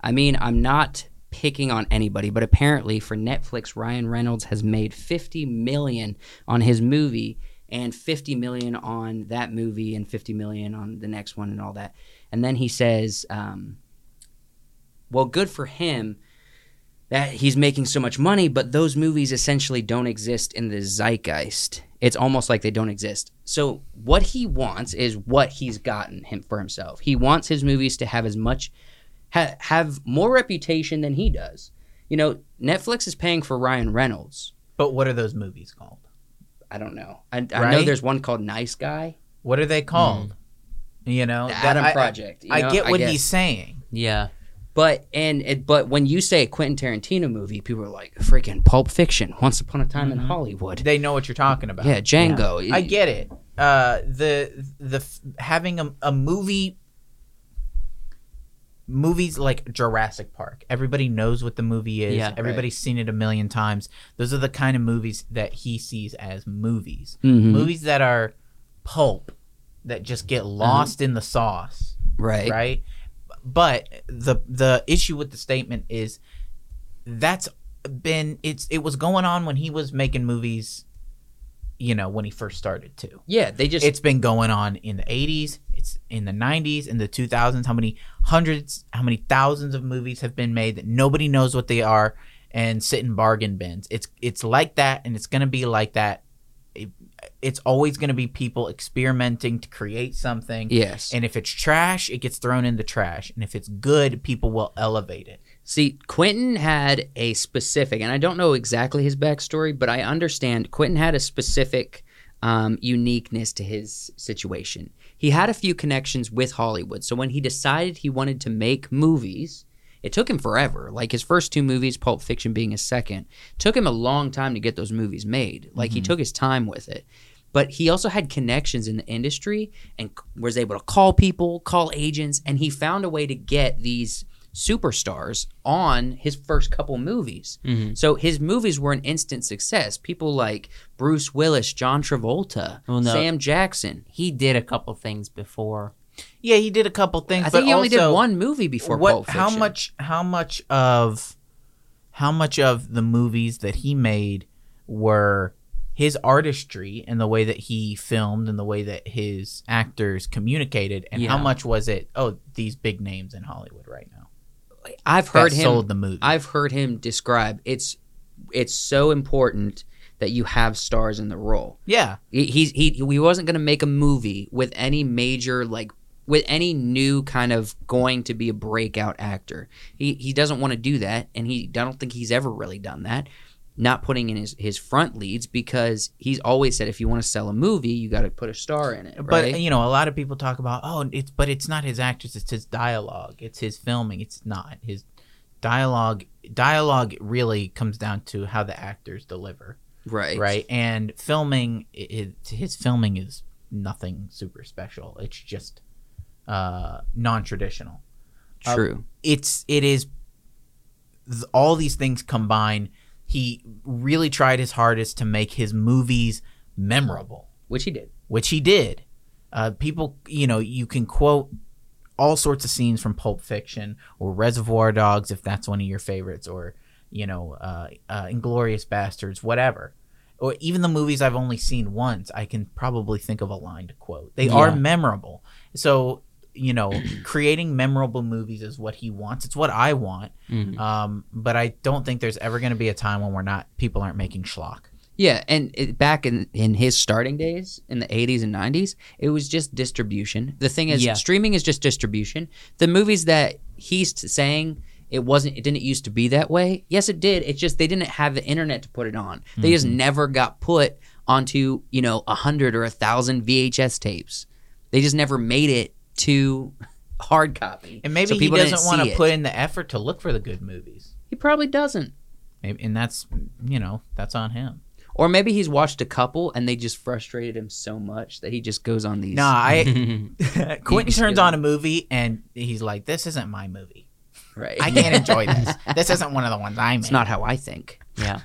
Speaker 1: I mean, I'm not picking on anybody, but apparently for Netflix, Ryan Reynolds has made 50 million on his movie and 50 million on that movie and 50 million on the next one and all that. And then he says, um, well, good for him that he's making so much money, but those movies essentially don't exist in the zeitgeist. It's almost like they don't exist. So what he wants is what he's gotten him for himself. He wants his movies to have as much ha- have more reputation than he does. You know, Netflix is paying for Ryan Reynolds.
Speaker 2: But what are those movies called?
Speaker 1: I don't know. I, I know
Speaker 2: Right?
Speaker 1: there's one called Nice Guy,
Speaker 2: What are they called? You know,
Speaker 1: Hmm. the
Speaker 2: Oh, that-
Speaker 1: Adam
Speaker 2: I-
Speaker 1: Project. you
Speaker 2: I,
Speaker 1: know,
Speaker 2: I get what
Speaker 1: guess.
Speaker 2: he's saying.
Speaker 4: Yeah.
Speaker 1: But and it, but when you say a Quentin Tarantino movie, people are like freaking Pulp Fiction, Once Upon a Time in
Speaker 2: Mhm.
Speaker 1: Hollywood.
Speaker 2: They know what you're talking about.
Speaker 1: Yeah, Django.
Speaker 2: I get it. Uh, the the f- having a, a movie movies like Jurassic Park. Everybody knows what the movie is.
Speaker 4: Yeah.
Speaker 2: Everybody's seen it a million times. Those are the kind of movies that he sees as movies.
Speaker 1: Mhm.
Speaker 2: Movies that are pulp that just get lost in the sauce,
Speaker 1: right.
Speaker 2: right? But the the issue with the statement is that's been it's it was going on when he was making movies you know when he first started too
Speaker 1: Yeah, they just
Speaker 2: it's been going on in the 80s it's in the 90s in the 2000s how many hundreds how many thousands of movies have been made that nobody knows what they are and sit in bargain bins it's it's like that and it's going to be like that It- it's always going to be people experimenting to create something
Speaker 1: yes.
Speaker 2: and if it's trash it gets thrown in the trash and if it's good people will elevate it
Speaker 1: See, Quentin had a specific, and I don't know exactly his backstory, but I understand Quentin had a specific um, uniqueness to his situation. He had a few connections with Hollywood. So when he decided he wanted to make movies, it took him forever. Like his first two movies, Pulp Fiction being his second, took him a long time to get those movies made. Like he took his time with it. But he also had connections in the industry and c- was able to call people, call agents, and he found a way to get these superstars on his first couple movies.
Speaker 3: Mm-hmm.
Speaker 4: Mhm.
Speaker 1: So his movies were an instant success. People like Bruce Willis, John Travolta,
Speaker 4: Well, no.
Speaker 1: Sam Jackson.
Speaker 4: He did a couple things before.
Speaker 2: yeah he did a couple things
Speaker 1: I think
Speaker 2: but
Speaker 1: he only did
Speaker 2: also-
Speaker 1: one movie before Pulp Fiction.
Speaker 2: how much how much of how much of the movies that he made were his artistry and the way that he filmed and the way that his actors communicated and how
Speaker 4: Yeah.
Speaker 2: much was it oh these big names in hollywood right now
Speaker 1: I've heard
Speaker 2: that
Speaker 1: him
Speaker 2: sold the movie
Speaker 1: I've heard him describe it's it's so important that you have stars in the role.
Speaker 2: yeah
Speaker 1: He he he, he wasn't going to make a movie with any major like with any new kind of going to be a breakout actor. He he doesn't want to do that and he I don't think he's ever really done that. Not putting in his, his front leads because he's always said if you want to sell a movie, you got to put a star in it.
Speaker 2: but uh,
Speaker 1: right?
Speaker 2: you know a lot of people talk about oh it's but it's not his actors it's his dialogue it's his filming it's not his dialogue dialogue really comes down to how the actors deliver
Speaker 1: right,
Speaker 2: right and filming i- i- his filming is nothing super special it's just uh non-traditional Uh,
Speaker 1: true.
Speaker 2: it's it is th- all these things combine he really tried his hardest to make his movies memorable
Speaker 1: Which he did.
Speaker 2: which he did uh people you know you can quote all sorts of scenes from pulp fiction or reservoir dogs if that's one of your favorites or you know uh, uh inglorious bastards whatever or even the movies I've only seen once, I can probably think of a line to quote. They are
Speaker 4: Yeah.
Speaker 2: memorable. So, you know, creating memorable movies is what he wants. It's what I want.
Speaker 4: Mhm.
Speaker 2: Um, but I don't think there's ever going to be a time when we're not people aren't making schlock.
Speaker 1: Yeah, and it, back in in his starting days in the 80s and 90s, it was just distribution. The thing is
Speaker 4: Yeah.
Speaker 1: streaming is just distribution. The movies that he's t- saying it wasn't it didn't used to be that way. Yes, it did. It's just they didn't have the internet to put it on. They just
Speaker 2: Mm-hmm.
Speaker 1: never got put onto, you know, a 100 or a 1000 VHS tapes. They just never made it to hard copy.
Speaker 2: And maybe
Speaker 1: So
Speaker 2: he
Speaker 1: people didn't
Speaker 2: doesn't want
Speaker 1: see
Speaker 2: to
Speaker 1: it.
Speaker 2: put in the effort to look for the good movies.
Speaker 1: He probably doesn't.
Speaker 2: Maybe, and that's, you know, that's on him.
Speaker 1: Or maybe he's watched a couple and they just frustrated him so much that he just goes on these
Speaker 2: Nah, I
Speaker 4: Mhm.
Speaker 2: Quentin
Speaker 1: He's
Speaker 2: turns
Speaker 1: good.
Speaker 2: on a movie and he's like, "This isn't my movie.
Speaker 1: right.
Speaker 2: I can't enjoy this. This isn't one of the ones I made."
Speaker 1: It's not how I think.
Speaker 4: yeah.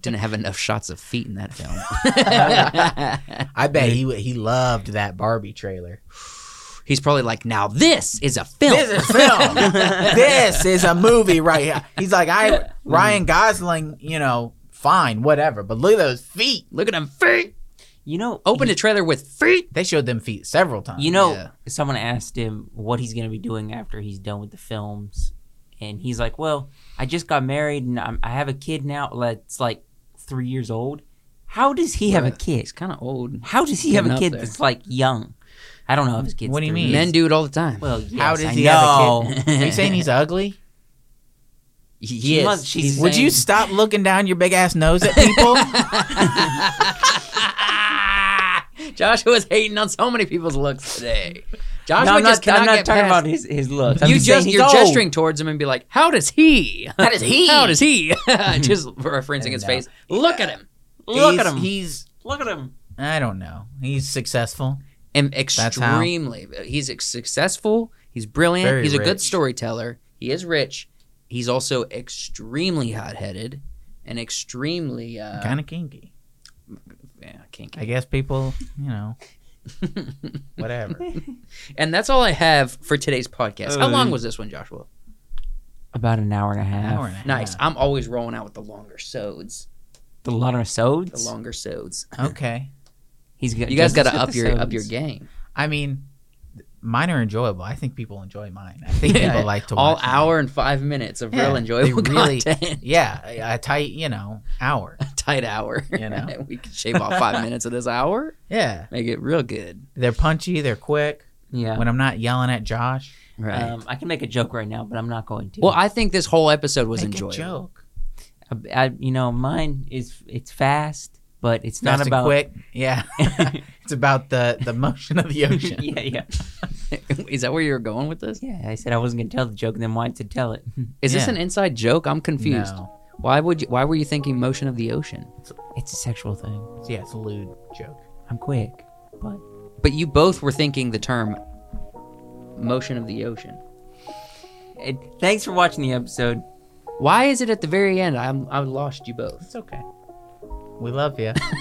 Speaker 1: Didn't have enough shots of feet in that film.
Speaker 2: I bet he he loved that Barbie trailer.
Speaker 1: He's probably like, now this is a film.
Speaker 2: This is film. this is a movie right here. He's like, I Ryan Gosling, you know, fine, whatever. But look at those feet.
Speaker 1: Look at them feet.
Speaker 3: You know,
Speaker 1: Open a trailer with feet.
Speaker 2: They showed them feet several times.
Speaker 3: You know,
Speaker 1: Yeah.
Speaker 3: someone asked him what he's going to be doing after he's done with the films, and he's like, "Well, I just got married and I'm, I have a kid now that's like three years old." How does he have a
Speaker 1: He's
Speaker 3: kid?
Speaker 1: kind of old.
Speaker 3: How does he have
Speaker 1: Getting
Speaker 3: a
Speaker 1: up
Speaker 3: kid
Speaker 1: there.
Speaker 3: that's like young? I don't know if his kid's.
Speaker 2: What do you
Speaker 3: three
Speaker 2: mean?
Speaker 3: years.
Speaker 1: Men do it all the time.
Speaker 3: Well, yes,
Speaker 2: How does
Speaker 3: I
Speaker 2: he
Speaker 3: know.
Speaker 2: have a kid? Are you saying he's ugly?
Speaker 1: Yes.
Speaker 3: must- she's-
Speaker 1: he's
Speaker 2: Would you
Speaker 1: saying-
Speaker 2: stop looking down your big ass nose at people?
Speaker 1: Joshua's hating on so many people's looks today. Joshua
Speaker 3: No, I'm
Speaker 1: just
Speaker 3: not,
Speaker 1: cannot
Speaker 3: I'm not
Speaker 1: get
Speaker 3: talking
Speaker 1: past.
Speaker 3: about his, his looks. I'm
Speaker 1: you
Speaker 3: saying
Speaker 1: just
Speaker 3: he's
Speaker 1: you're
Speaker 3: old.
Speaker 1: gesturing towards him and be like, "How does he? How does he? How does he?" just referencing his
Speaker 2: No.
Speaker 1: face. Look at him.
Speaker 3: Look
Speaker 2: He's-
Speaker 3: at him.
Speaker 2: He's
Speaker 3: Look at him.
Speaker 2: I don't know. He's successful.
Speaker 1: And
Speaker 2: how-
Speaker 1: extremely, he's ex- successful. He's brilliant.
Speaker 2: Very
Speaker 1: he's a good
Speaker 2: rich.
Speaker 1: storyteller. He is rich. He's also extremely hot-headed and extremely uh,
Speaker 2: kind of kinky.
Speaker 1: yeah, kinky.
Speaker 2: I guess people, you know, whatever.
Speaker 1: And that's all I have for today's podcast. How
Speaker 3: Uh,
Speaker 1: long was this one, Joshua?
Speaker 3: About an hour and a half.
Speaker 2: Hour and a half.
Speaker 1: Nice. I'm always rolling out with the longer sods.
Speaker 3: The lot of
Speaker 1: The
Speaker 3: sods.
Speaker 1: longer sods.
Speaker 2: Okay.
Speaker 3: He's got,
Speaker 1: You guys got
Speaker 3: Justin's
Speaker 1: to up
Speaker 3: the
Speaker 1: your up
Speaker 3: sods.
Speaker 1: your game.
Speaker 2: I mean, mine are enjoyable. I think people enjoy mine. I think
Speaker 1: Yeah.
Speaker 2: people like to
Speaker 1: All
Speaker 2: watch mine.
Speaker 1: hour and five minutes of
Speaker 2: Yeah,
Speaker 1: real
Speaker 2: they
Speaker 1: enjoyable
Speaker 2: really-
Speaker 1: content.
Speaker 2: Yeah, a a tight, you know, hour.
Speaker 1: Tight hour.
Speaker 2: You know.
Speaker 1: we could shave off five minutes of this hour.
Speaker 2: Yeah,
Speaker 1: Make it real good.
Speaker 2: they're punchy. They're quick.
Speaker 3: Yeah.
Speaker 2: When I'm not yelling at Josh,
Speaker 1: Right.
Speaker 3: Um, I can make a joke right now, but I'm not going to.
Speaker 1: well, I think this whole episode was
Speaker 2: make
Speaker 1: enjoyable.
Speaker 2: a joke.
Speaker 3: I, I- you know, mine is it's fast, but it's
Speaker 2: Fast
Speaker 3: not
Speaker 2: and
Speaker 3: about
Speaker 2: quick. Yeah, it's about the the motion of the ocean.
Speaker 3: yeah, yeah,
Speaker 1: Is that where you were going with this?
Speaker 3: yeah. I said I wasn't going to tell the joke, and then wanted to tell it.
Speaker 1: Is this
Speaker 2: Yeah.
Speaker 1: an inside joke? I'm confused.
Speaker 2: No.
Speaker 1: Why would you? Why were you thinking motion of the ocean?
Speaker 3: It's a sexual thing.
Speaker 2: Yeah, it's a lewd joke.
Speaker 3: I'm quick, but
Speaker 1: But you both were thinking the term motion of the ocean.
Speaker 3: it, thanks for watching the episode.
Speaker 1: Why is it at the very end? I'm I lost you both.
Speaker 2: It's okay. We love you.